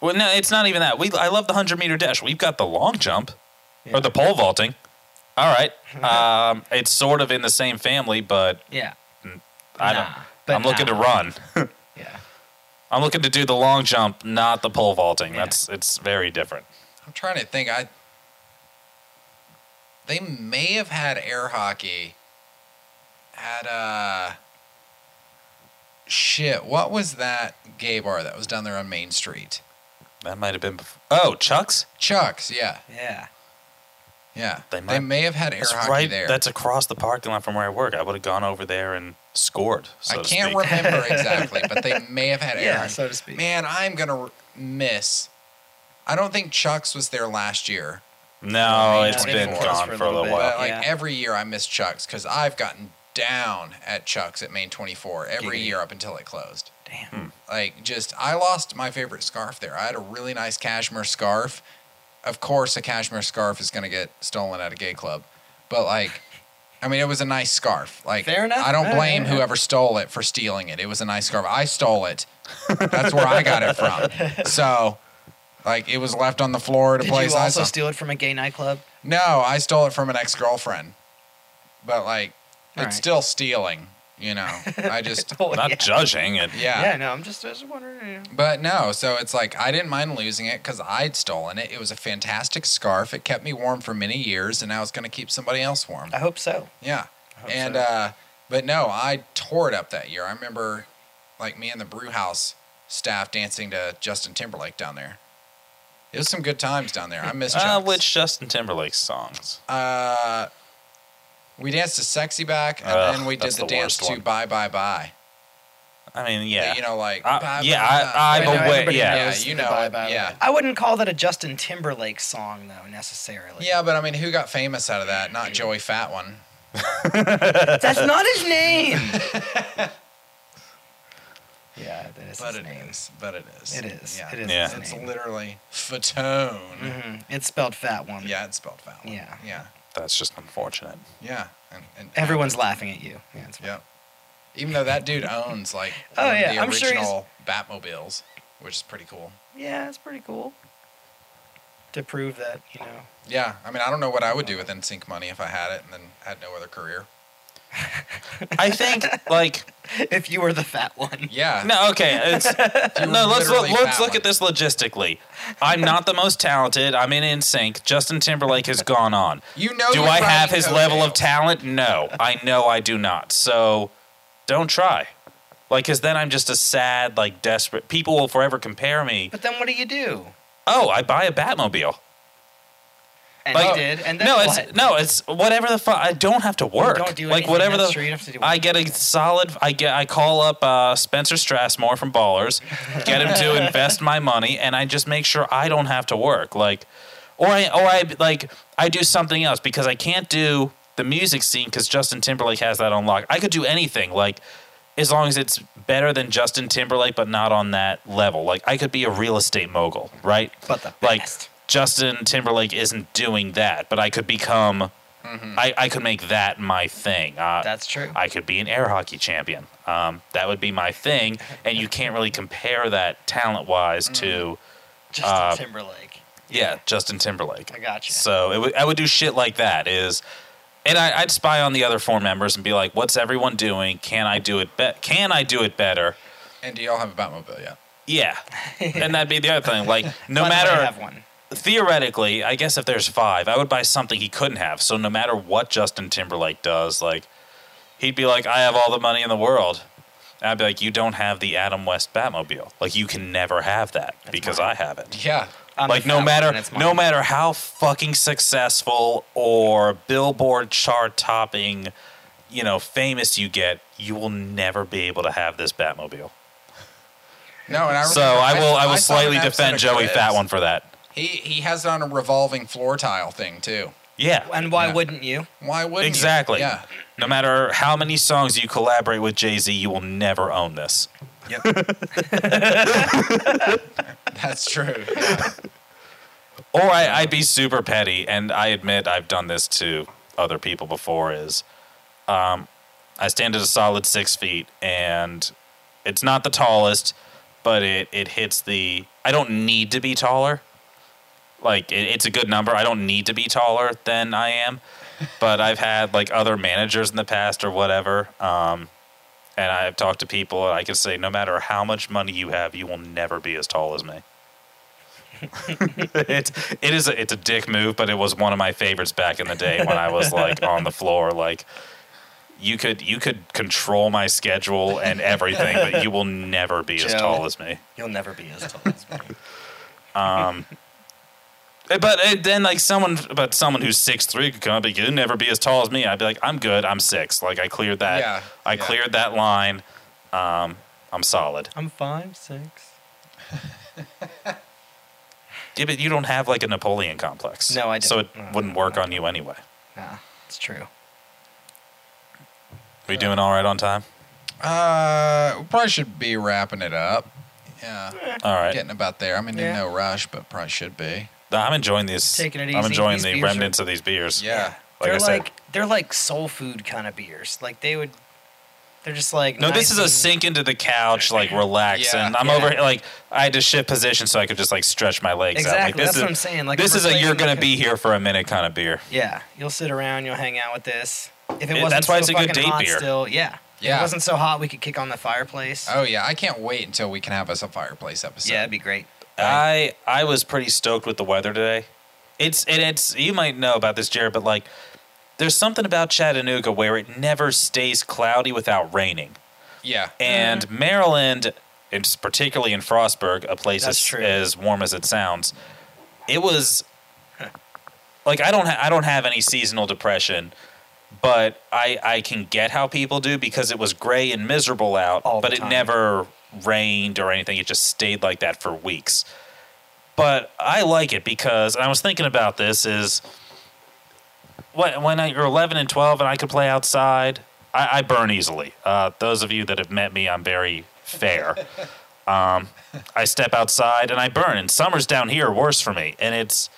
C: Well, no, it's not even that. We I love the hundred meter dash. We've got the long jump
B: Yeah.
C: or the pole vaulting. All right, um, it's sort of in the same family, but
B: Yeah, Nah,
C: I don't.
B: but
C: I'm looking
B: nah.
C: to run.
B: yeah.
C: I'm looking to do the long jump, not the pole vaulting.
B: Yeah.
C: That's it's very different.
A: I'm trying to think. I they may have had air hockey at uh shit. What was that gay bar that was down there on Main Street?
C: That might have been. Before. Oh, Chucks.
A: Chuck's, yeah.
B: Yeah.
A: Yeah.
C: They
A: They,
C: might-
A: may have had air
C: That's
A: hockey
C: right.
A: there.
C: That's across the parking lot from where I work. I would have gone over there and scored. So
A: I
C: to
A: can't
C: speak.
A: remember exactly, but
C: [laughs]
A: they may have had air
B: Yeah,
A: hockey.
B: so to speak.
A: Man, I'm going to miss. I don't think Chucks was there last year,
C: No, it's been
A: 24.
C: gone for a little
B: bit.
A: but
C: while.
A: like
B: Yeah.
A: every year I miss Chucks because I've gotten down at Chucks at Main 24 every
B: Giggity.
A: year up until it closed.
B: Damn.
A: Like, just, I lost my favorite scarf there. I had a really nice cashmere scarf. Of course, a cashmere scarf is going to get stolen at a gay club. But, like, I mean, it was a nice scarf. Like,
B: Fair enough.
A: I don't
B: All
A: blame
B: right.
A: whoever stole it for stealing it. It was a nice scarf. I stole it. That's where I got it
B: [laughs]
A: from. So, like, it was left on the floor at a
B: Did
A: place
B: you
A: I
B: also
A: saw.
B: steal it from a gay nightclub? [laughs]
A: no, I stole it from an ex girlfriend. But, like,
B: All
A: it's
B: right.
A: still stealing, you know?
C: [laughs]
A: I just,
B: Oh,
A: [laughs]
C: Not
B: yeah.
C: judging it.
B: Yeah, no, I'm just, I was just wondering. you know.
A: But no, so it's like I didn't mind losing it because I'd stolen it. It was a fantastic scarf. It kept me warm for many years, and I was going to keep somebody else warm.
B: I hope so.
A: Yeah,
B: hope
A: and
B: so.
A: uh, but no, I tore it up that year. I remember, like me and the brew house staff dancing to Justin Timberlake down there. It was some good times down there. I miss
C: Uh,
A: Chucks.
C: which Justin Timberlake songs?
A: uh, we danced to "Sexy Back," and
C: Ugh,
A: then we did
C: that's
A: the,
C: the
A: dance
C: worst
A: to
C: one.
A: "Bye Bye Bye."
C: I mean, yeah.
A: you know, like
C: Uh,
A: bye,
C: yeah,
A: bye,
C: I-
A: bye.
C: I'm
A: You know,
C: aware-
A: everybody
C: yeah.
A: knows you know,
B: Bye,
A: it,
B: bye,
A: yeah.
B: bye. I wouldn't call that a Justin Timberlake song though necessarily.
A: Yeah, but I mean, who got famous out of that? Not Joey Fat One.
B: that's not his name. [laughs] yeah, that is
A: But
B: his
A: it
B: name.
A: is. But it is.
B: It is.
A: Yeah.
B: It is.
C: Yeah.
B: His
A: It's
B: name.
A: literally Fatone.
B: Mhm. It's spelled fat woman.
A: Yeah, it's spelled Fat One.
B: Yeah.
A: Yeah.
C: That's just
A: [laughs]
C: unfortunate.
A: Yeah. And, and
B: Everyone's laughing at you. Yeah, it's
A: Yep. Even though that dude owns like
B: Oh,
A: one of
B: yeah,
A: the
B: I'm sure he's-
A: original Batmobiles, which is pretty cool.
B: yeah, it's pretty cool. To prove that you know.
A: Yeah. I mean, I don't know what I would do with NSYNC money if I had it and then had no other career.
C: I think like
B: [laughs] if you were the fat one.
A: Yeah.
C: no, okay. It's,
A: [laughs] you were
C: no, let's look,
A: literally
C: let's
A: fat
C: look
A: one.
C: at this logistically. I'm not the most talented. I'm in NSYNC. Justin Timberlake has gone on.
A: You know.
C: Do
A: you're
C: I have
A: riding
C: his level of
A: coattails.
C: talent? No, I know I do not. So don't try. Like, because then I'm just a sad, like, desperate. People will forever compare me.
B: But then what do you do?
C: Oh, I buy a Batmobile.
B: And
C: Like-
B: you did, and then
C: no,
B: what?
C: it's no, it's whatever the fuck. I don't have to work.
B: don't do
C: like
B: anything,
C: whatever
B: that's
C: the.
B: true, you don't have to do
C: I get a
B: anything.
C: solid. I get. I call up uh, Spencer Strassmore from Ballers, get
B: [laughs]
C: him to invest my money, and I just make sure I don't have to work. Like, or I or I like I do something else because I can't do the music scene because Justin Timberlake has that on lock. I could do anything like. As long as it's better than Justin Timberlake, but not on that level. Like I could be a real estate mogul, right?
B: but the
C: like
B: best.
C: Justin Timberlake isn't doing that, but I could become,
B: Mm-hmm.
C: I, I could make that my thing. Uh,
B: That's true.
C: I could be an air hockey champion. Um, that would be my thing, and you can't really compare that talent wise
B: Mm-hmm.
C: to
B: Justin
C: uh,
B: Timberlake.
C: yeah Justin Timberlake.
B: I gotcha.
C: So it would I would do shit like that is, and I, I'd spy on the other four members and be like, what's everyone doing? Can I do it? Be- can I do it better?
A: And do y'all have a Batmobile yet?
B: [laughs]
C: Yeah, and that'd be the other thing. Like
B: By the
C: no
B: way, I
C: matter
B: have one.
C: theoretically, I guess if there's five, I would buy something he couldn't have. So no matter what Justin Timberlake does, like he'd be like, I have all the money in the world. And I'd be like, you don't have the Adam West Batmobile. Like you can never have that because I have it.
A: Yeah.
B: I'm
C: like
B: the
C: no
B: fat one,
C: matter
B: it's
C: no
B: mine.
C: matter how fucking successful or billboard chart topping, you know, famous you get, you will never be able to have this Batmobile.
A: No, and I
C: So
A: remember-
C: I will I will
A: saw an
C: slightly
A: episode
C: defend
A: of
C: Joey
A: Quiz.
C: Fat One for that.
A: He he has it on a revolving floor tile thing too.
C: Yeah.
B: And why
A: Yeah.
B: wouldn't you?
A: Why wouldn't you?
C: Exactly.
A: Yeah.
C: No matter how many songs you collaborate with Jay Z, you will never own this.
A: That's true.
C: Or I, I'd be super petty, and I admit I've done this to other people before. Is um, I stand at a solid six feet, and it's not the tallest, but it it hits the. I don't need to be taller. Like it, it's a good number. I don't need to be taller than I am, but I've had like other managers in the past or whatever. Um, and I've talked to people, and I can say, no matter how much money you have, you will never be as tall as me. [laughs] it's it is a, it's a dick move, but it was one of my favorites back in the day when I was like on the floor. Like you could you could control my schedule and everything, but you will never be as
B: Joe.
C: tall as me.
B: You'll never be as tall as me.
C: Eh, But it, then, like someone, but someone who's six three could come up. and You'd never be as tall as me. I'd be like, I'm good. I'm six. Like I cleared that.
A: Yeah,
C: I
A: yeah.
C: cleared that line. Um, I'm solid.
B: [laughs] I'm five, six.
C: Yeah, but you don't have like a Napoleon complex.
B: No, I
C: So it
B: don't. No,
C: wouldn't work on you anyway.
B: Nah, it's true.
C: Are you doing all right on time?
A: Uh, we probably should be wrapping it up. Yeah,
C: All right.
A: getting about there. I'm in
B: Yeah.
A: no rush, but probably should be.
C: I'm enjoying these.
B: Taking it
C: I'm
B: easy.
C: enjoying
B: These
C: the
B: beers are-
C: remnants of these beers.
A: Yeah.
C: Like
B: they're
C: I said.
B: like they're like soul food kind of beers. Like they would, they're just like
C: No,
B: nice
C: this is a
B: and-
C: sink into the couch, like relax,
A: Yeah.
C: and I'm
B: Yeah.
C: over like I had to shift position so I could just like stretch my legs out. Like,
B: Exactly,
C: this
B: that's
C: is,
B: what I'm saying, like,
C: this
B: we're
C: is a you're
B: playing,
C: gonna
B: like, a-
C: be here for a minute kind of beer.
B: [laughs] Yeah, you'll sit around, you'll hang out with this. If it
C: Yeah,
B: wasn't
C: that's
B: so
C: why it's a good
B: fucking
C: date
B: hot
C: beer.
B: still, yeah. If
A: Yeah.
B: it wasn't so hot, we could kick on the fireplace.
A: Oh yeah, I can't wait until we can have us a fireplace episode.
B: yeah, that'd
A: [laughs]
B: be great.
C: I I was pretty stoked with the weather today. It's and it's you might know about this, Jared, but like there's something about Chattanooga where it never stays cloudy without raining.
A: yeah.
C: And
B: Mm-hmm.
C: Maryland, and s- particularly in Frostburg, a place
B: That's
C: as,
B: true.
C: as warm as it sounds, it was like I don't ha- I don't have any seasonal depression, but I I can get how people do because it was gray and miserable out,
B: All the
C: but it
B: time.
C: never rained or anything. It just stayed like that for weeks. But I like it because and I was thinking about this is when, when I, you're 11 and 12 and I could play outside, I, I burn easily. Uh, those of you that have met me, I'm very
B: [laughs]
C: fair. Um, I step outside and I burn, and summer's down here worse for me. And it's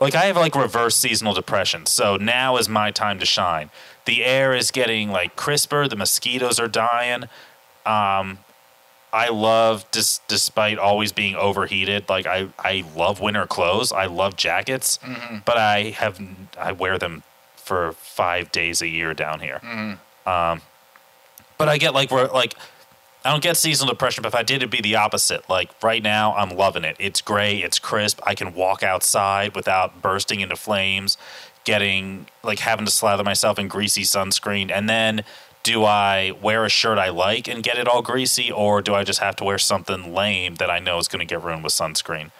C: like I have like reverse seasonal depression. So now is my time to shine. The air is getting like crisper, the mosquitoes are dying. Um, I love, dis- despite always being overheated, like I, I love winter clothes. I love jackets, but I have I wear them for five days a year down here. Um, but I get like re- like I don't get seasonal depression. But if I did, it'd be the opposite. Like right now, I'm loving it. It's gray. It's crisp. I can walk outside without bursting into flames, getting like having to slather myself in greasy sunscreen, and then. Do I wear a shirt I like and get it all greasy, or do I just have to wear something lame that I know is going to get ruined with sunscreen?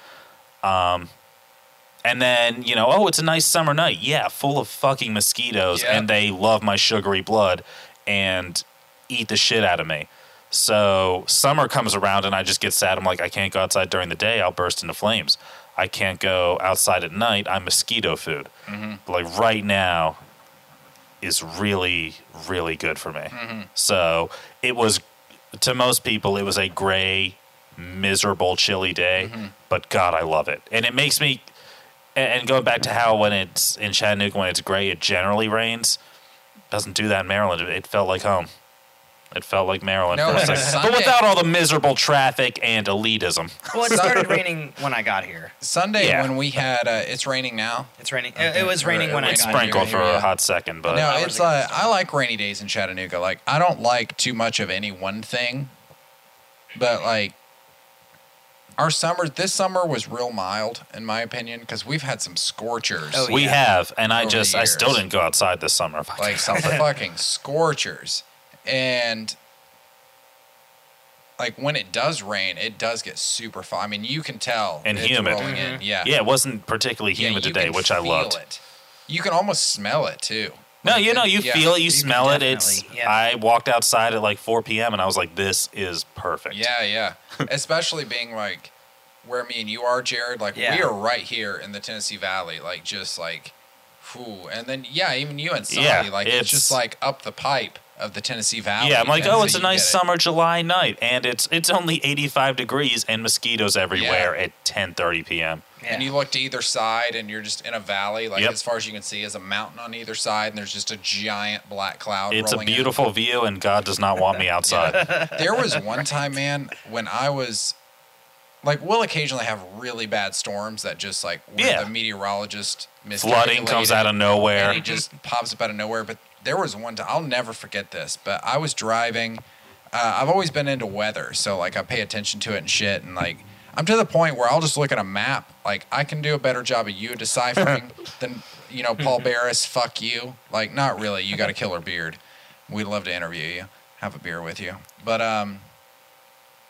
C: And then, you know, oh, it's a nice summer night. Yeah, full of fucking mosquitoes,
A: Yeah.
C: and they love my sugary blood and eat the shit out of me. So summer comes around, and I just get sad. I'm like, I can't go outside during the day. I'll burst into flames. I can't go outside at night. I'm mosquito food. Like right now is really, really good for me. So it was, to most people, it was a gray, miserable, chilly day. But God, I love it. And it makes me and, and going back to how when it's in Chattanooga when it's gray, it generally rains. Doesn't do that in Maryland. It, it felt like home. It felt like Maryland
A: No,
C: for a
A: it's
C: second.
A: Sunday.
C: but without all the miserable traffic and elitism.
B: Well, it started raining when I got here.
A: Sunday
C: Yeah.
A: when we had uh, it's raining now.
B: It's raining. it- It was raining when I
A: It's
B: got
A: spring.
B: here.
C: Sprinkled for
A: yeah.
C: a hot second, but
A: no,
B: hours
A: it's
B: ago
A: like I like rainy days in Chattanooga. Like I don't like too much of any one thing, but like our summer this summer was real mild in my opinion because we've had some scorchers.
B: Oh, yeah.
C: we have. And I
A: Over
C: just
A: the
C: I still
A: years.
C: didn't go outside this summer. If I
A: like some fucking scorchers. And like when it does rain, it does get super fun. I mean, you can tell
C: And
A: it's
C: humid.
A: rolling in. Yeah,
C: yeah, it wasn't particularly
A: Yeah,
C: humid
A: you
C: today,
A: can
C: which I
A: feel
C: loved.
A: It. You can almost smell it too.
C: No,
A: Like,
C: you know,
A: it-
C: you
A: yeah.
C: feel it, you,
B: can
C: smell it. It's
B: definitely- yeah.
C: I walked outside at like 4 p.m. and I was like, this is perfect.
A: Yeah, yeah. [laughs] Especially being like where me and you are, Jared. Like we
B: Yeah.
A: are right here in the Tennessee Valley. Like just like, whew. And then yeah, even you and Sonny.
C: Yeah,
A: like it's,
C: it's-
A: just like up the pipe of the Tennessee Valley.
C: Yeah, I'm like,
A: That's
C: oh,
A: how
C: it's a
A: you
C: nice
A: get it.
C: summer July night, and it's it's only 85 degrees and mosquitoes everywhere at 10:30 p.m.
B: Yeah.
A: And you look to either side, and you're just in a valley. Like
C: Yep.
A: as far as you can see, is a mountain on either side, and there's just a giant black cloud.
C: It's a
A: rolling in.
C: beautiful view, and God does
A: [laughs]
C: not want me outside.
A: There was one time, man, when I was like, we'll occasionally have really bad storms that just like where
C: Yeah.
A: the meteorologist
C: Flooding comes
A: miscalculated.
C: out of nowhere.
A: and he just pops up out of nowhere. But there was one time I'll never forget this. But I was driving. Uh, I've always been into weather, so like I pay attention to it and shit. And like I'm to the point where I'll just look at a map. Like I can do a better job of you deciphering than you know Paul Barris. Fuck you. Like not really. You got a killer beard. We'd love to interview you, have a beer with you. But um,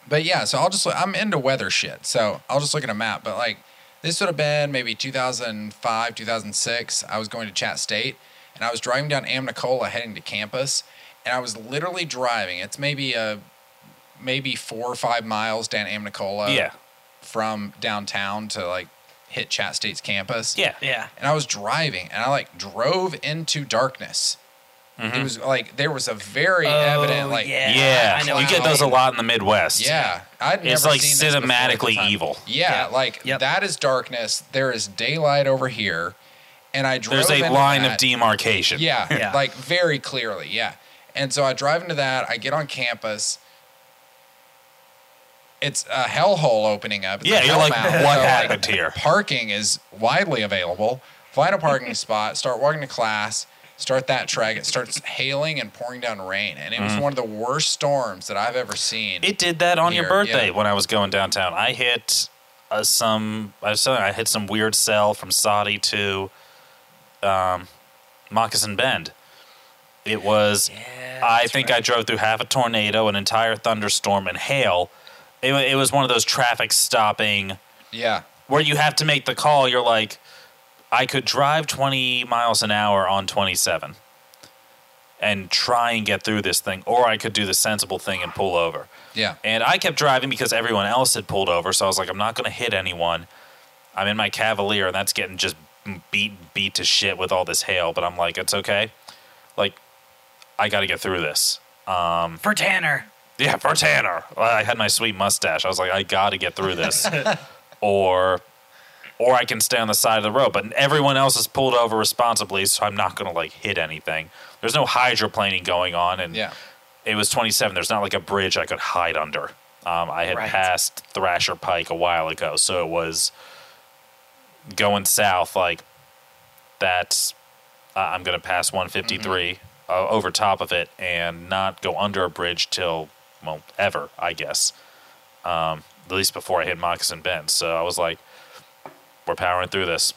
A: but yeah. So I'll just I'm into weather shit. So I'll just look at a map. But like This would have been maybe 2005, 2006. I was going to Chat State and I was driving down Amnicola heading to campus and I was literally driving. It's maybe a maybe 4 or 5 miles down Amnicola
C: yeah.
A: from downtown to like hit Chat State's campus
C: Yeah.
B: Yeah.
A: and I was driving and I like drove into darkness. It was like there was a very evident like
B: yeah.
C: Mm-hmm. Oh, Yeah.
B: I know
C: you
B: what
C: get
B: you
C: those a
B: mean.
C: lot in the Midwest.
A: yeah. I'd
C: It's
A: never
C: like
A: seen this before at the
C: cinematically
A: time.
C: evil.
A: Yeah,
B: Yep.
A: like
B: Yep.
A: that is darkness. There is daylight over here, and I drove.
C: There's a
A: into
C: line
A: that.
C: of demarcation.
A: Yeah,
B: Yeah.
A: like very clearly. Yeah. And so I drive into that. I get on campus. It's a hellhole opening up. It's a
C: Yeah, you're like,
A: hellmouth.
C: what happened here?
A: Parking is widely available. Find a parking spot, start walking to class, start that trek. It starts hailing and pouring down rain. And it was one of the worst storms that I've ever seen.
C: Mm-hmm. It did that on your
A: Here,
C: birthday
A: yeah.
C: when I was going downtown. I hit uh, some. I was telling you, I hit some weird sell from Saudi to um, Moccasin Bend. It was.
B: Yeah,
C: I
B: that's
C: think
B: right.
C: I drove through half a tornado, an entire thunderstorm, and hail. It, wa- it was one of those traffic stopping
A: yeah.
C: where you have to make the call. You're like, I could drive 20 miles an hour on 27 and try and get through this thing, or I could do the sensible thing and pull over.
A: Yeah.
C: And I kept driving because everyone else had pulled over. So I was like, I'm not going to hit anyone. I'm in my Cavalier, and that's getting just beat beat to shit with all this hail. But I'm like, it's okay. Like, I got to get through this.
B: For Tanner.
C: Yeah, for Tanner. I had my sweet mustache. I was like, I got to get through this, or, or I can stay on the side of the road. But everyone else is pulled over responsibly, so I'm not going to like hit anything. There's no hydroplaning going on, and
A: Yeah.
C: it was 27. There's not like a bridge I could hide under. Um, I had
B: Right.
C: passed Thrasher Pike a while ago, so it was going south. Like that's uh, I'm going to pass 153 uh, over top of it and not go under a bridge till well ever, I guess. Um, at least before I hit Moccasin Bend. So I was like, we're powering through this.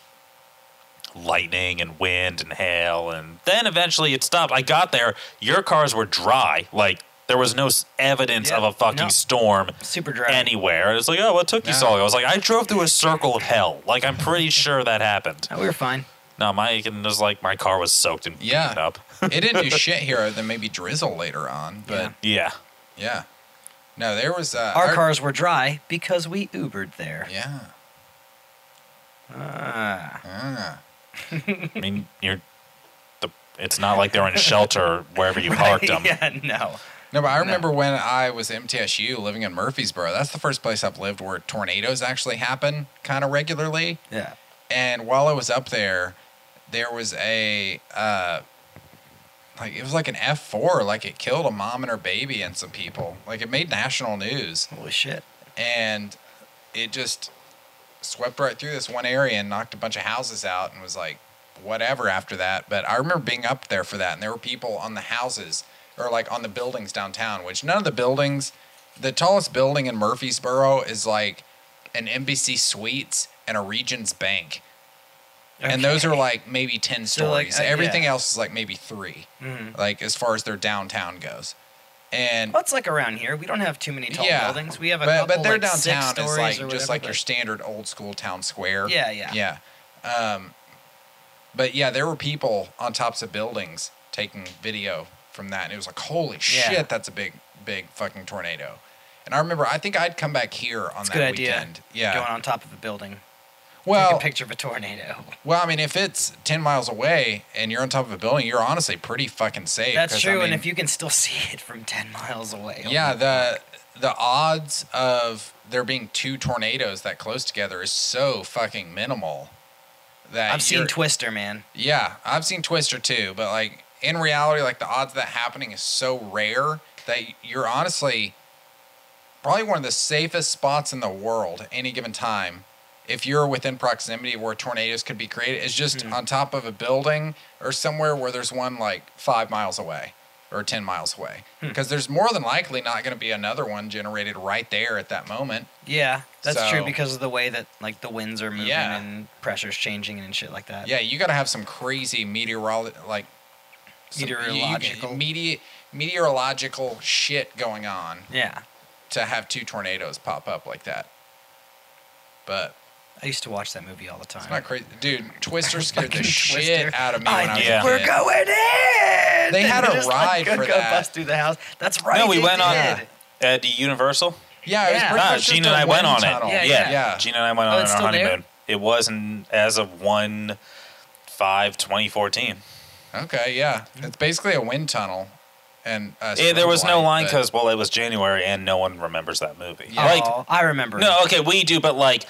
C: Lightning and wind and hail, and then eventually it stopped. I got there. Your cars were dry. Like there was no s- evidence
B: Yeah,
C: of a fucking
B: no.
C: storm
B: Super dry.
C: anywhere. It's like, oh, what took you so
A: No.
C: long? I was like, I drove through a circle of hell. Like I'm
B: [laughs]
C: pretty sure that happened.
B: No, we were fine.
C: No, my it was like my car was soaked and
A: Yeah.
C: beaten up.
A: it didn't do shit here other than maybe drizzle later on. But
C: yeah.
A: yeah. No, there was uh,
B: Our cars were dry because we Ubered there.
A: Yeah.
B: Ah.
A: Ah.
C: I
B: [laughs]
C: mean, you're the. It's not like they're in shelter wherever you parked them.
B: [laughs] yeah, no.
A: No, but I remember when I was MTSU living in Murfreesboro. That's the first place I've lived where tornadoes actually happen kind of regularly.
B: Yeah.
A: And while I was up there, there was a uh, like it was like an F four, like it killed a mom and her baby and some people. Like it made national news,
B: Holy shit.
A: and it just swept right through this one area and knocked a bunch of houses out and was like whatever after that. But I remember being up there for that, and there were people on the houses or like on the buildings downtown, which none of the buildings, the tallest building in Murfreesboro is like an NBC Suites and a Regions Bank. And those are
B: Okay.
A: like maybe 10
B: So, like,
A: stories.
B: uh,
A: Everything
B: yeah.
A: else is like maybe three,
B: Mhm.
A: like as far as their downtown goes. And
B: Well, it's like around here. We don't have too many tall
A: Yeah,
B: buildings. We have a
A: but,
B: couple
A: but their
B: like, six
A: downtown is
B: stories
A: like
B: or
A: just
B: whatever,
A: like your
B: but-
A: standard old school town square.
B: Yeah, yeah.
A: yeah. Um, but yeah, there were people on tops of buildings taking video from that, and it was like, holy shit, that's a big, big fucking tornado. And I remember, I think I'd come back here on
B: It's a
A: that
B: good idea.
A: weekend. Yeah.
B: Going on top of a building. Take
A: well,
B: a picture of
A: [laughs]
B: a tornado.
A: well, I mean, if it's ten miles away and you're on top of a building, you're honestly pretty fucking safe.
B: That's
A: 'cause,
B: true.
A: I mean,
B: and if you can still [laughs] see it from 10 miles away.
A: yeah, the the odds of there being two tornadoes that close together is so fucking minimal. That
B: I've seen
A: you're-
B: Twister, man.
A: Yeah, I've seen Twister too, but like in reality, like the odds of that happening is so rare that you're honestly probably one of the safest spots in the world any given time. If you're within proximity where tornadoes could be created, it's just on top of a building or somewhere where there's one like five miles away or 10 miles away. Because there's more than likely not going to be another one generated right there at that moment.
B: Yeah, that's
A: So-
B: true because of the way that like the winds are moving
A: Yeah.
B: and pressure's changing and shit like that.
A: Yeah, you got to have some crazy meteorology, like some- you- you-
B: Meteorological.
A: meteor- meteorological shit going on
B: Yeah.
A: to have two tornadoes pop up like that. But
B: I used to watch that movie all the time.
A: It's not crazy, dude. Twister scared the
B: Fucking
A: shit
B: Twister.
A: out of me when I was
C: Yeah.
A: a
B: We're
A: kid.
B: going in.
A: They had a
B: We just,
A: ride
B: go-
A: for
B: go
A: that.
B: Bust through the house. That's right.
C: no, we
B: they
C: went on
B: did.
C: at the Universal.
A: Yeah, it was
B: Yeah.
A: pretty
C: Ah,
A: much just
C: Gina
A: a
C: and I went
A: wind
C: on
A: tunnel.
C: it.
B: Yeah,
C: Yeah,
B: yeah.
A: Yeah.
C: Gina and I went
B: Oh,
C: on
B: it's
C: our
B: still there?
C: honeymoon. It wasn't as of 1 5 2014.
A: Okay, yeah. It's basically a wind tunnel, and a
C: Yeah, there was no
A: spring
C: line
A: but-
C: because well, it was January and no one remembers that movie.
A: Yeah.
C: Like
B: Oh, I remember.
C: no, okay, we do, but like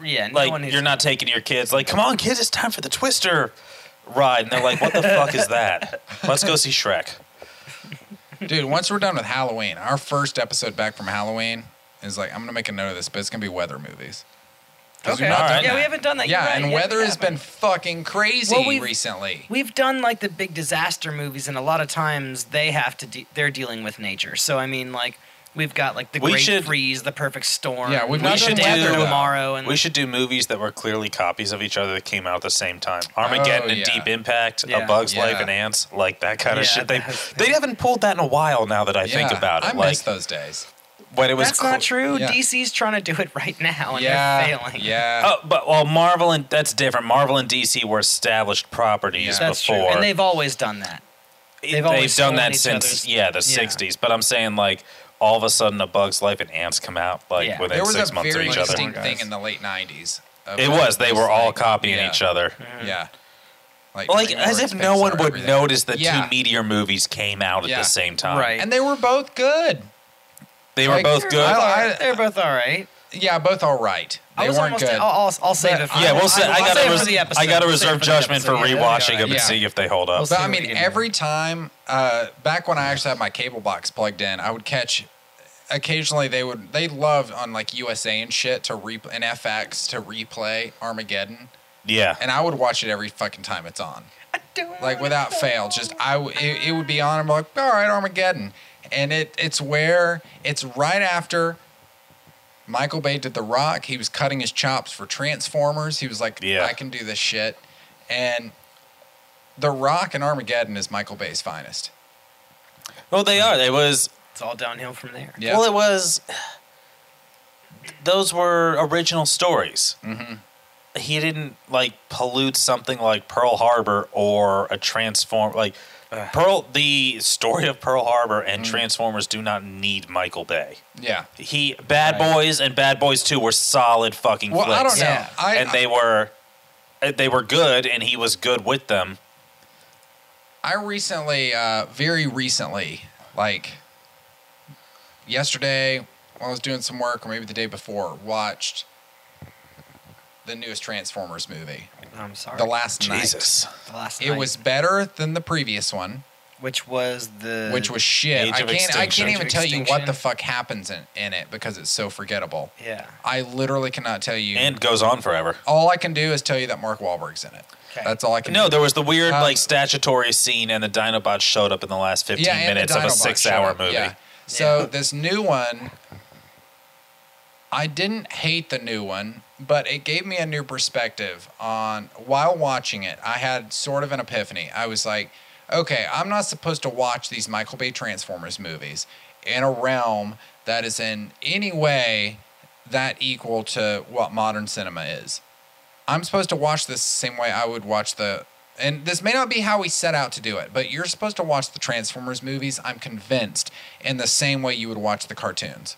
B: yeah, no one
C: like
B: needs
C: you're not taking your kids. Like, come on, kids, it's time for the Twister ride, and they're like, what the fuck is
A: [laughs]
C: that? Let's go see Shrek.
A: dude. Once we're done with Halloween, our first episode back from Halloween is like I'm gonna make a note of this, but it's gonna be weather movies. 'Cause
B: Okay.
A: we've not done
B: yeah,
A: that.
B: we haven't done that.
A: Yeah,
B: You're right.
A: and
B: we
A: weather has
B: haven't.
A: been fucking crazy
B: Well, we've-
A: recently.
B: We've done like the big disaster movies, and a lot of times they have to. De- they're dealing with nature. So I mean, like we've got like the
C: We
B: Great
C: should-
B: Freeze, the Perfect Storm.
A: Yeah, we've not
B: Day
C: done
B: After
C: weather, though.
B: tomorrow, and
C: We should do movies that were clearly copies of each other that came out at the same time. Armageddon
A: Oh,
C: and
A: yeah.
C: Deep Impact,
B: Yeah.
C: A Bug's
A: Yeah.
C: Life and Ants, like that kind of
B: Yeah,
C: shit. They
B: that's-
C: they haven't pulled that in a while. Now that I think
A: Yeah,
C: about it,
A: I
C: like
A: miss those days.
C: when it was
B: that's not
C: cl-
B: true.
A: yeah.
B: DC's trying to do it right now, and they're
A: yeah,
B: failing.
A: yeah.
C: Oh, but well, Marvel and that's different. Marvel and DC were established properties
A: Yeah.
B: that's
C: before.
B: true. And they've always done that. they've
C: they've,
B: always
C: done
B: stolen
C: that
B: each
C: since
B: other's-
C: yeah the
B: yeah.
C: '60s. But I'm saying like all of a sudden, a Bug's Life and Ants come out like
B: Yeah.
C: within
A: there was
C: six
A: a
C: months of
A: very
C: each other.
A: distinct
D: Guys.
A: thing in the late '90s. of
C: It
A: like
C: was. They
A: just
C: were all
A: like-
C: copying
A: yeah,
C: each other.
A: Yeah. Like,
C: Like
A: Ring
C: as
A: Lord's
C: if no
A: Pixar,
C: one would
A: everything.
C: notice that
A: Yeah.
C: two meteor movies came out at
A: Yeah.
C: the same time.
B: Right.
A: And they were both good.
C: They were
A: Like,
C: both
B: They're
C: good.
B: both all
A: I-
B: right. they're both all right.
A: Yeah, both all right. They
B: I was
A: weren't
B: almost. oh,
A: good.
B: I'll, I'll, I'll save it. For
C: yeah, we'll
B: I'll-
C: say I
B: I'll save
C: gotta
B: it
C: res-
B: for the episode.
C: I gotta
B: I'll save it
C: reserve
B: for the
C: judgment for
B: episode. Yeah, that'll be
C: rewatching
B: all
C: them
B: right.
C: and
A: Yeah.
C: see if they hold up.
B: see
A: but I
B: what we
A: mean,
B: can do.
A: every time uh, back when I actually had my cable box plugged in, I would catch. Occasionally, they would they love on like USA and shit to re and FX to replay Armageddon,
C: yeah.
A: and I would watch it every fucking time it's on,
B: I don't
A: like without
B: know.
A: fail. Just I w- it, it would be on. I'm like, all right, Armageddon, and it it's where it's right after. Michael Bay did The Rock. He was cutting his chops for Transformers. He was like,
C: Yeah.
A: I can do this shit. And The Rock and Armageddon is Michael Bay's finest.
C: Well, they are. It was
B: It's all downhill from there.
A: Yeah.
C: Well, it was. Those were original stories. Mm-hmm. He didn't like pollute something like Pearl Harbor or a transform like Pearl. The story of Pearl Harbor
B: Mm.
C: and Transformers do not need Michael Bay.
A: Yeah.
C: He Bad Boys and Bad Boys Two were solid fucking
A: Well,
C: flicks.
A: I don't know.
B: Yeah.
A: I,
C: and they were eh, they were good, and he was good with them.
A: I recently, uh, very recently, like yesterday, while I was doing some work, or maybe the day before, watched the newest Transformers movie,
B: I'm sorry.
A: The Last
C: Jesus,
A: Night.
B: The last
A: It
B: night,
A: was better than the previous one,
B: which was the
A: which was shit.
C: Age
A: I
C: of
A: can't, I
C: Extinction.
A: can't even
B: Age of
A: tell you what the
B: Extinction.
A: fuck happens in, in it because it's so forgettable.
B: yeah.
A: I literally cannot tell you.
C: and goes on forever.
A: all I can do is tell you that Mark Wahlberg's in it.
B: Okay.
A: That's all I can.
C: No,
A: do.
C: there was the weird
A: Um,
C: like statutory scene, and the Dinobots showed up in the last fifteen
A: Yeah, and the
C: minutes of a
A: Dinobot
C: six-hour
A: showed up,
C: movie.
A: yeah. So
B: Yeah.
A: this new one, I didn't hate the new one, but it gave me a new perspective on while watching it. I had sort of an epiphany. I was like, okay, I'm not supposed to watch these Michael Bay Transformers movies in a realm that is in any way that equal to what modern cinema is. I'm supposed to watch this the same way I would watch the. And this may not be how we set out to do it, but you're supposed to watch the Transformers movies, I'm convinced, in the same way you would watch the cartoons.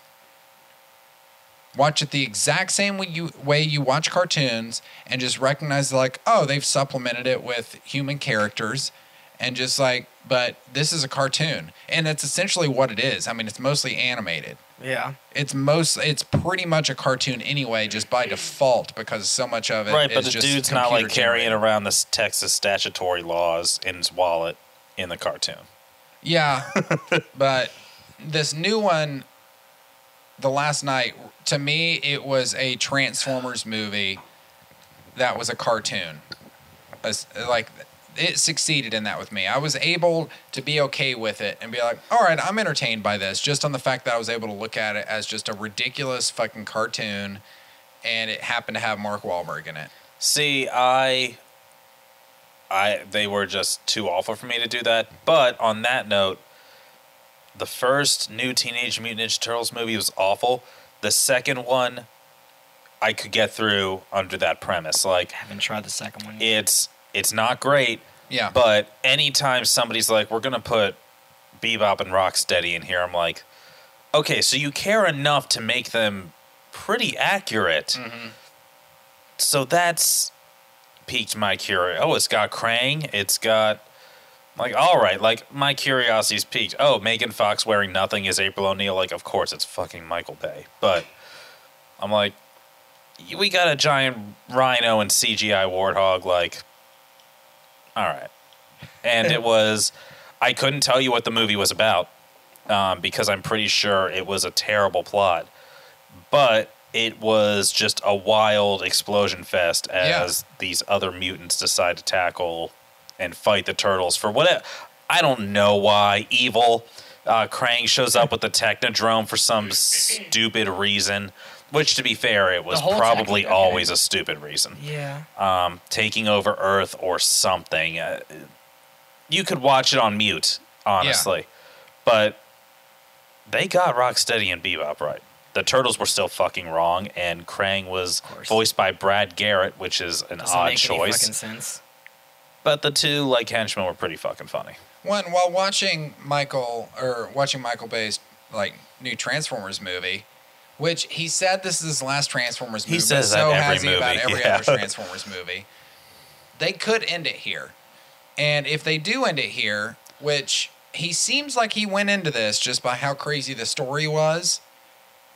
A: Watch it the exact same way you, way you watch cartoons and just recognize, like, oh, they've supplemented it with human characters. And just like, but this is a cartoon. And that's essentially what it is. I mean, it's mostly animated
B: Yeah.
A: it's most it's pretty much a cartoon anyway just by default because so much of it
C: right, but
A: is
C: the
A: just
C: dude's not like
A: computer
C: carrying
A: generated.
C: around this Texas statutory laws in his wallet in the cartoon.
A: yeah but this new one the last night to me it was a transformers movie that was a cartoon As- like it succeeded in that with me i was able to be okay with it and be like all right i'm entertained by this just on the fact that i was able to look at it as just a ridiculous fucking cartoon and it happened to have mark Wahlberg in it
C: See, I, I they were just too awful for me to do that. But on that note, the first new Teenage Mutant Ninja Turtles movie was awful. The second one, I could get through under that premise. Like
B: haven't tried the second one. yet.
C: it's it's not great,
A: Yeah.
C: but anytime somebody's like, "We're gonna put Bebop and Rocksteady in here," I'm like, "Okay, so you care enough to make them pretty accurate." So that's piqued my curiosity. Oh, it's got Krang. It's got like all right, like my curiosity's piqued. Oh, Megan Fox wearing nothing is April O'Neil. Like, of course it's fucking Michael Bay, but I'm like. We got a giant rhino and CGI warthog. Like, all right. And it was, I couldn't tell you what the movie was about um, because I'm pretty sure it was a terrible plot. But it was just a wild explosion fest as these other mutants decide to tackle and fight the turtles for whatever. I don't know why. Evil. Uh, Krang shows up with the Technodrome for some stupid reason, which, to be fair, it was
B: whole
C: probably
B: Technodrome.
C: always a stupid reason
B: yeah.
C: um, taking over Earth or something. Uh, you could watch it on mute, honestly. But they got Rocksteady and Bebop right. The Turtles were still fucking wrong, and Krang was
B: course.
C: voiced by Brad Garrett, which is an
B: Doesn't
C: odd
B: make any
C: choice.
B: fucking sense.
C: But the two like henchmen were pretty fucking funny.
A: One while watching Michael or watching Michael Bay's like new Transformers movie, which he said this is his last Transformers
C: He
A: movie.
C: says
A: but so
C: that every
A: has he about
C: movie,
A: every
C: [laughs] yeah.
A: other Transformers movie. They could end it here, and if they do end it here, which he seems like he went into this just by how crazy the story was.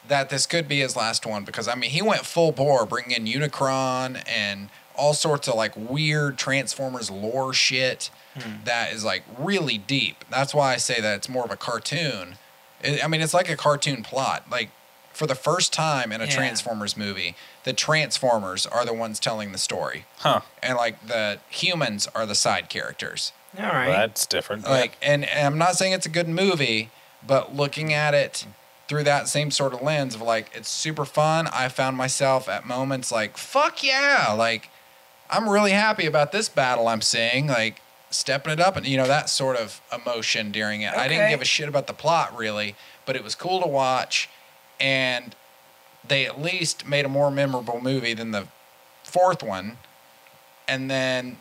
A: That this could be his last one because I mean he went full bore, bringing in Unicron and all sorts of like weird Transformers lore shit that is like really deep. That's why I say that it's more of a cartoon. It, I mean, it's like a cartoon plot. Like for the first time in a
B: Yeah.
A: Transformers movie, the Transformers are the ones telling the story,
C: Huh.
A: and like the humans are the side characters.
B: All right.
C: That's different.
A: Like, and, and I'm not saying it's a good movie, but looking at it through that same sort of lens of like, it's super fun. I found myself at moments like, fuck yeah, like, I'm really happy about this battle I'm seeing, like, stepping it up, and you know, that sort of emotion during it. I didn't
B: Okay.
A: give a shit about the plot really, but it was cool to watch, and they at least made a more memorable movie than the fourth one. And then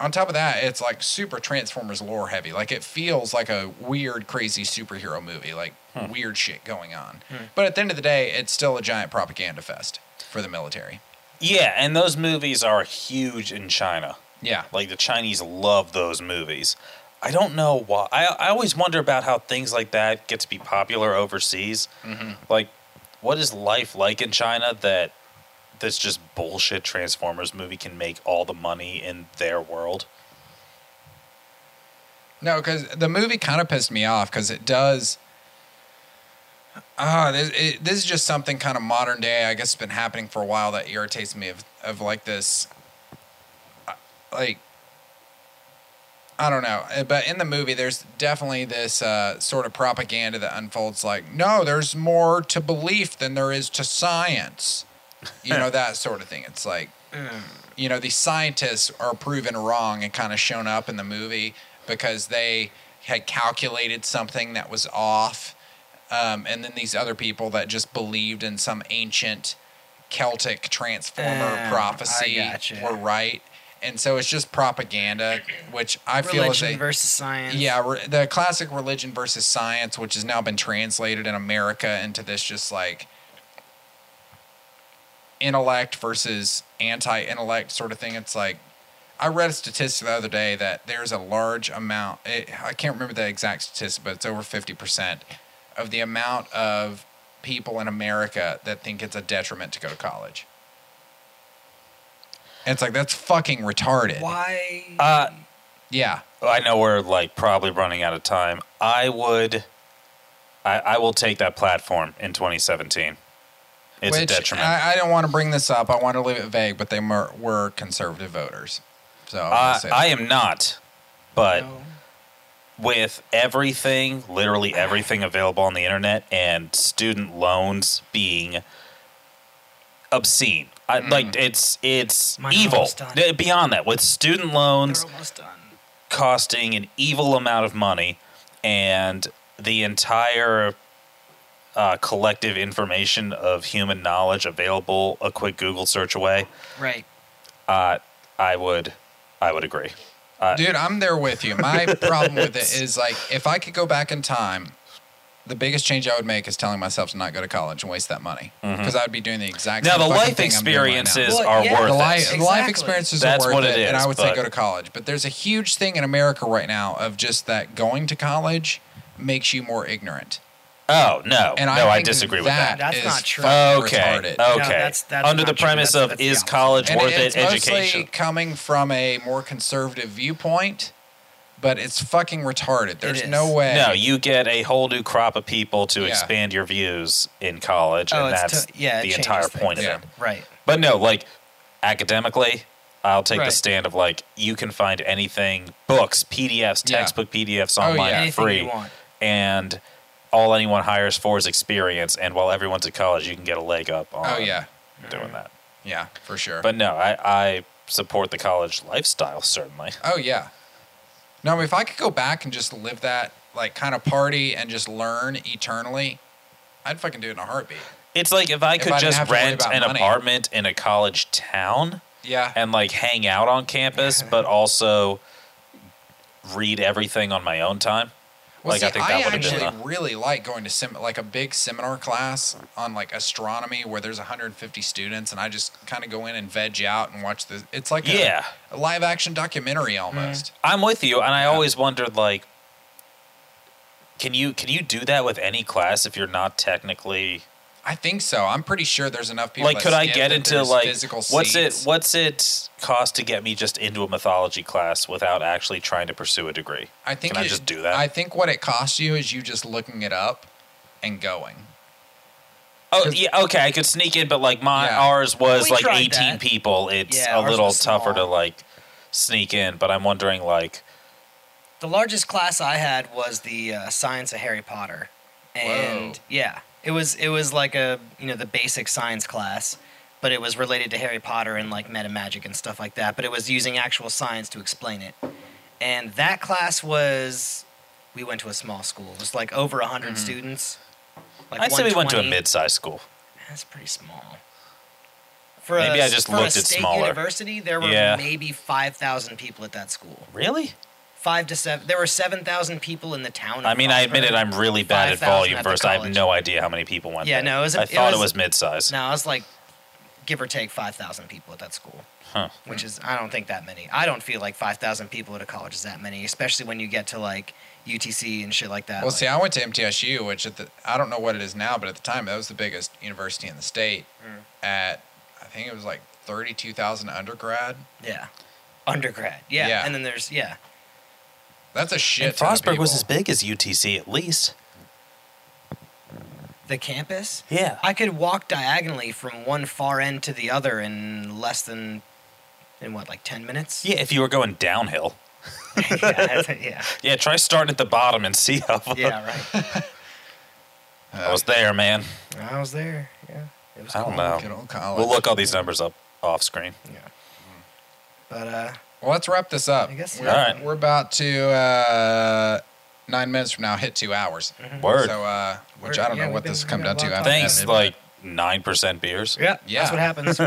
A: on top of that, it's like super Transformers lore heavy. Like it feels like a weird, crazy superhero movie, like weird shit going on. But at the end of the day, it's still a giant propaganda fest for the military.
C: yeah, and those movies are huge in China.
A: Yeah.
C: Like the Chinese love those movies. I don't know why. I, I always wonder about how things like that get to be popular overseas.
A: Mm-hmm.
C: Like, what is life like in China that this just bullshit Transformers movie can make all the money in their world?
A: No, because the movie kind of pissed me off because it does. Ah, this, it, this is just something kind of modern day. I guess it's been happening for a while that irritates me of, of like this, uh, like, I don't know. Uh, But in the movie, there's definitely this uh, sort of propaganda that unfolds like, no, there's more to belief than there is to science. You
B: [laughs]
A: know, that sort of thing. It's like,
B: Mm.
A: you know, these scientists are proven wrong and kind of shown up in the movie because they had calculated something that was off. Um, and then these other people that just believed in some ancient Celtic transformer
B: Ah, I
A: prophecy
B: gotcha.
A: were right. And so it's just propaganda, which I feel is
B: Religion
A: a,
B: versus science.
A: yeah, re- the classic religion versus science, which has now been translated in America into this just like intellect versus anti intellect sort of thing. It's like, I read a statistic the other day that there's a large amount, it, I can't remember the exact statistic, but it's over 50% of the amount of people in America that think it's a detriment to go to college. And it's like, that's fucking retarded.
B: Why?
C: Uh,
A: Yeah.
C: I know we're like probably running out of time. I would, I, I will take that platform in 2017. It's a
A: Which,
C: detriment.
A: I, I don't want to bring this up. I want to leave it vague, but they were, were conservative voters. So I'm gonna
C: Uh,
A: say
C: I am not, but.
B: No.
C: with everything, literally everything available on the internet, and student loans being obscene. I,
A: Mm-hmm.
C: Like it's it's
B: Mine's
C: evil.
B: almost done.
C: Uh, Beyond that, with student loans
B: They're almost done.
C: costing an evil amount of money, and the entire uh, collective information of human knowledge available a quick Google search away,
B: Right.
C: uh, I would, I would agree.
A: Dude, I'm there with you.
C: [laughs]
A: My problem with it is like if I could go back in time, the biggest change I would make is telling myself to not go to college and waste that money because I would be doing the exact
C: Mm-hmm. Now
A: same
C: the
A: fucking
C: life
A: thing I'm doing right now.
C: experiences
B: Well,
C: are
B: yeah.
C: worth
A: The
C: it.
A: life,
B: Exactly.
A: life experiences
C: That's
A: are worth
C: what it
A: and
C: is,
A: I would say
C: but-
A: go to college. But there's a huge thing in America right now of just that going to college makes you more ignorant.
C: Oh no,
A: And
C: no,
A: I,
C: I,
A: think
C: disagree with
A: that
C: that.
B: That's
A: is
B: not true.
A: fucking
C: Okay, Oh, okay.
A: retarded.
B: that's- that's
C: Under
B: not
C: the
B: true.
C: premise
B: That's- that's
C: of
B: the
C: is
B: opposite.
C: college
A: And
C: worth
A: it's
C: it? Education.
A: mostly coming from a more conservative viewpoint, but it's fucking retarded. There's
B: is.
A: no way.
C: No, you get a whole new crop of people to
A: Yeah.
C: expand your views in college,
B: Oh,
C: and
B: it's
C: that's
B: to- yeah, it
C: the
B: changes
C: entire
B: things.
C: point of
A: Yeah.
C: it.
B: Right.
C: But no, like academically, I'll take the
B: Right.
C: stand of like you can find anything, books, PDFs,
A: Yeah.
C: textbook PDFs
A: Oh, yeah.
C: online for
B: Anything
C: free,
B: you want.
C: and all anyone hires for is experience. And while everyone's at college, you can get a leg up on
A: Oh yeah,
C: doing that.
A: yeah, for sure.
C: But no, I, I support the college lifestyle certainly.
A: Oh yeah. No, if I could go back and just live that like kind of party and just learn eternally, I'd fucking do it in a heartbeat.
C: It's like if I
A: If
C: could
A: I didn't have
C: just
A: to worry
C: rent
A: about
C: an
A: money.
C: apartment in a college town
A: Yeah.
C: and like hang out on campus, but also read everything on my own time.
A: well,
C: like,
A: see,
C: I
A: I,
C: think that would've been
A: actually
C: a-
A: really like going to sem- like a big seminar class on like astronomy where there's 150 students and I just kind of go in and veg out and watch the. It's like a,
C: Yeah. Mm-hmm.
A: a live action documentary almost.
C: I'm with you, and I always wondered like, can you can you do that with any class if you're not technically
A: I think so. I'm pretty sure there's enough people.
C: like?
A: that
C: Could I
A: skip
C: get
A: that
C: into
A: there's
C: like
A: physical
C: what's
A: seats.
C: it what's it cost to get me just into a mythology class without actually trying to pursue a degree?
A: I think
C: can I
A: it-
C: just do that?
A: I think what it costs you is you just looking it up and going.
C: Oh
A: 'Cause-
C: yeah, okay. I could sneak in, but like my
A: Yeah.
C: ours was
B: We
C: like
B: tried
C: eighteen
B: that.
C: people. It's
B: Yeah,
C: a
B: ours
C: little
B: was
C: tougher to
B: small.
C: like sneak in. But I'm wondering like,
B: The largest class I had was the uh, science of Harry Potter, and
A: Whoa.
B: yeah, it was it was like a you know the basic science class, but it was related to Harry Potter and like meta magic and stuff like that. But it was using actual science to explain it, and that class was we went to a small school. It was like over hundred students. Like
C: Mm-hmm. I'd say we went to a
B: 120.
C: mid-sized school.
B: That's pretty small. For a
C: Maybe I
B: s-
C: just
B: for
C: looked
B: a
C: at
B: state
C: smaller.
B: University, there were
C: Yeah.
B: maybe five thousand people at that school
C: Really?
B: five to seven. There were seven thousand people in the town. of
C: I mean, I
B: Rockford.
C: admit it. I'm really bad at
B: 5,000
C: volume
B: at the
C: first. I have
B: college.
C: no idea how many people went.
B: Yeah,
C: there.
B: no, it was a-
C: I
B: it
C: thought it
B: was-
C: was mid-sized.
B: No, it's like give or take five thousand people at that school,
C: Huh.
B: which is I don't think that many. I don't feel like five thousand people at a college is that many, especially when you get to like UTC and shit like that.
A: Well,
B: like,
A: see, I went to MTSU, which at the I don't know what it is now, but at the time that was the biggest university in the state.
C: Hmm.
A: At I think it was like thirty-two thousand undergrad.
B: yeah, undergrad. Yeah.
A: Yeah.
B: and then there's yeah.
A: That's a shit.
C: And
A: ton of
C: Frostburg was
A: people.
C: as big as UTC at least.
B: The campus?
C: Yeah.
B: I could walk diagonally from one far end to the other in less than, in what, like 10 minutes?
C: Yeah, if you were going downhill.
B: [laughs] yeah,
C: [laughs]
B: yeah,
C: Yeah, try starting at the bottom and see how.
B: yeah, right.
C: [laughs] I was there, man.
B: I was there. Yeah. It was
C: I
B: cool.
C: don't
A: Good
C: know.
A: old college.
C: We'll look all these numbers up off screen.
B: Yeah. But uh,
A: Well, let's wrap this up.
B: I guess-
A: We're,
C: All right.
A: We're about to uh, nine minutes from now hit two hours.
C: Word.
A: So, uh, which
B: We're-
A: I don't
B: yeah,
A: know what
B: we've
A: this
B: been-
A: comes down
B: we've got
A: to.
B: a lot
A: I
B: of
A: haven't
C: Thanks,
A: edited.
C: like nine percent beers.
B: yeah,
A: Yeah.
B: that's what
C: [laughs]
B: happens.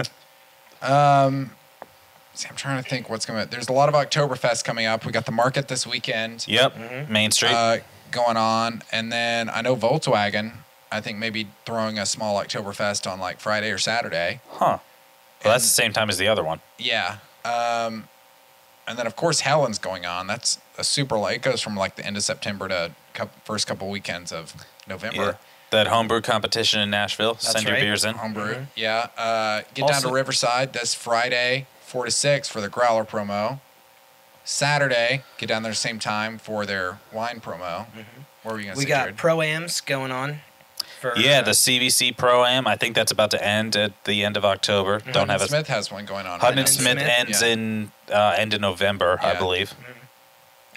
A: Um, see, I'm trying to think what's coming. There's a lot of Oktoberfest coming up. We got the market this weekend.
C: Yep.
B: Mm-hmm.
C: Main Street.
A: uh, going on. And then I know Volkswagen, I think maybe throwing a small Oktoberfest on like Friday or Saturday.
C: huh. Well, that's the same time as the other one.
A: Yeah. Um, and then of course Helen's going on. That's a super late. It goes from like the end of September to cou- first couple weekends of November.
C: That homebrew competition in Nashville. Send your
B: right.
C: beers in.
A: Homebrew. Yeah. Uh, get down
C: Also-
A: to Riverside this Friday, four to six for the growler promo. Saturday, get down there same time for their wine promo. Where are you gonna
B: we
A: sit,
B: got
A: Jared?
B: proams going on. For,
C: Yeah,
B: uh,
C: the CVC Pro Am. I think that's about to end at the end of October. Don't
A: Hutton
C: have it.
A: Smith has one going on.
C: Hutton
A: right
C: and
A: now.
C: Smith,
B: Mm-hmm. Smith?
C: ends
A: Yeah.
C: in uh, end of November, I
A: Yeah.
C: believe.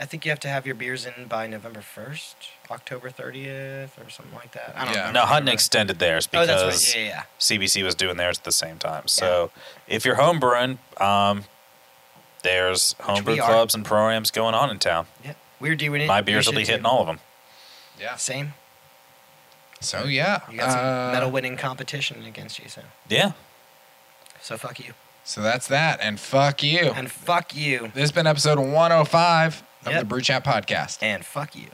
B: I think you have to have your beers in by November first, October thirtieth, or something like that. I don't
A: Yeah.
B: know.
C: No, Hutton extended theirs
B: Oh,
C: because
B: that's right. Yeah, yeah. yeah.
C: CBC was doing theirs at the same time. So if you're homebrewing, um, there's homebrew
B: we are.
C: clubs and programs going on in town.
B: yeah. We're doing it.
C: My
B: We
C: beers will
B: should
C: be hitting
B: too.
C: all of them.
A: Yeah.
B: Same.
A: So yeah.
B: You got some
A: uh,
B: medal winning competition against you, so
C: Yeah.
B: so fuck you
A: So that's that, and fuck you.
B: and fuck you
A: This has been episode 105 of
B: Yep.
A: the Brew Chat Podcast.
B: and fuck you.